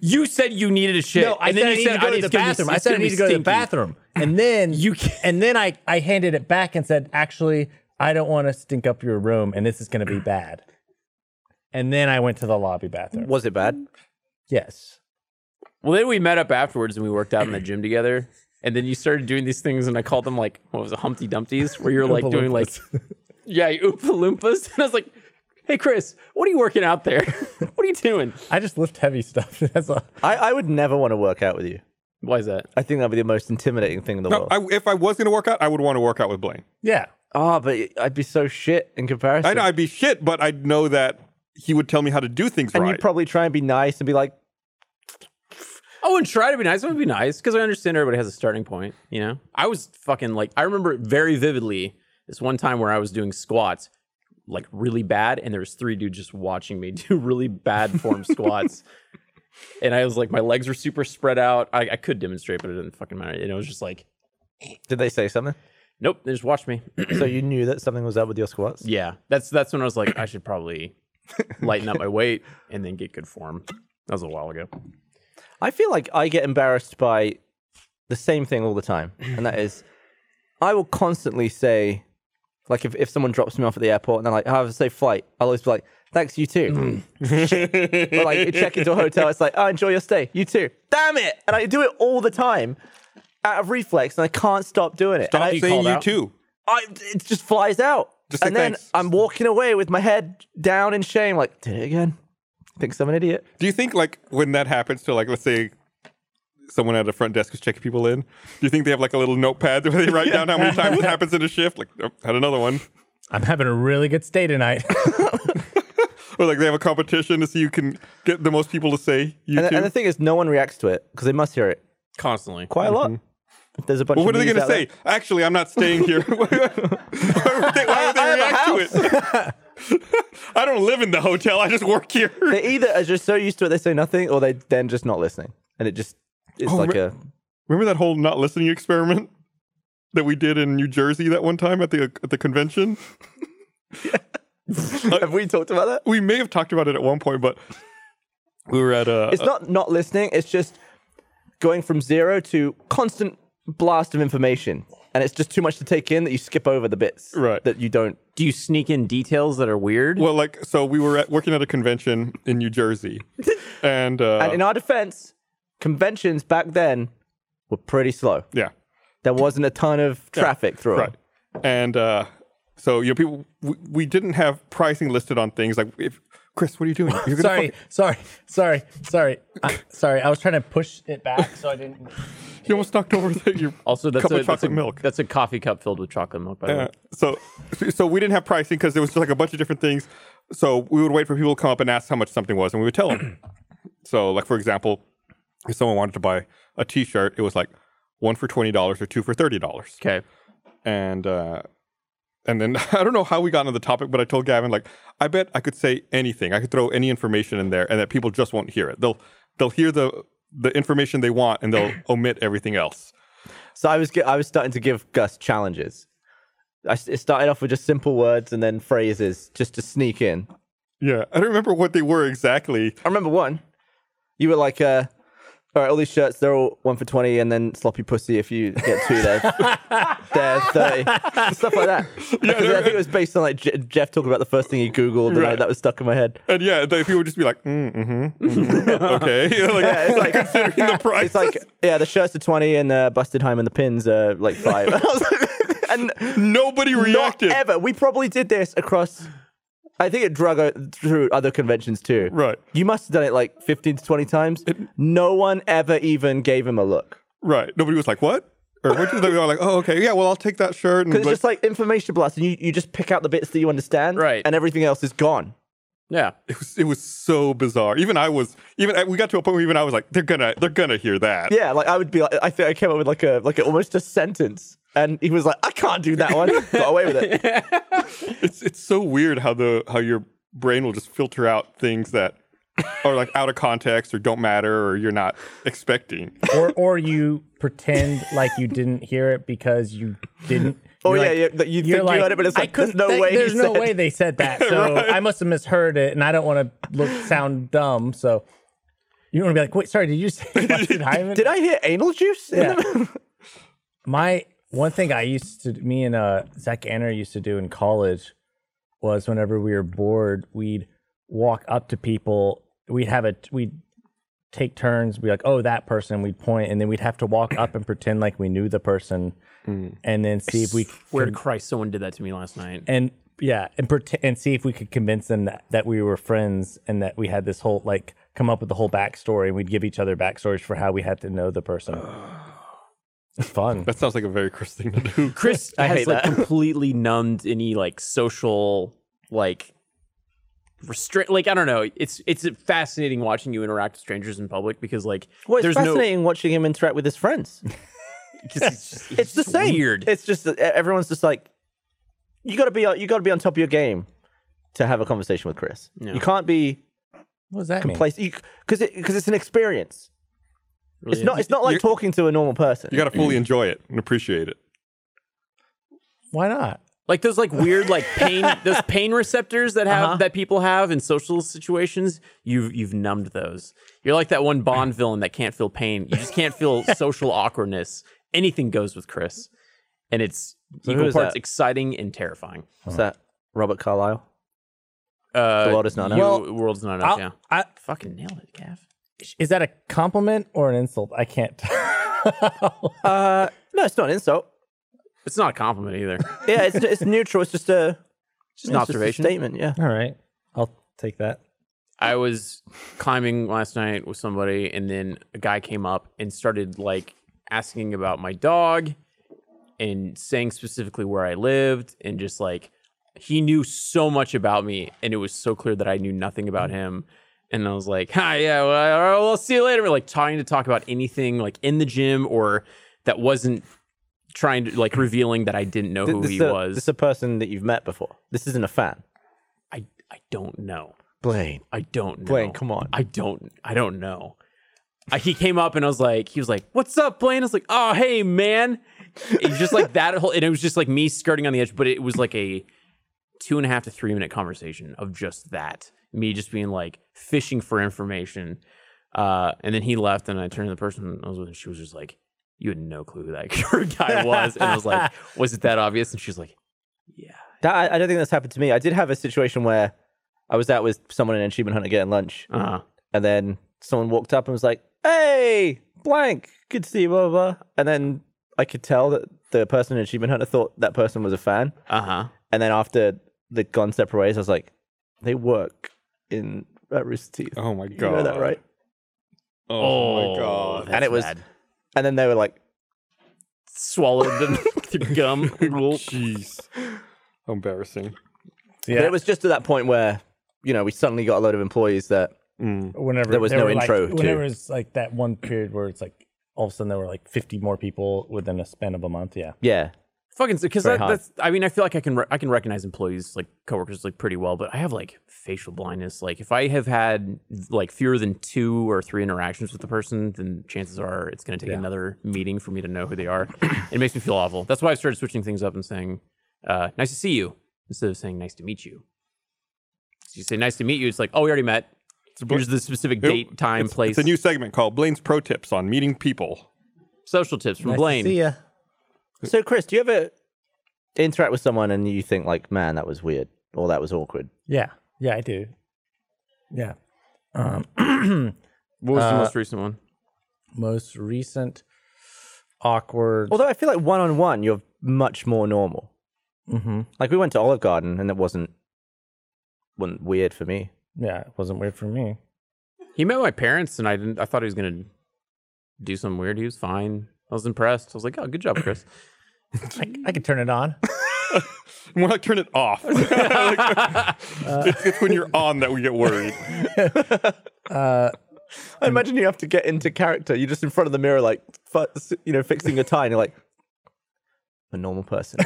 [SPEAKER 5] You said you needed a shit.
[SPEAKER 6] No, I
[SPEAKER 5] and
[SPEAKER 6] said
[SPEAKER 5] then
[SPEAKER 6] I
[SPEAKER 5] you
[SPEAKER 6] need
[SPEAKER 5] said,
[SPEAKER 6] to go
[SPEAKER 5] "Oh,
[SPEAKER 6] to
[SPEAKER 5] it's
[SPEAKER 6] the
[SPEAKER 5] gonna be-
[SPEAKER 6] bathroom. I
[SPEAKER 5] it's
[SPEAKER 6] said I
[SPEAKER 5] gonna
[SPEAKER 6] need to go to the
[SPEAKER 5] stinky."
[SPEAKER 6] bathroom, and then
[SPEAKER 5] You can't-
[SPEAKER 6] and then I I handed it back and said, actually, I don't want to stink up your room, and this is going to be bad. And then I went to the lobby bathroom.
[SPEAKER 3] Was it bad?
[SPEAKER 6] Yes.
[SPEAKER 5] Well, then we met up afterwards and we worked out in the gym together. And then you started doing these things, and I called them like what was it, Humpty Dumpties, where you're like doing like, yeah, Oompa Loompas. And I was like, hey, Chris, what are you working out there? what are you doing?
[SPEAKER 6] I just lift heavy stuff. That's all.
[SPEAKER 3] I, I would never want to work out with you.
[SPEAKER 5] Why is that?
[SPEAKER 3] I think that'd be the most intimidating thing in the
[SPEAKER 2] no,
[SPEAKER 3] world.
[SPEAKER 2] I, if I was going to work out, I would want to work out with Blaine.
[SPEAKER 6] Yeah.
[SPEAKER 3] Ah, but I'd be so shit in comparison.
[SPEAKER 2] I know I'd be shit, but I'd know that he would tell me how to do things
[SPEAKER 3] and
[SPEAKER 2] right.
[SPEAKER 3] you'd probably try and be nice and be like,
[SPEAKER 5] I wouldn't try to be nice. I would be nice because I understand everybody has a starting point. You know, I was fucking like I remember very vividly this one time where I was doing squats like really bad, and there was three dudes just watching me do really bad form squats. And I was like, my legs were super spread out. I, I could demonstrate, but it didn't fucking matter. And it was just like,
[SPEAKER 3] did they say something?
[SPEAKER 5] nope, they just watched me.
[SPEAKER 3] so you knew that something was up with your squats?
[SPEAKER 5] yeah, that's that's when I was like, I should probably lighten up my weight and then get good form. That was a while ago.
[SPEAKER 3] I feel like I get embarrassed by the same thing all the time, and that is, I will constantly say, like if, if someone drops me off at the airport and they're like, "Oh, "Have a safe flight," I'll always be like, "Thanks, you too."
[SPEAKER 2] Mm.
[SPEAKER 3] or like you check into a hotel, it's like, "Oh, enjoy your stay, you too." Damn it! And I do it all the time, out of reflex, and I can't stop doing it.
[SPEAKER 2] Stop
[SPEAKER 3] And I-
[SPEAKER 2] saying you
[SPEAKER 5] out.
[SPEAKER 2] too.
[SPEAKER 3] I, it just flies out.
[SPEAKER 2] Just
[SPEAKER 3] and
[SPEAKER 2] say
[SPEAKER 3] then
[SPEAKER 2] thanks.
[SPEAKER 3] I'm walking away with my head down in shame, like, did it again? Thinks I'm an idiot.
[SPEAKER 2] Do you think like when that happens to like let's say someone at the front desk is checking people in, do you think they have like a little notepad where they write down how many times it happens in a shift? Like oh, had another one.
[SPEAKER 6] I'm having a really good stay tonight.
[SPEAKER 2] Or like they have a competition to see who can get the most people to say you
[SPEAKER 3] And,
[SPEAKER 2] too.
[SPEAKER 3] and the thing is, no one reacts to it because they must hear it.
[SPEAKER 5] Constantly.
[SPEAKER 3] quite a lot. If there's a bunch.
[SPEAKER 2] Mm-hmm. well, what are
[SPEAKER 3] of
[SPEAKER 2] they going
[SPEAKER 3] memes
[SPEAKER 2] to
[SPEAKER 3] out there-
[SPEAKER 2] say? Actually, I'm not staying here. why would they, why would they react to it? I don't live in the hotel. I just work here.
[SPEAKER 3] They either are just so used to it they say nothing, or they then just not listening, and it just it's like
[SPEAKER 2] Oh, re-
[SPEAKER 3] a
[SPEAKER 2] Remember that whole not listening experiment that we did in New Jersey that one time at the at the convention?
[SPEAKER 3] have we talked about that?
[SPEAKER 2] We may have talked about it at one point, but we were at a.
[SPEAKER 3] It's not not listening. It's just going from zero to constant blast of information, and it's just too much to take in that you skip over the bits
[SPEAKER 2] Right.
[SPEAKER 3] that you don't.
[SPEAKER 5] Do you sneak in details that are weird?
[SPEAKER 2] well, like so, we were at, working at a convention in New Jersey, and, uh,
[SPEAKER 3] and in our defense, conventions back then were pretty slow.
[SPEAKER 2] yeah,
[SPEAKER 3] There wasn't a ton of traffic through
[SPEAKER 2] Right.
[SPEAKER 3] it.
[SPEAKER 2] And uh, so you know, people, we, we didn't have pricing listed on things like if Chris, what are you doing? You're gonna
[SPEAKER 4] Sorry,
[SPEAKER 2] fucking-
[SPEAKER 4] sorry, sorry, sorry, I, sorry. I was trying to push it back, so I didn't.
[SPEAKER 2] you almost knocked over the, your
[SPEAKER 5] Also, that's
[SPEAKER 2] cup
[SPEAKER 5] a
[SPEAKER 2] of
[SPEAKER 5] that's a,
[SPEAKER 2] chocolate milk.
[SPEAKER 5] That's a coffee cup filled with chocolate milk. By the
[SPEAKER 2] Uh,
[SPEAKER 5] way,
[SPEAKER 2] so, so we didn't have pricing because there was just like a bunch of different things. So we would wait for people to come up and ask how much something was, and we would tell them. so, like for example, if someone wanted to buy a T-shirt, it was like one for twenty dollars or two for thirty dollars.
[SPEAKER 5] okay.
[SPEAKER 2] and uh and then I don't know how we got on the topic, but I told Gavin like I bet I could say anything. I could throw any information in there, and that people just won't hear it. They'll they'll hear the the information they want, and they'll omit everything else.
[SPEAKER 3] So I was gi- I was starting to give Gus challenges. I s it started off with just simple words and then phrases just to sneak in.
[SPEAKER 2] Yeah, I don't remember what they were exactly.
[SPEAKER 3] I remember one. You were like, uh, all right, all these shirts, they're all one for 20, and then sloppy pussy if you get two there. they're 30. Stuff like that. Because I think it was based on like Je- Jeff talking about the first thing he Googled, and like,
[SPEAKER 2] Right.
[SPEAKER 3] that was stuck in my head.
[SPEAKER 2] And yeah, they, people would just be like, mm, mm-hmm, mhm, okay, You know, like,
[SPEAKER 3] Yeah, it's like-
[SPEAKER 2] considering the price.
[SPEAKER 3] It's like, yeah, the shirts are 20, and uh, Busted Heim and the pins are like five. and
[SPEAKER 2] nobody
[SPEAKER 3] not
[SPEAKER 2] reacted.
[SPEAKER 3] ever. We probably did this across. I think it drug o- through other conventions too.
[SPEAKER 2] Right.
[SPEAKER 3] You must have done it like 15 to 20 times. no one ever even gave him a look.
[SPEAKER 2] Right, nobody was like, what? Or what? They were like, oh, okay, yeah, well, I'll take that shirt. And
[SPEAKER 3] Because
[SPEAKER 2] like-
[SPEAKER 3] it's just like information blast, and you, you just pick out the bits that you understand,
[SPEAKER 5] Right.
[SPEAKER 3] And everything else is gone.
[SPEAKER 5] Yeah.
[SPEAKER 2] it was it was so bizarre. Even I was even we got to a point where even I was like, they're gonna they're gonna hear that.
[SPEAKER 3] Yeah, like I would be like, I think I came up with like a like a, almost a sentence, and he was like, I can't do that one. Got away with it.
[SPEAKER 2] It's it's so weird how the how your brain will just filter out things that are like out of context or don't matter or you're not expecting.
[SPEAKER 4] Or or you pretend like you didn't hear it because you didn't.
[SPEAKER 3] Oh
[SPEAKER 4] you're
[SPEAKER 3] yeah,
[SPEAKER 4] like-
[SPEAKER 3] yeah, that you think you heard it, but it's
[SPEAKER 4] I
[SPEAKER 3] like there's
[SPEAKER 4] couldn't
[SPEAKER 3] no
[SPEAKER 4] think-
[SPEAKER 3] way. he
[SPEAKER 4] There's no
[SPEAKER 3] said
[SPEAKER 4] way
[SPEAKER 3] it."
[SPEAKER 4] they said that. So I must have misheard it, and I don't want to look sound dumb. So you want to be like, wait, sorry, did you say Busted Hyman?
[SPEAKER 3] Did I hear anal juice? in
[SPEAKER 4] Yeah.
[SPEAKER 3] them?
[SPEAKER 4] My one thing I used to, me and uh, Zach Anner used to do in college was whenever we were bored, we'd walk up to people. We'd have a, we'd take turns. Be like, oh, that person. We'd point, and then we'd have to walk up and pretend like we knew the person, and then see if we
[SPEAKER 5] Where to Christ, someone did that to me last night.
[SPEAKER 4] and yeah, and pretend and see if we could convince them that, that we were friends and that we had this whole like come up with the whole backstory, and we'd give each other backstories for how we had to know the person. It's fun.
[SPEAKER 2] That sounds like a very Chris thing to do.
[SPEAKER 5] Chris has
[SPEAKER 3] hate
[SPEAKER 5] like
[SPEAKER 3] that.
[SPEAKER 5] completely numbed any like social like restrict like I don't know. It's it's fascinating watching you interact with strangers in public because like
[SPEAKER 3] Well, it's
[SPEAKER 5] there's
[SPEAKER 3] fascinating watching him interact with his friends.
[SPEAKER 5] no 'cause it's, just,
[SPEAKER 3] It's the
[SPEAKER 5] just
[SPEAKER 3] same.
[SPEAKER 5] weird.
[SPEAKER 3] It's just that e-, everyone's just like, you got to be on- you got to be on top of your game to have a conversation with Chris.
[SPEAKER 5] Yeah.
[SPEAKER 3] You can't be
[SPEAKER 4] What does that mean?
[SPEAKER 3] complacent because because it's an experience.
[SPEAKER 5] Really
[SPEAKER 3] It's not it's not like talking to a normal person.
[SPEAKER 2] You gotta fully enjoy it and appreciate it.
[SPEAKER 4] Why not?
[SPEAKER 5] like those like weird like pain those pain receptors that have
[SPEAKER 3] Uh-huh.
[SPEAKER 5] that people have in social situations. You've you've numbed those. You're like that one Bond villain that can't feel pain. You just can't feel social awkwardness. Anything goes with Chris, and it's
[SPEAKER 3] So who
[SPEAKER 5] equal
[SPEAKER 3] is
[SPEAKER 5] parts
[SPEAKER 3] that?
[SPEAKER 5] exciting and terrifying.
[SPEAKER 3] What's that? Robert Carlyle.
[SPEAKER 5] Uh,
[SPEAKER 3] The world is not
[SPEAKER 5] you-
[SPEAKER 3] enough.
[SPEAKER 5] world's not enough.
[SPEAKER 4] I'll-
[SPEAKER 5] yeah,
[SPEAKER 4] I,
[SPEAKER 5] fucking nailed it, Gav.
[SPEAKER 4] is that a compliment or an insult? I can't.
[SPEAKER 3] Uh, no, it's not an insult.
[SPEAKER 5] It's not a compliment either.
[SPEAKER 3] Yeah, it's it's neutral. It's just a
[SPEAKER 5] Just an
[SPEAKER 3] it's just a
[SPEAKER 5] observation.
[SPEAKER 3] statement. Yeah.
[SPEAKER 4] All right, I'll take that.
[SPEAKER 5] I was climbing last night with somebody, and then a guy came up and started like asking about my dog, and saying specifically where I lived, and just like he knew so much about me, and it was so clear that I knew nothing about him. And I was like, "Hi, yeah, well, all right, well, I'll see you later." We're like trying to talk about anything like in the gym or that wasn't trying to like revealing that I didn't know who
[SPEAKER 3] this
[SPEAKER 5] he
[SPEAKER 3] is a,
[SPEAKER 5] was.
[SPEAKER 3] This is a person that you've met before. This isn't a fan.
[SPEAKER 5] I I don't know.
[SPEAKER 3] Blaine.
[SPEAKER 5] I don't know.
[SPEAKER 3] Blaine, come on.
[SPEAKER 5] I don't I don't know. I, he came up and I was like, he was like, "What's up, Blaine?" I was like, "Oh, hey, man." It's just like that whole, and it was just like me skirting on the edge, but it was like a two and a half to three minute conversation of just that. Me just being like fishing for information, uh, and then he left, and I turned to the person I was with, and she was just like, "You had no clue who that guy was," and I was like, "Was it that obvious?" And she's like,
[SPEAKER 3] That I, I don't think that's happened to me. I did have a situation where I was out with someone in Achievement Hunter getting lunch,
[SPEAKER 5] "Uh, huh
[SPEAKER 3] and then someone walked up and was like, "Hey, blank, good to see you, blah blah." blah." And then I could tell that the person in Achievement Hunter thought that person was a fan,
[SPEAKER 5] Uh huh.
[SPEAKER 3] and then after they'd gone separate ways, I was like, they work in at Rooster Teeth.
[SPEAKER 2] Oh my
[SPEAKER 3] you
[SPEAKER 2] god.
[SPEAKER 3] know that right?
[SPEAKER 2] Oh, my
[SPEAKER 5] Oh,
[SPEAKER 2] god.
[SPEAKER 3] And it was- And then they were like,
[SPEAKER 5] swallowed them the gum.
[SPEAKER 2] Jeez. Embarrassing.
[SPEAKER 3] but it was just at that point where you know we suddenly got a load of employees that
[SPEAKER 2] Mm.
[SPEAKER 4] whenever
[SPEAKER 3] There was no
[SPEAKER 4] were, like-
[SPEAKER 3] intro to-
[SPEAKER 4] Whenever it was like that one period where it's like all of a sudden there were like 50 more people within a span of a month. Yeah.
[SPEAKER 3] yeah
[SPEAKER 5] Fucking because
[SPEAKER 3] Very
[SPEAKER 5] that,
[SPEAKER 3] hard.
[SPEAKER 5] that's. I mean, I feel like I can re- I can recognize employees like coworkers like pretty well, but I have like facial blindness. Like if I have had like fewer than two or three interactions with the person, then chances are it's going to take another meeting for me to know who they are. it makes me feel awful. That's why I started switching things up and saying uh, "nice to see you" instead of saying "nice to meet you." So you say "nice to meet you," it's like, "Oh, we already met." Here's the specific date, time,
[SPEAKER 2] it's,
[SPEAKER 5] place.
[SPEAKER 2] It's a new segment called Blaine's Pro Tips on meeting people.
[SPEAKER 5] social tips from Blaine.
[SPEAKER 3] ya. So, Chris, do you ever interact with someone and you think like, man, that was weird or that was awkward?
[SPEAKER 4] Yeah. Yeah, I do. Yeah. Um,
[SPEAKER 5] What was the
[SPEAKER 4] Uh,
[SPEAKER 5] most recent one?
[SPEAKER 4] most recent awkward.
[SPEAKER 3] Although I feel like one on one, you're much more normal.
[SPEAKER 4] hmm
[SPEAKER 3] Like we went to Olive Garden and it wasn't wasn't weird for me.
[SPEAKER 4] Yeah, it wasn't weird for me.
[SPEAKER 5] He met my parents, and I didn't. I thought he was gonna do something weird. He was fine. I was impressed. I was like, "Oh, good job, Chris."
[SPEAKER 4] I, I could turn it on.
[SPEAKER 2] More like turn it off. Like, it's, it's when you're on that we get worried.
[SPEAKER 3] I imagine you have to get into character. You're just in front of the mirror, like fu- you know, fixing your tie, and you're like a normal person.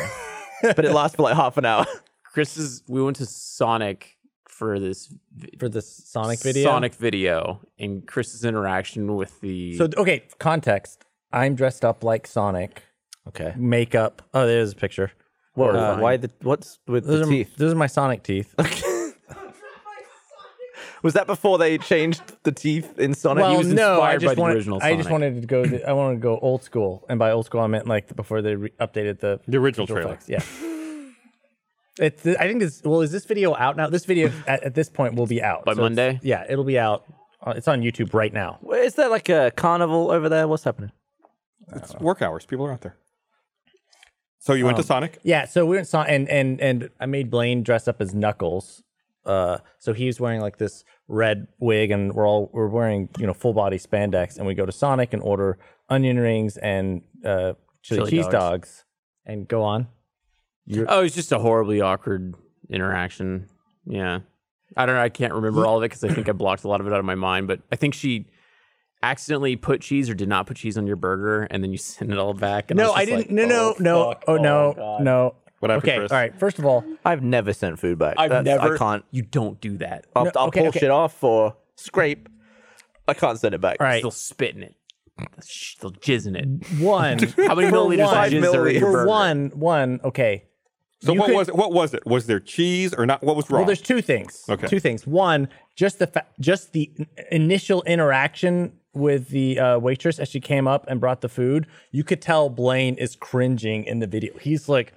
[SPEAKER 3] but it lasts for like half an hour.
[SPEAKER 5] Chris is. We went to Sonic for this vi-
[SPEAKER 4] For the Sonic video.
[SPEAKER 5] Sonic video, and Chris's interaction with the.
[SPEAKER 4] So, okay, context. I'm dressed up like Sonic.
[SPEAKER 3] Okay.
[SPEAKER 4] Makeup. Oh, there's a picture.
[SPEAKER 3] What?
[SPEAKER 5] Uh,
[SPEAKER 3] why the? What's with
[SPEAKER 4] Those
[SPEAKER 3] the
[SPEAKER 4] are,
[SPEAKER 3] teeth?
[SPEAKER 4] those are my Sonic teeth.
[SPEAKER 3] Was that before they changed the teeth in Sonic?
[SPEAKER 5] he
[SPEAKER 4] well,
[SPEAKER 5] was
[SPEAKER 4] no, I
[SPEAKER 5] inspired
[SPEAKER 4] just
[SPEAKER 5] by the
[SPEAKER 4] wanted,
[SPEAKER 5] original
[SPEAKER 4] I just
[SPEAKER 5] Sonic.
[SPEAKER 4] wanted to go. The, I wanted to go old school, and by old school, I meant like before they re- updated the
[SPEAKER 2] The original trailer.
[SPEAKER 4] effects. Yeah. It's, I think this. Well, is this video out now? This video at, at this point will be out
[SPEAKER 5] By
[SPEAKER 4] it's-
[SPEAKER 5] Monday?
[SPEAKER 4] Yeah, it'll be out. Uh, It's on YouTube right now.
[SPEAKER 3] Is there like a carnival over there? What's happening?
[SPEAKER 4] Uh,
[SPEAKER 2] It's work hours. People are out there. So you went
[SPEAKER 4] Um,
[SPEAKER 2] to Sonic.
[SPEAKER 4] Yeah, so we were in Son- and and and I made Blaine dress up as Knuckles. Uh, so he was wearing like this red wig, and we're all we're wearing you know full body spandex, and we go to Sonic and order onion rings and uh, chili,
[SPEAKER 5] Chili
[SPEAKER 4] cheese
[SPEAKER 5] dogs.
[SPEAKER 4] dogs. and go on.
[SPEAKER 5] oh, it's just a horribly awkward interaction. Yeah, I don't know. I can't remember all of it because I think I blocked a lot of it out of my mind. But I think she accidentally put cheese or did not put cheese on your burger, and then you sent it all back. And
[SPEAKER 4] No,
[SPEAKER 5] was
[SPEAKER 4] I
[SPEAKER 5] just like,
[SPEAKER 4] didn't. no, no, no. oh no, no.
[SPEAKER 2] What happened,
[SPEAKER 4] okay,
[SPEAKER 2] Chris?
[SPEAKER 4] all right. First of all,
[SPEAKER 3] I've never sent food back. That's- I can't.
[SPEAKER 5] You don't do that.
[SPEAKER 3] I'll,
[SPEAKER 4] No,
[SPEAKER 3] I'll
[SPEAKER 4] okay,
[SPEAKER 3] pull
[SPEAKER 4] okay.
[SPEAKER 3] shit off or scrape. I can't send it back.
[SPEAKER 4] all right.
[SPEAKER 5] Still spit in it. Still jizz in it.
[SPEAKER 4] One.
[SPEAKER 5] How many
[SPEAKER 4] for
[SPEAKER 5] milliliters of
[SPEAKER 4] one-
[SPEAKER 5] jizz are in your
[SPEAKER 4] For
[SPEAKER 5] burger?
[SPEAKER 4] one, one. Okay.
[SPEAKER 2] So
[SPEAKER 4] You
[SPEAKER 2] what
[SPEAKER 4] could-
[SPEAKER 2] was it? What was it? Was there cheese or not? What was wrong?
[SPEAKER 4] Well, there's two things.
[SPEAKER 2] Okay.
[SPEAKER 4] Two things. One, just the fa- just the n- initial interaction with the uh, waitress as she came up and brought the food. You could tell Blaine is cringing in the video. He's like,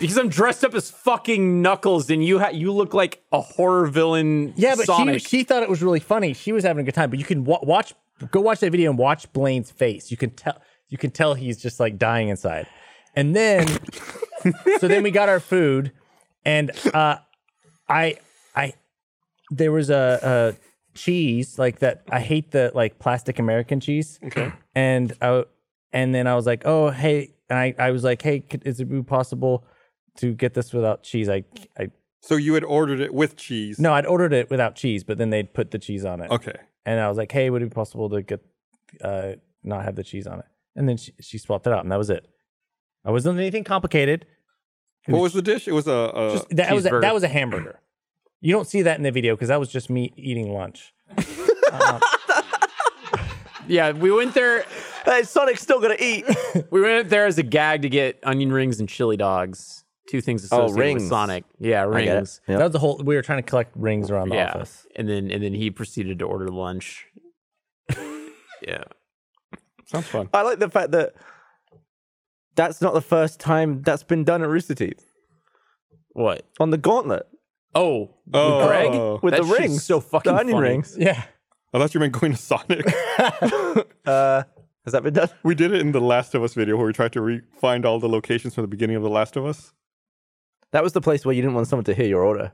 [SPEAKER 5] Because I'm dressed up as fucking Knuckles, and you ha- you look like a horror villain.
[SPEAKER 4] yeah, but she,
[SPEAKER 5] Sonic.
[SPEAKER 4] she thought it was really funny. She was having a good time. But you can wa- watch, go watch that video and watch Blaine's face. You can tell, you can tell he's just like dying inside. And then, so then we got our food, and uh, I, I, there was a, a cheese like that. I hate the like plastic American cheese. Okay. And I, and then I was like, oh hey, and I, I was like, hey, could, is it possible to get this without cheese? I, I
[SPEAKER 2] so you had ordered it with cheese.
[SPEAKER 4] no, I'd ordered it without cheese, but then they'd put the cheese on it.
[SPEAKER 2] Okay.
[SPEAKER 4] And I was like, hey, would it be possible to get uh, not have the cheese on it? And then she, she swapped it out, and that was it. I wasn't anything complicated.
[SPEAKER 2] What was the dish? It was a. a
[SPEAKER 4] Just, that was a,
[SPEAKER 5] cheeseburger.
[SPEAKER 4] that was a hamburger. You don't see that in the video because that was just me eating lunch.
[SPEAKER 5] yeah, we went there.
[SPEAKER 3] Hey, Sonic's still gonna eat.
[SPEAKER 5] We went there as a gag to get onion rings and chili dogs. Two things associated
[SPEAKER 3] Oh, rings.
[SPEAKER 5] with Sonic. Yeah,
[SPEAKER 3] Get it?
[SPEAKER 5] rings.
[SPEAKER 3] Yep.
[SPEAKER 4] That was the whole. We were trying to collect rings around the
[SPEAKER 5] Yeah,
[SPEAKER 4] office.
[SPEAKER 5] and then and then he proceeded to order lunch. yeah,
[SPEAKER 2] sounds fun.
[SPEAKER 3] I like the fact that that's not the first time that's been done at Rooster Teeth
[SPEAKER 5] what?
[SPEAKER 3] on the Gauntlet
[SPEAKER 5] Oh,
[SPEAKER 2] Oh,
[SPEAKER 5] Greg?
[SPEAKER 2] oh.
[SPEAKER 3] with
[SPEAKER 5] That
[SPEAKER 3] the
[SPEAKER 5] shit's
[SPEAKER 3] rings,
[SPEAKER 5] so fucking
[SPEAKER 3] the onion
[SPEAKER 5] funny.
[SPEAKER 3] rings.
[SPEAKER 4] Yeah.
[SPEAKER 2] unless you meant going to Sonic.
[SPEAKER 3] Uh, Has that been done?
[SPEAKER 2] We did it in the Last of Us video where we tried to re- find all the locations from the beginning of the Last of Us.
[SPEAKER 3] That was the place where you didn't want someone to hear your order.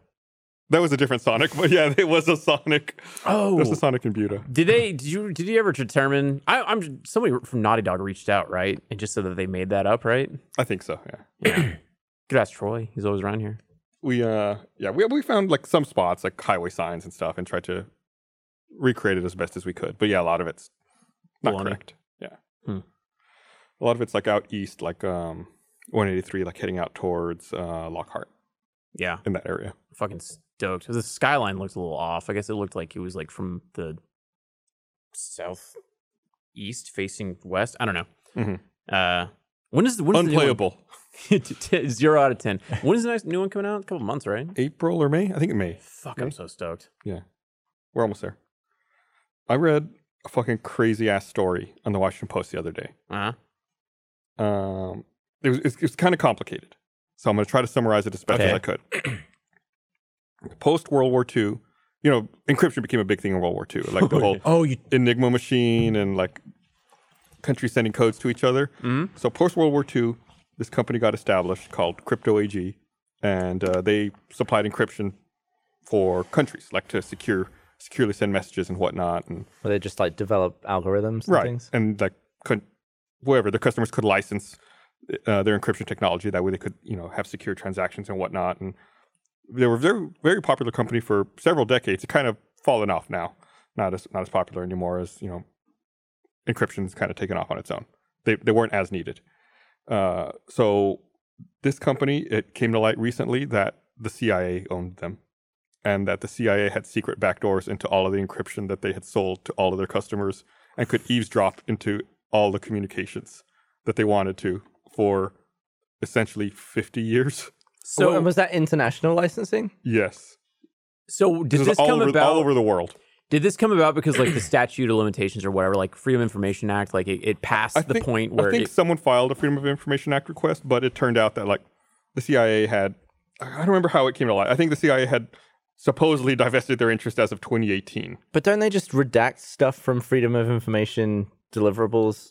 [SPEAKER 2] That was a different Sonic, but yeah, it was a Sonic.
[SPEAKER 5] Oh,
[SPEAKER 2] It was a Sonic and Buta.
[SPEAKER 5] Did they? Did you? Did you ever determine? I, I'm somebody from Naughty Dog reached out, right, and just said that they made that up, right?
[SPEAKER 2] I think so. Yeah.
[SPEAKER 5] Could ask Troy. He's always around here.
[SPEAKER 2] we uh yeah we, we found like some spots like highway signs and stuff and tried to recreate it as best as we could but yeah a lot of it's not
[SPEAKER 5] Baloney.
[SPEAKER 2] correct yeah
[SPEAKER 5] Hmm.
[SPEAKER 2] a lot of it's like out east like um 183 like heading out towards uh lockhart
[SPEAKER 5] Yeah,
[SPEAKER 2] in that area
[SPEAKER 5] fucking stoked. The skyline looked a little off. I guess it looked like it was like from the south east facing west. I don't know.
[SPEAKER 2] Mhm.
[SPEAKER 5] Uh, when is the when is the new one-
[SPEAKER 2] unplayable
[SPEAKER 5] T- t- Zero out of ten. When is the next new one coming out? A couple months, right?
[SPEAKER 2] april or may i think may
[SPEAKER 5] Fuck,
[SPEAKER 2] May?
[SPEAKER 5] I'm so stoked.
[SPEAKER 2] we're almost there i read a fucking crazy ass story on the washington post the other day
[SPEAKER 5] Uh-huh.
[SPEAKER 2] um, it was it's, it's kind of complicated, so I'm going to try to summarize it as best as
[SPEAKER 5] Okay.
[SPEAKER 2] I could. Post World War II, you know, encryption became a big thing in World War II, like the whole
[SPEAKER 4] Oh, you
[SPEAKER 2] Enigma machine and like countries sending codes to each other.
[SPEAKER 4] Mm-hmm.
[SPEAKER 2] So post World War II, this company got established called Crypto AG, and uh, they supplied encryption for countries, like to secure securely send messages and whatnot, and
[SPEAKER 3] Where they just like develop algorithms and
[SPEAKER 2] right.
[SPEAKER 3] things.
[SPEAKER 2] And like could whoever their customers could license uh, their encryption technology. That way they could you know have secure transactions and whatnot. And they were a very very popular company for several decades. It kind of fallen off now. Not as not as popular anymore as you know. Encryption's kind of taken off on its own. They they weren't as needed. Uh, so this company, it came to light recently that the CIA owned them. And that the CIA had secret backdoors into all of the encryption that they had sold to all of their customers and could eavesdrop into all the communications that they wanted to for essentially 50 years.
[SPEAKER 5] So
[SPEAKER 3] Wa- was that international licensing?
[SPEAKER 2] Yes.
[SPEAKER 5] so did
[SPEAKER 2] was
[SPEAKER 5] this
[SPEAKER 2] all
[SPEAKER 5] come
[SPEAKER 2] over,
[SPEAKER 5] about
[SPEAKER 2] all over the world.
[SPEAKER 5] Did this come about because like the statute of limitations or whatever, like Freedom of Information Act, like it, it passed
[SPEAKER 2] I
[SPEAKER 5] the
[SPEAKER 2] think-
[SPEAKER 5] point where
[SPEAKER 2] I think
[SPEAKER 5] it,
[SPEAKER 2] someone filed a Freedom of Information Act request, but it turned out that like the CIA had I don't remember how it came to light. I think the CIA had supposedly divested their interest as of 2018.
[SPEAKER 3] But don't they just redact stuff from Freedom of Information deliverables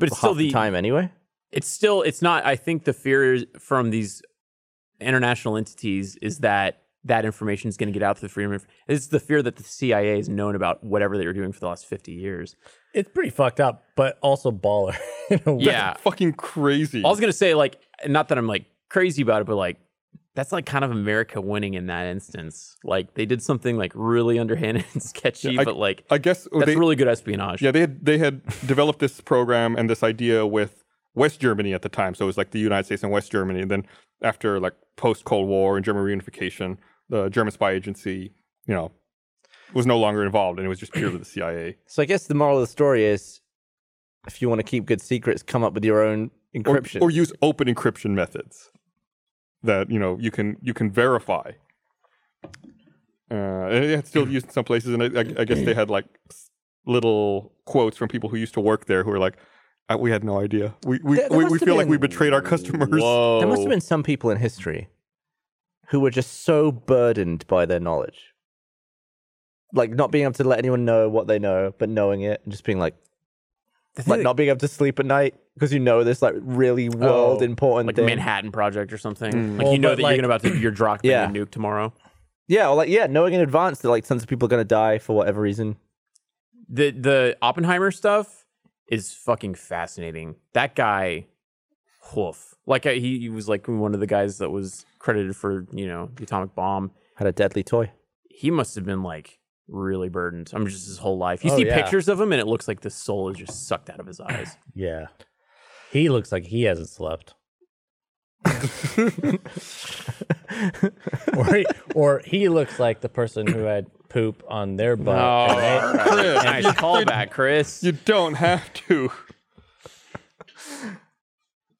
[SPEAKER 5] but it's
[SPEAKER 3] half
[SPEAKER 5] still
[SPEAKER 3] the,
[SPEAKER 5] the
[SPEAKER 3] time anyway?
[SPEAKER 5] it's still it's not. I think the fear is- from these international entities is that that information is going to get out to the freedom. of It's the fear that the CIA has known about whatever they were doing for the last fifty years.
[SPEAKER 6] It's pretty fucked up, but also baller. in a way.
[SPEAKER 5] Yeah,
[SPEAKER 2] Fucking crazy.
[SPEAKER 5] I was gonna say like, not that I'm like crazy about it, but like that's like kind of America winning in that instance. Like they did something like really underhanded and sketchy,
[SPEAKER 2] I-
[SPEAKER 5] but like
[SPEAKER 2] I guess
[SPEAKER 5] that's
[SPEAKER 2] they,
[SPEAKER 5] really good espionage.
[SPEAKER 2] Yeah, they had they had developed this program and this idea with West Germany at the time. So it was like the United States and West Germany. And then after like post Cold War and German reunification, the German spy agency, you know, was no longer involved, and it was just purely the CIA.
[SPEAKER 3] So I guess the moral of the story is if you want to keep good secrets, come up with your own
[SPEAKER 2] Or-
[SPEAKER 3] encryption.
[SPEAKER 2] Or, use open encryption methods that you know you can you can verify. Uh, and it's still used in some places, and I, I, I guess they had like s- little quotes from people who used to work there who were like, "Uh, "We had no idea. We we,
[SPEAKER 3] There- there
[SPEAKER 2] we, we
[SPEAKER 3] must have
[SPEAKER 2] feel like we
[SPEAKER 3] been-
[SPEAKER 2] betrayed our customers."
[SPEAKER 3] there must have been some people in history who were just so burdened by their knowledge. Like not being able to let anyone know what they know, but knowing it and just being like, like not being able to sleep at night because you know this like really world important
[SPEAKER 5] Oh, like
[SPEAKER 3] thing.
[SPEAKER 5] Manhattan Project or something. Like
[SPEAKER 6] Mm. Well,
[SPEAKER 5] you know
[SPEAKER 6] but,
[SPEAKER 5] that
[SPEAKER 6] like-
[SPEAKER 5] you're gonna about to you're dropping
[SPEAKER 3] Yeah.
[SPEAKER 5] a nuke tomorrow.
[SPEAKER 3] Yeah, or like yeah, knowing in advance that like tons of people are gonna die for whatever reason.
[SPEAKER 5] The the Oppenheimer stuff is fucking fascinating. That guy, woof. Like I, he, he was like one of the guys that was credited for you know the atomic bomb.
[SPEAKER 3] Had a deadly toy.
[SPEAKER 5] He must have been like really burdened. I'm just his whole life. You
[SPEAKER 6] Oh,
[SPEAKER 5] see
[SPEAKER 6] yeah.
[SPEAKER 5] pictures of him and it looks like the soul is just sucked out of his eyes.
[SPEAKER 6] Yeah. He looks like he hasn't slept. or, he, or he looks like the person who had poop on their butt. and they-
[SPEAKER 5] nice callback, Chris.
[SPEAKER 2] You don't have to.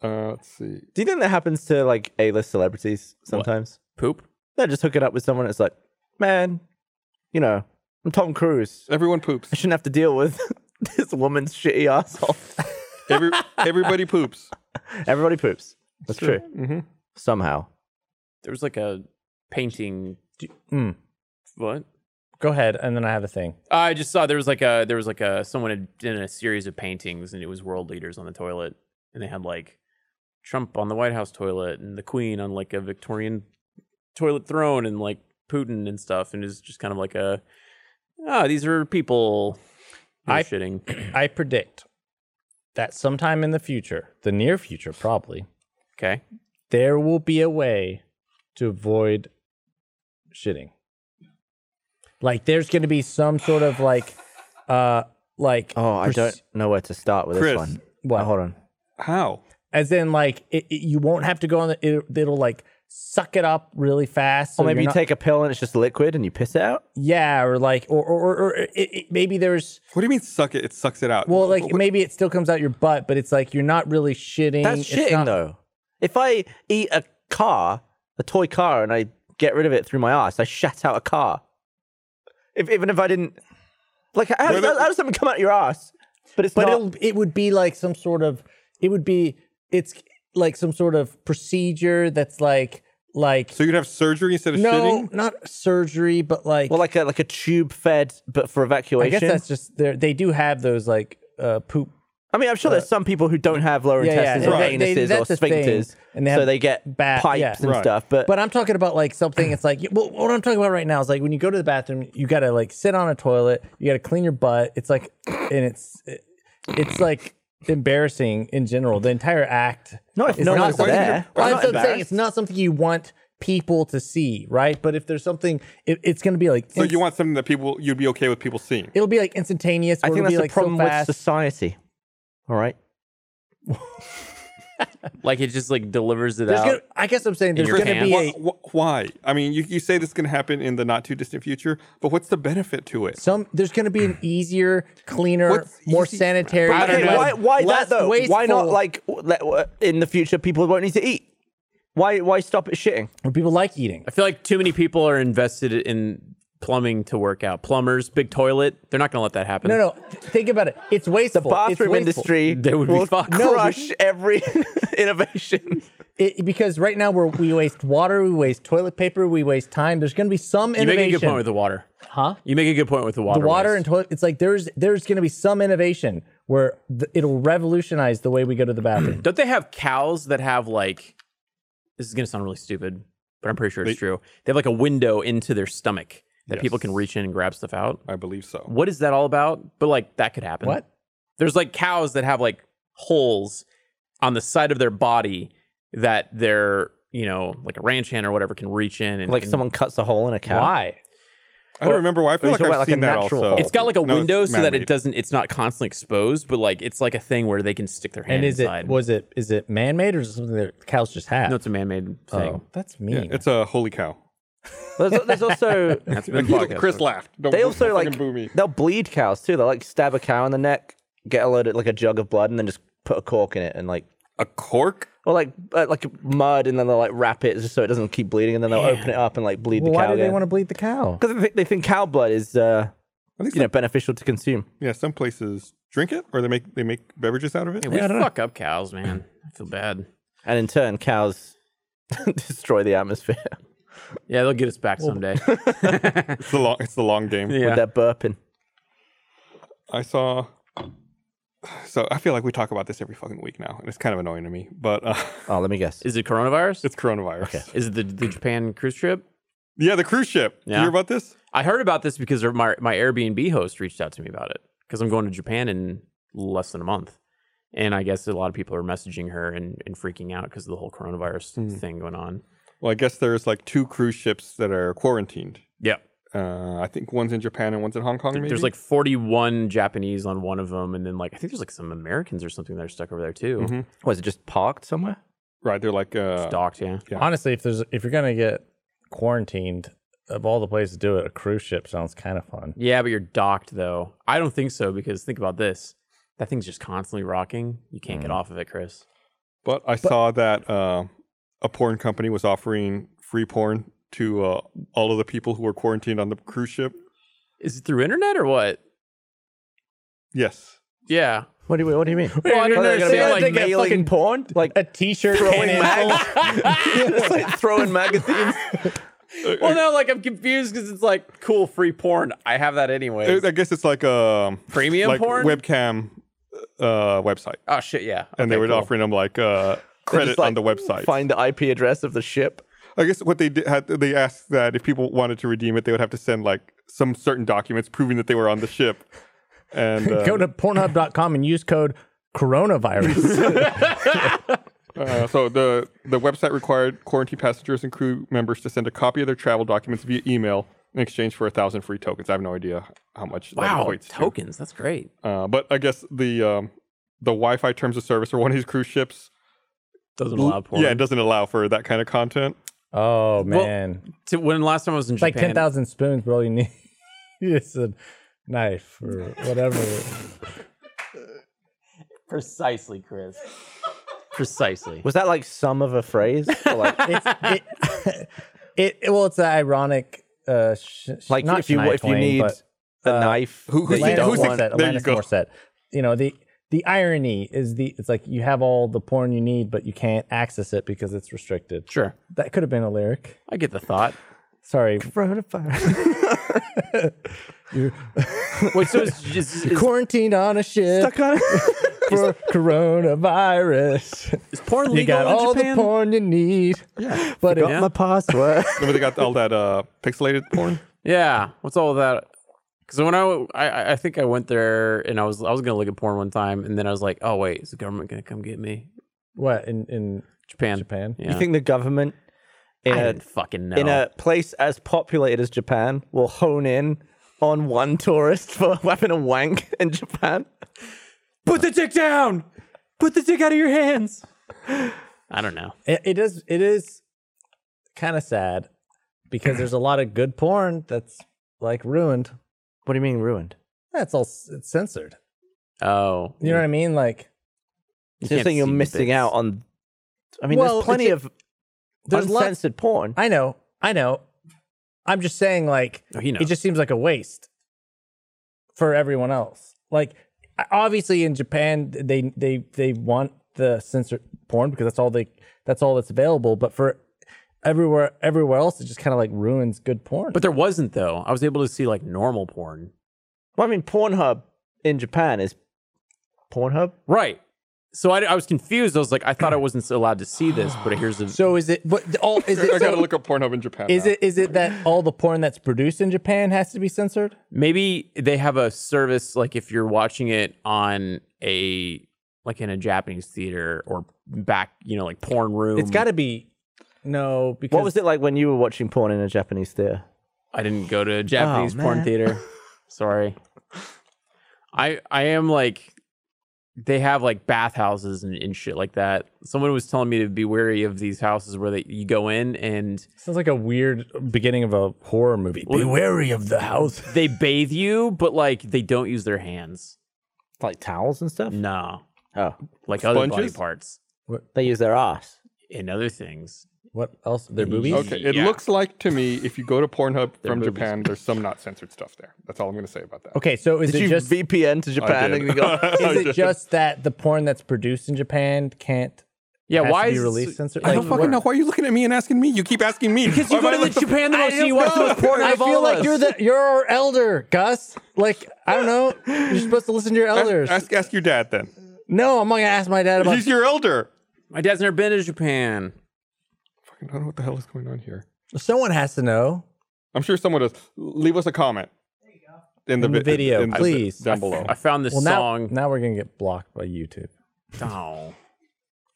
[SPEAKER 2] Uh, let's see.
[SPEAKER 3] Do you think that happens to like A list celebrities sometimes?
[SPEAKER 5] Poop.
[SPEAKER 3] They're just hooking up with someone it's like, man, you know, I'm Tom Cruise.
[SPEAKER 2] Everyone poops.
[SPEAKER 3] I shouldn't have to deal with this woman's shitty asshole.
[SPEAKER 2] Every, everybody poops.
[SPEAKER 3] Everybody poops. That's true. Mm-hmm.
[SPEAKER 2] Mhm.
[SPEAKER 3] Somehow.
[SPEAKER 5] There was like a painting.
[SPEAKER 6] Mm.
[SPEAKER 5] What?
[SPEAKER 4] go ahead, and then I have a thing.
[SPEAKER 5] I just saw there was like a there was like a someone had done a series of paintings and it was world leaders on the toilet and they had like Trump on the White House toilet and the Queen on like a Victorian toilet throne and like Putin and stuff and it's just kind of like a ah these are people who are
[SPEAKER 4] I-
[SPEAKER 5] shitting.
[SPEAKER 4] I predict that sometime in the future, the near future probably,
[SPEAKER 5] Okay,
[SPEAKER 4] there will be a way to avoid shitting. Like there's going to be some sort of like, uh, like
[SPEAKER 3] Oh, I
[SPEAKER 4] pers-
[SPEAKER 3] don't know where to start with
[SPEAKER 2] Chris.
[SPEAKER 3] this one.
[SPEAKER 4] What?
[SPEAKER 3] Oh, hold on.
[SPEAKER 2] How?
[SPEAKER 4] as in like it, it- you won't have to go on the it, it'll like suck it up really fast. so
[SPEAKER 3] or maybe
[SPEAKER 4] you're
[SPEAKER 3] you
[SPEAKER 4] not-
[SPEAKER 3] take a pill and it's just liquid and you piss it out.
[SPEAKER 4] yeah, or like or or, or, or it, it, maybe there's
[SPEAKER 2] What do you mean suck it? It sucks it out.
[SPEAKER 4] well like
[SPEAKER 2] What-
[SPEAKER 4] maybe it still comes out your butt, but it's like you're not really shitting.
[SPEAKER 3] That's
[SPEAKER 4] It's
[SPEAKER 3] shitting
[SPEAKER 4] not-
[SPEAKER 3] though. If I eat a car, a toy car, and I get rid of it through my ass, I shat out a car. If, even if I didn't, like, how,
[SPEAKER 2] Well, that-
[SPEAKER 3] how does something come out of your ass? But it's
[SPEAKER 4] but
[SPEAKER 3] not.
[SPEAKER 4] it'll, it would be like some sort of it would be it's like some sort of procedure that's like like
[SPEAKER 2] So you'd have surgery instead of
[SPEAKER 4] no
[SPEAKER 2] shitting?
[SPEAKER 4] not surgery but like
[SPEAKER 3] Well, like a like a tube fed, but for
[SPEAKER 4] I
[SPEAKER 3] evacuation.
[SPEAKER 4] guess that's just there they do have those like uh poop
[SPEAKER 3] I mean, I'm sure there's some people who don't have lower
[SPEAKER 4] yeah, yeah,
[SPEAKER 3] intestines or
[SPEAKER 4] right. They-
[SPEAKER 3] anuses or
[SPEAKER 4] that's the thing,
[SPEAKER 3] sphincters,
[SPEAKER 4] and they
[SPEAKER 3] so
[SPEAKER 4] have
[SPEAKER 3] they get
[SPEAKER 4] ba-
[SPEAKER 3] pipes
[SPEAKER 4] yeah.
[SPEAKER 3] and
[SPEAKER 2] Right.
[SPEAKER 3] stuff. But,
[SPEAKER 4] but I'm talking about like something. It's like well, what I'm talking about right now is like when you go to the bathroom, you gotta like sit on a toilet, you gotta clean your butt. It's like, and it's it- it's like embarrassing in general. The entire act.
[SPEAKER 3] No, if
[SPEAKER 4] is
[SPEAKER 3] no
[SPEAKER 4] not
[SPEAKER 3] one's
[SPEAKER 4] something-
[SPEAKER 3] there,
[SPEAKER 4] Well,
[SPEAKER 3] I'm
[SPEAKER 4] that's what
[SPEAKER 3] not
[SPEAKER 4] I'm saying. It's not something you want people to see, right? But if there's something, it, it's gonna be like
[SPEAKER 2] So
[SPEAKER 4] inst-
[SPEAKER 2] you want something that people you'd be okay with people seeing.
[SPEAKER 4] it'll be like instantaneous.
[SPEAKER 3] I
[SPEAKER 4] or
[SPEAKER 3] think
[SPEAKER 4] it'll
[SPEAKER 3] that's
[SPEAKER 4] be
[SPEAKER 3] the
[SPEAKER 4] like
[SPEAKER 3] problem
[SPEAKER 4] so
[SPEAKER 3] with
[SPEAKER 4] fast.
[SPEAKER 3] society. All right.
[SPEAKER 5] like it just like delivers it
[SPEAKER 4] There's
[SPEAKER 5] out.
[SPEAKER 4] gonna- I guess I'm saying there's
[SPEAKER 5] your
[SPEAKER 4] gonna be
[SPEAKER 5] hand.
[SPEAKER 4] a,
[SPEAKER 2] Wh- wh- Why? I mean, you, you say this can happen in the not too distant future, but what's the benefit to it?
[SPEAKER 4] Some there's going to be an easier, cleaner,
[SPEAKER 2] What's
[SPEAKER 4] more
[SPEAKER 2] easy-
[SPEAKER 4] sanitary.
[SPEAKER 2] I don't
[SPEAKER 3] Okay,
[SPEAKER 2] know.
[SPEAKER 3] why, why
[SPEAKER 4] less
[SPEAKER 3] that though? Why not
[SPEAKER 4] wasteful.
[SPEAKER 3] like w- let- w- in the future people won't need to eat? Why why stop at shitting?
[SPEAKER 4] When people like eating?
[SPEAKER 5] I feel like too many people are invested in plumbing to work out. Plumbers, big toilet. They're not gonna let that happen.
[SPEAKER 4] No, no. th- Think about it. It's wasteful. It's
[SPEAKER 3] Bathroom
[SPEAKER 4] wasteful.
[SPEAKER 3] industry
[SPEAKER 5] They would be
[SPEAKER 3] will
[SPEAKER 5] fucked. No,
[SPEAKER 3] crush every innovation.
[SPEAKER 4] It- because right now we're, we waste water, we waste toilet paper, we waste time. There's going to be some
[SPEAKER 5] You make
[SPEAKER 4] innovation.
[SPEAKER 5] a good point with the water.
[SPEAKER 4] huh?
[SPEAKER 5] You make a good point with the water.
[SPEAKER 4] The water
[SPEAKER 5] waste.
[SPEAKER 4] and toilet. It's like there's there's going to be some innovation where th- it'll revolutionize the way we go to the bathroom.
[SPEAKER 5] Don't they have cows that have like this is gonna sound really stupid, but I'm pretty sure it's true. They have like a window into their stomach that people can reach in and grab stuff out.
[SPEAKER 2] I believe so.
[SPEAKER 5] What is that all about? But like that could happen.
[SPEAKER 4] What?
[SPEAKER 5] There's like cows that have like holes on the side of their body that their you know like a ranch hand or whatever can reach in and
[SPEAKER 3] like
[SPEAKER 5] and-
[SPEAKER 3] someone cuts a hole in a cow.
[SPEAKER 4] Why?
[SPEAKER 2] I don't remember why. I feel
[SPEAKER 3] you
[SPEAKER 2] like
[SPEAKER 3] talk
[SPEAKER 2] I've
[SPEAKER 3] about like a
[SPEAKER 2] seen that
[SPEAKER 3] natural
[SPEAKER 2] also.
[SPEAKER 3] hole.
[SPEAKER 5] It's got like a
[SPEAKER 2] No, it's
[SPEAKER 5] window so that
[SPEAKER 2] man-made.
[SPEAKER 5] it doesn't. It's not constantly exposed, but like it's like a thing where they can stick their hand
[SPEAKER 4] And is
[SPEAKER 5] inside.
[SPEAKER 4] it was it is it man made or is it something that cows just have?
[SPEAKER 5] no, it's a man-made thing.
[SPEAKER 4] oh, that's
[SPEAKER 2] Yeah,
[SPEAKER 4] mean.
[SPEAKER 2] it's a holy cow.
[SPEAKER 3] There's, there's also
[SPEAKER 5] That's been
[SPEAKER 2] Look,
[SPEAKER 5] podcast.
[SPEAKER 2] Chris laughed. Don't,
[SPEAKER 3] they
[SPEAKER 2] don't
[SPEAKER 3] also
[SPEAKER 2] fucking
[SPEAKER 3] like
[SPEAKER 2] boo me.
[SPEAKER 3] they'll bleed cows too. They'll like stab a cow in the neck, get a load of like a jug of blood, and then just put a cork in it and like
[SPEAKER 2] a cork.
[SPEAKER 3] or like uh, like mud, and then they'll like wrap it just so it doesn't keep bleeding, and then they'll open it up and like bleed
[SPEAKER 4] well,
[SPEAKER 3] the cow.
[SPEAKER 4] why do they want to bleed the cow?
[SPEAKER 3] Because they, think- they think cow blood is uh,
[SPEAKER 2] I think
[SPEAKER 3] you know beneficial to consume.
[SPEAKER 2] Yeah, some places drink it, or they make they make beverages out of it.
[SPEAKER 5] Hey, we fuck up cows, man. I feel bad.
[SPEAKER 3] and in turn cows destroy the atmosphere
[SPEAKER 5] Yeah, they'll get us back someday.
[SPEAKER 2] It's the long it's the long game.
[SPEAKER 5] yeah.
[SPEAKER 3] with their burping.
[SPEAKER 2] I saw. So I feel like we talk about this every fucking week now, and it's kind of annoying to me. But uh,
[SPEAKER 3] Oh, let me guess.
[SPEAKER 5] Is it coronavirus?
[SPEAKER 2] it's coronavirus.
[SPEAKER 5] Is it the, the Japan cruise trip?
[SPEAKER 2] Yeah, the cruise ship. You
[SPEAKER 5] Yeah.
[SPEAKER 2] hear about this?
[SPEAKER 5] I heard about this because of my my Airbnb host reached out to me about it because I'm going to Japan in less than a month, and I guess a lot of people are messaging her and, and freaking out because of the whole coronavirus
[SPEAKER 2] Hmm.
[SPEAKER 5] thing going on.
[SPEAKER 2] Well, I guess there's like two cruise ships that are quarantined.
[SPEAKER 5] Yeah.
[SPEAKER 2] Uh, I think one's in Japan and one's in Hong Kong. Maybe
[SPEAKER 5] There's like 41 Japanese on one of them, and then like I think there's like some Americans or something that are stuck over there too.
[SPEAKER 3] Was it just parked somewhere?
[SPEAKER 2] right. They're like Mm-hmm. uh,
[SPEAKER 5] Docked, yeah.
[SPEAKER 2] Yeah.
[SPEAKER 4] Honestly, if there's if you're gonna get quarantined, of all the places to do it, a cruise ship sounds kind of fun.
[SPEAKER 5] Yeah, but you're docked though. I don't think so because think about this: that thing's just constantly rocking. You can't
[SPEAKER 2] Mm.
[SPEAKER 5] get off of it, Chris.
[SPEAKER 2] But I saw that uh, a porn company was offering free porn to uh, all of the people who were quarantined on the cruise ship.
[SPEAKER 5] Is it through internet or what?
[SPEAKER 2] Yes.
[SPEAKER 5] Yeah.
[SPEAKER 3] What do you What do you mean?
[SPEAKER 5] Well, I don't
[SPEAKER 3] Are they gonna be,
[SPEAKER 5] understand,
[SPEAKER 3] like,
[SPEAKER 5] like,
[SPEAKER 3] mailing porn, like
[SPEAKER 4] A T-shirt,
[SPEAKER 3] throwing
[SPEAKER 4] can
[SPEAKER 3] mag- It's like throwing magazines.
[SPEAKER 5] well, now like I'm confused because it's like cool free porn. I have that anyway.
[SPEAKER 2] I I guess it's like a
[SPEAKER 5] Premium
[SPEAKER 2] like
[SPEAKER 5] porn?
[SPEAKER 2] webcam uh, website,
[SPEAKER 5] Oh shit, yeah.
[SPEAKER 2] and they
[SPEAKER 5] Okay,
[SPEAKER 2] were
[SPEAKER 5] cool.
[SPEAKER 2] offering them like uh,
[SPEAKER 3] They're
[SPEAKER 2] credit
[SPEAKER 3] just like,
[SPEAKER 2] on the website.
[SPEAKER 3] Find the IP address of the ship.
[SPEAKER 2] I guess what they did had they asked that if people wanted to redeem it, they would have to send like some certain documents proving that they were on the ship. And uh,
[SPEAKER 4] Go to Pornhub.com and use code coronavirus.
[SPEAKER 2] uh, so the the website required quarantine passengers and crew members to send a copy of their travel documents via email in exchange for a thousand free tokens. I have no idea how much
[SPEAKER 5] Wow,
[SPEAKER 2] that equates to.
[SPEAKER 5] tokens. That's great.
[SPEAKER 2] Uh, but I guess the um, the Wi-Fi terms of service for one of these cruise ships,
[SPEAKER 5] Doesn't allow porn.
[SPEAKER 2] yeah, it doesn't allow for that kind of content.
[SPEAKER 4] oh man,
[SPEAKER 5] To- when last time I was in
[SPEAKER 4] it's like
[SPEAKER 5] Japan,
[SPEAKER 4] ten thousand spoons, bro. You need it's a knife or whatever.
[SPEAKER 5] Precisely, Chris. Precisely.
[SPEAKER 3] Was that like some of a phrase? Or like,
[SPEAKER 4] It's, it, it, well, it's that ironic. Uh, sh- sh-
[SPEAKER 3] like
[SPEAKER 4] not
[SPEAKER 3] if you
[SPEAKER 4] Shania
[SPEAKER 3] if you
[SPEAKER 4] Twain,
[SPEAKER 3] need
[SPEAKER 4] but-
[SPEAKER 3] a knife,
[SPEAKER 2] who- who's
[SPEAKER 3] that you
[SPEAKER 2] the-
[SPEAKER 4] Alanis
[SPEAKER 3] don't
[SPEAKER 2] who's the-
[SPEAKER 3] want.
[SPEAKER 4] Morissette.
[SPEAKER 2] there you
[SPEAKER 4] Alanis
[SPEAKER 2] go.
[SPEAKER 4] Morissette. You know the the irony is the it's like you have all the porn you need, but you can't access it because it's restricted.
[SPEAKER 5] Sure,
[SPEAKER 4] That could have been a lyric.
[SPEAKER 5] I get the thought.
[SPEAKER 4] Sorry,
[SPEAKER 5] Wait, so it's just is,
[SPEAKER 4] quarantined on a ship for coronavirus.
[SPEAKER 5] is porn legal
[SPEAKER 4] you got
[SPEAKER 5] in
[SPEAKER 4] all
[SPEAKER 5] Japan?
[SPEAKER 4] the porn you need. Yeah, but it,
[SPEAKER 5] Yeah. my
[SPEAKER 3] password.
[SPEAKER 2] Remember they got all that uh, pixelated porn.
[SPEAKER 5] Yeah, what's all that? Because when I, w- I- I- I think I went there and I was I was gonna look at porn one time and then I was like, oh wait, is the government gonna come get me?
[SPEAKER 4] what in in
[SPEAKER 5] Japan,
[SPEAKER 4] Japan?
[SPEAKER 5] Yeah.
[SPEAKER 3] You think the government in
[SPEAKER 5] I
[SPEAKER 3] a
[SPEAKER 5] didn't fucking know.
[SPEAKER 3] in a place as populated as Japan will hone in on one tourist for having a wank in Japan?
[SPEAKER 5] Put the dick down. Put the dick out of your hands. I don't know.
[SPEAKER 4] It, it is it is kind of sad because there's a lot of good porn that's like ruined.
[SPEAKER 3] What do you mean ruined?
[SPEAKER 4] That's all s- it's censored.
[SPEAKER 5] Oh,
[SPEAKER 4] You know what I mean? Like
[SPEAKER 5] You
[SPEAKER 3] It's just
[SPEAKER 5] can't
[SPEAKER 3] saying you're
[SPEAKER 5] see the
[SPEAKER 3] missing
[SPEAKER 5] bits.
[SPEAKER 3] out on. I mean,
[SPEAKER 4] Well,
[SPEAKER 3] there's
[SPEAKER 4] it's
[SPEAKER 3] plenty
[SPEAKER 4] a-
[SPEAKER 3] of
[SPEAKER 4] there's lots
[SPEAKER 3] uncensored porn.
[SPEAKER 4] I know, I know. I'm just saying, like,
[SPEAKER 5] Oh, he knows.
[SPEAKER 4] it just seems like a waste for everyone else. Like, obviously, in Japan, they they they want the censored porn because that's all they that's all that's available. But for everywhere everywhere else, it just kind of like ruins good porn.
[SPEAKER 5] But there wasn't though. I was able to see like normal porn.
[SPEAKER 3] Well, I mean, Pornhub in Japan is Pornhub.
[SPEAKER 5] Right. So I, I was confused. I was like, I thought I wasn't allowed to see this, but here's the.
[SPEAKER 4] so is it? But all is
[SPEAKER 2] I
[SPEAKER 4] it?
[SPEAKER 2] gotta
[SPEAKER 4] so-
[SPEAKER 2] look up Pornhub in Japan.
[SPEAKER 4] is
[SPEAKER 2] now.
[SPEAKER 4] it is it that all the porn that's produced in Japan has to be censored?
[SPEAKER 5] maybe they have a service like if you're watching it on a like in a Japanese theater or back, you know, like porn room.
[SPEAKER 4] It's got to be no because
[SPEAKER 3] What was it like when you were watching porn in a Japanese theater?
[SPEAKER 5] I didn't go to a Japanese porn
[SPEAKER 3] man.
[SPEAKER 5] theater. Sorry. I I am like they have like bathhouses and, and shit like that. Someone was telling me to be wary of these houses where they you go in and
[SPEAKER 4] Sounds like a weird beginning of a horror movie. Be wary of the house.
[SPEAKER 5] they bathe you, but like they don't use their hands.
[SPEAKER 3] Like towels and stuff?
[SPEAKER 5] No.
[SPEAKER 3] Oh,
[SPEAKER 5] Like other body
[SPEAKER 2] Sponges?
[SPEAKER 5] parts
[SPEAKER 3] they use their ass.
[SPEAKER 5] and other things.
[SPEAKER 4] What else? Their boobies?
[SPEAKER 2] Okay, it
[SPEAKER 5] Yeah.
[SPEAKER 2] looks like to me if you go to Pornhub
[SPEAKER 5] They're
[SPEAKER 2] from
[SPEAKER 5] movies.
[SPEAKER 2] Japan, there's some not censored stuff there. That's all I'm gonna say about that.
[SPEAKER 4] Okay, so is
[SPEAKER 3] Did
[SPEAKER 4] it
[SPEAKER 3] you
[SPEAKER 4] just
[SPEAKER 3] VPN to Japan
[SPEAKER 2] did.
[SPEAKER 3] and you go?
[SPEAKER 2] I
[SPEAKER 4] is it
[SPEAKER 2] did.
[SPEAKER 4] just that the porn that's produced in Japan can't
[SPEAKER 5] Yeah,
[SPEAKER 4] has
[SPEAKER 5] why
[SPEAKER 4] to be
[SPEAKER 5] is
[SPEAKER 4] released censored?
[SPEAKER 2] I don't fucking know. Why are you looking at me and asking me? You keep asking me.
[SPEAKER 5] Because you
[SPEAKER 2] Why
[SPEAKER 5] go
[SPEAKER 2] am
[SPEAKER 5] to
[SPEAKER 2] I
[SPEAKER 5] the
[SPEAKER 2] the-
[SPEAKER 5] Japan the most and you watch the most porn
[SPEAKER 4] I
[SPEAKER 5] of all
[SPEAKER 4] feel
[SPEAKER 5] of
[SPEAKER 4] like
[SPEAKER 5] us.
[SPEAKER 4] you're the you're our elder, Gus. Like I don't know. You're supposed to listen to your elders.
[SPEAKER 2] Ask, ask your dad then.
[SPEAKER 4] no, I'm not gonna ask my dad about.
[SPEAKER 2] He's your elder.
[SPEAKER 5] My dad's never been to Japan.
[SPEAKER 2] Fucking, I don't know what the hell is going on here.
[SPEAKER 4] Someone has to know.
[SPEAKER 2] I'm sure someone does. Leave us a comment. In the,
[SPEAKER 4] In the
[SPEAKER 2] vi-
[SPEAKER 4] video,
[SPEAKER 2] in the-
[SPEAKER 4] please.
[SPEAKER 2] down below.
[SPEAKER 5] I found this
[SPEAKER 4] Well, now
[SPEAKER 5] song.
[SPEAKER 4] now we're gonna get blocked by YouTube.
[SPEAKER 5] Oh.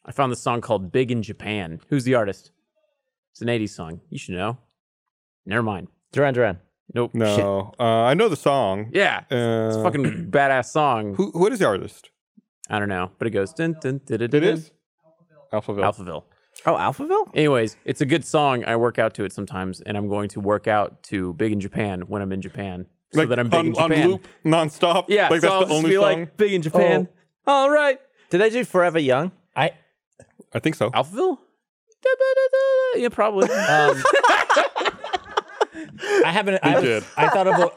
[SPEAKER 5] I found this song called Big in Japan. Who's the artist? It's an 80s song. You should know. Never mind.
[SPEAKER 3] Duran Duran.
[SPEAKER 5] Nope. Shit.
[SPEAKER 2] No, uh, I know the song.
[SPEAKER 5] Yeah. it's a
[SPEAKER 2] Uh,
[SPEAKER 5] fucking badass song.
[SPEAKER 2] Who? What is the artist?
[SPEAKER 5] I don't know, but it goes dun, dun, dun, dun,
[SPEAKER 2] It
[SPEAKER 5] dun,
[SPEAKER 2] is Alphaville.
[SPEAKER 5] Alphaville.
[SPEAKER 3] Oh, Alphaville.
[SPEAKER 5] Anyways, it's a good song. I work out to it sometimes, and I'm going to work out to Big in Japan when I'm in Japan, so
[SPEAKER 2] Like,
[SPEAKER 5] that I'm big
[SPEAKER 2] on,
[SPEAKER 5] in Japan.
[SPEAKER 2] on loop, nonstop.
[SPEAKER 5] Yeah,
[SPEAKER 2] like
[SPEAKER 5] so
[SPEAKER 2] that's
[SPEAKER 5] I'll
[SPEAKER 2] the
[SPEAKER 5] just
[SPEAKER 2] only
[SPEAKER 5] be
[SPEAKER 2] song. Oh.
[SPEAKER 5] like Big in Japan. All right,
[SPEAKER 3] Did they do Forever Young?
[SPEAKER 4] I
[SPEAKER 2] I think so.
[SPEAKER 5] Alphaville. Da-ba-da-da-da. Yeah, probably. Um,
[SPEAKER 4] I haven't.
[SPEAKER 2] They
[SPEAKER 4] I,
[SPEAKER 2] did.
[SPEAKER 4] was, I thought of a,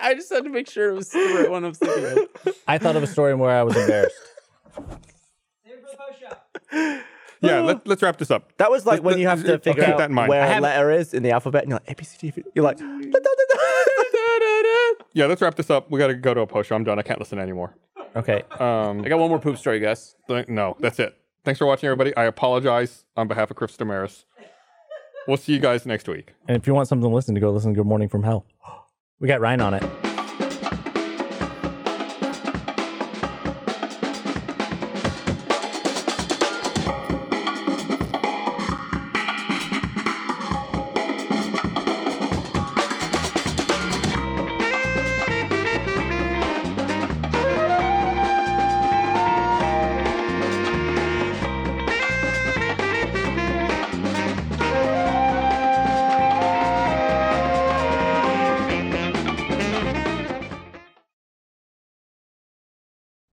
[SPEAKER 5] I just had to make sure it was the right one I was thinking of.
[SPEAKER 4] I thought of a story where I was embarrassed.
[SPEAKER 2] yeah, let, let's wrap this up.
[SPEAKER 3] That was like
[SPEAKER 2] Let's-
[SPEAKER 3] when you
[SPEAKER 2] let's-
[SPEAKER 3] have to figure
[SPEAKER 2] keep
[SPEAKER 3] out
[SPEAKER 2] that in mind.
[SPEAKER 3] where
[SPEAKER 2] I
[SPEAKER 3] a
[SPEAKER 2] have-
[SPEAKER 3] letter is in the alphabet, and you're like A B C D. F, E." You're like,
[SPEAKER 2] Yeah, let's wrap this up. We got to go to a post show. I'm done. I can't listen anymore.
[SPEAKER 4] Okay.
[SPEAKER 2] Um,
[SPEAKER 5] I got one more poop story, guys.
[SPEAKER 2] th- no, that's it. Thanks for watching, everybody. I apologize on behalf of Chris Damaris. We'll see you guys next week.
[SPEAKER 4] And if you want something to listen to, go listen to Good Morning from Hell. We got Ryan on it.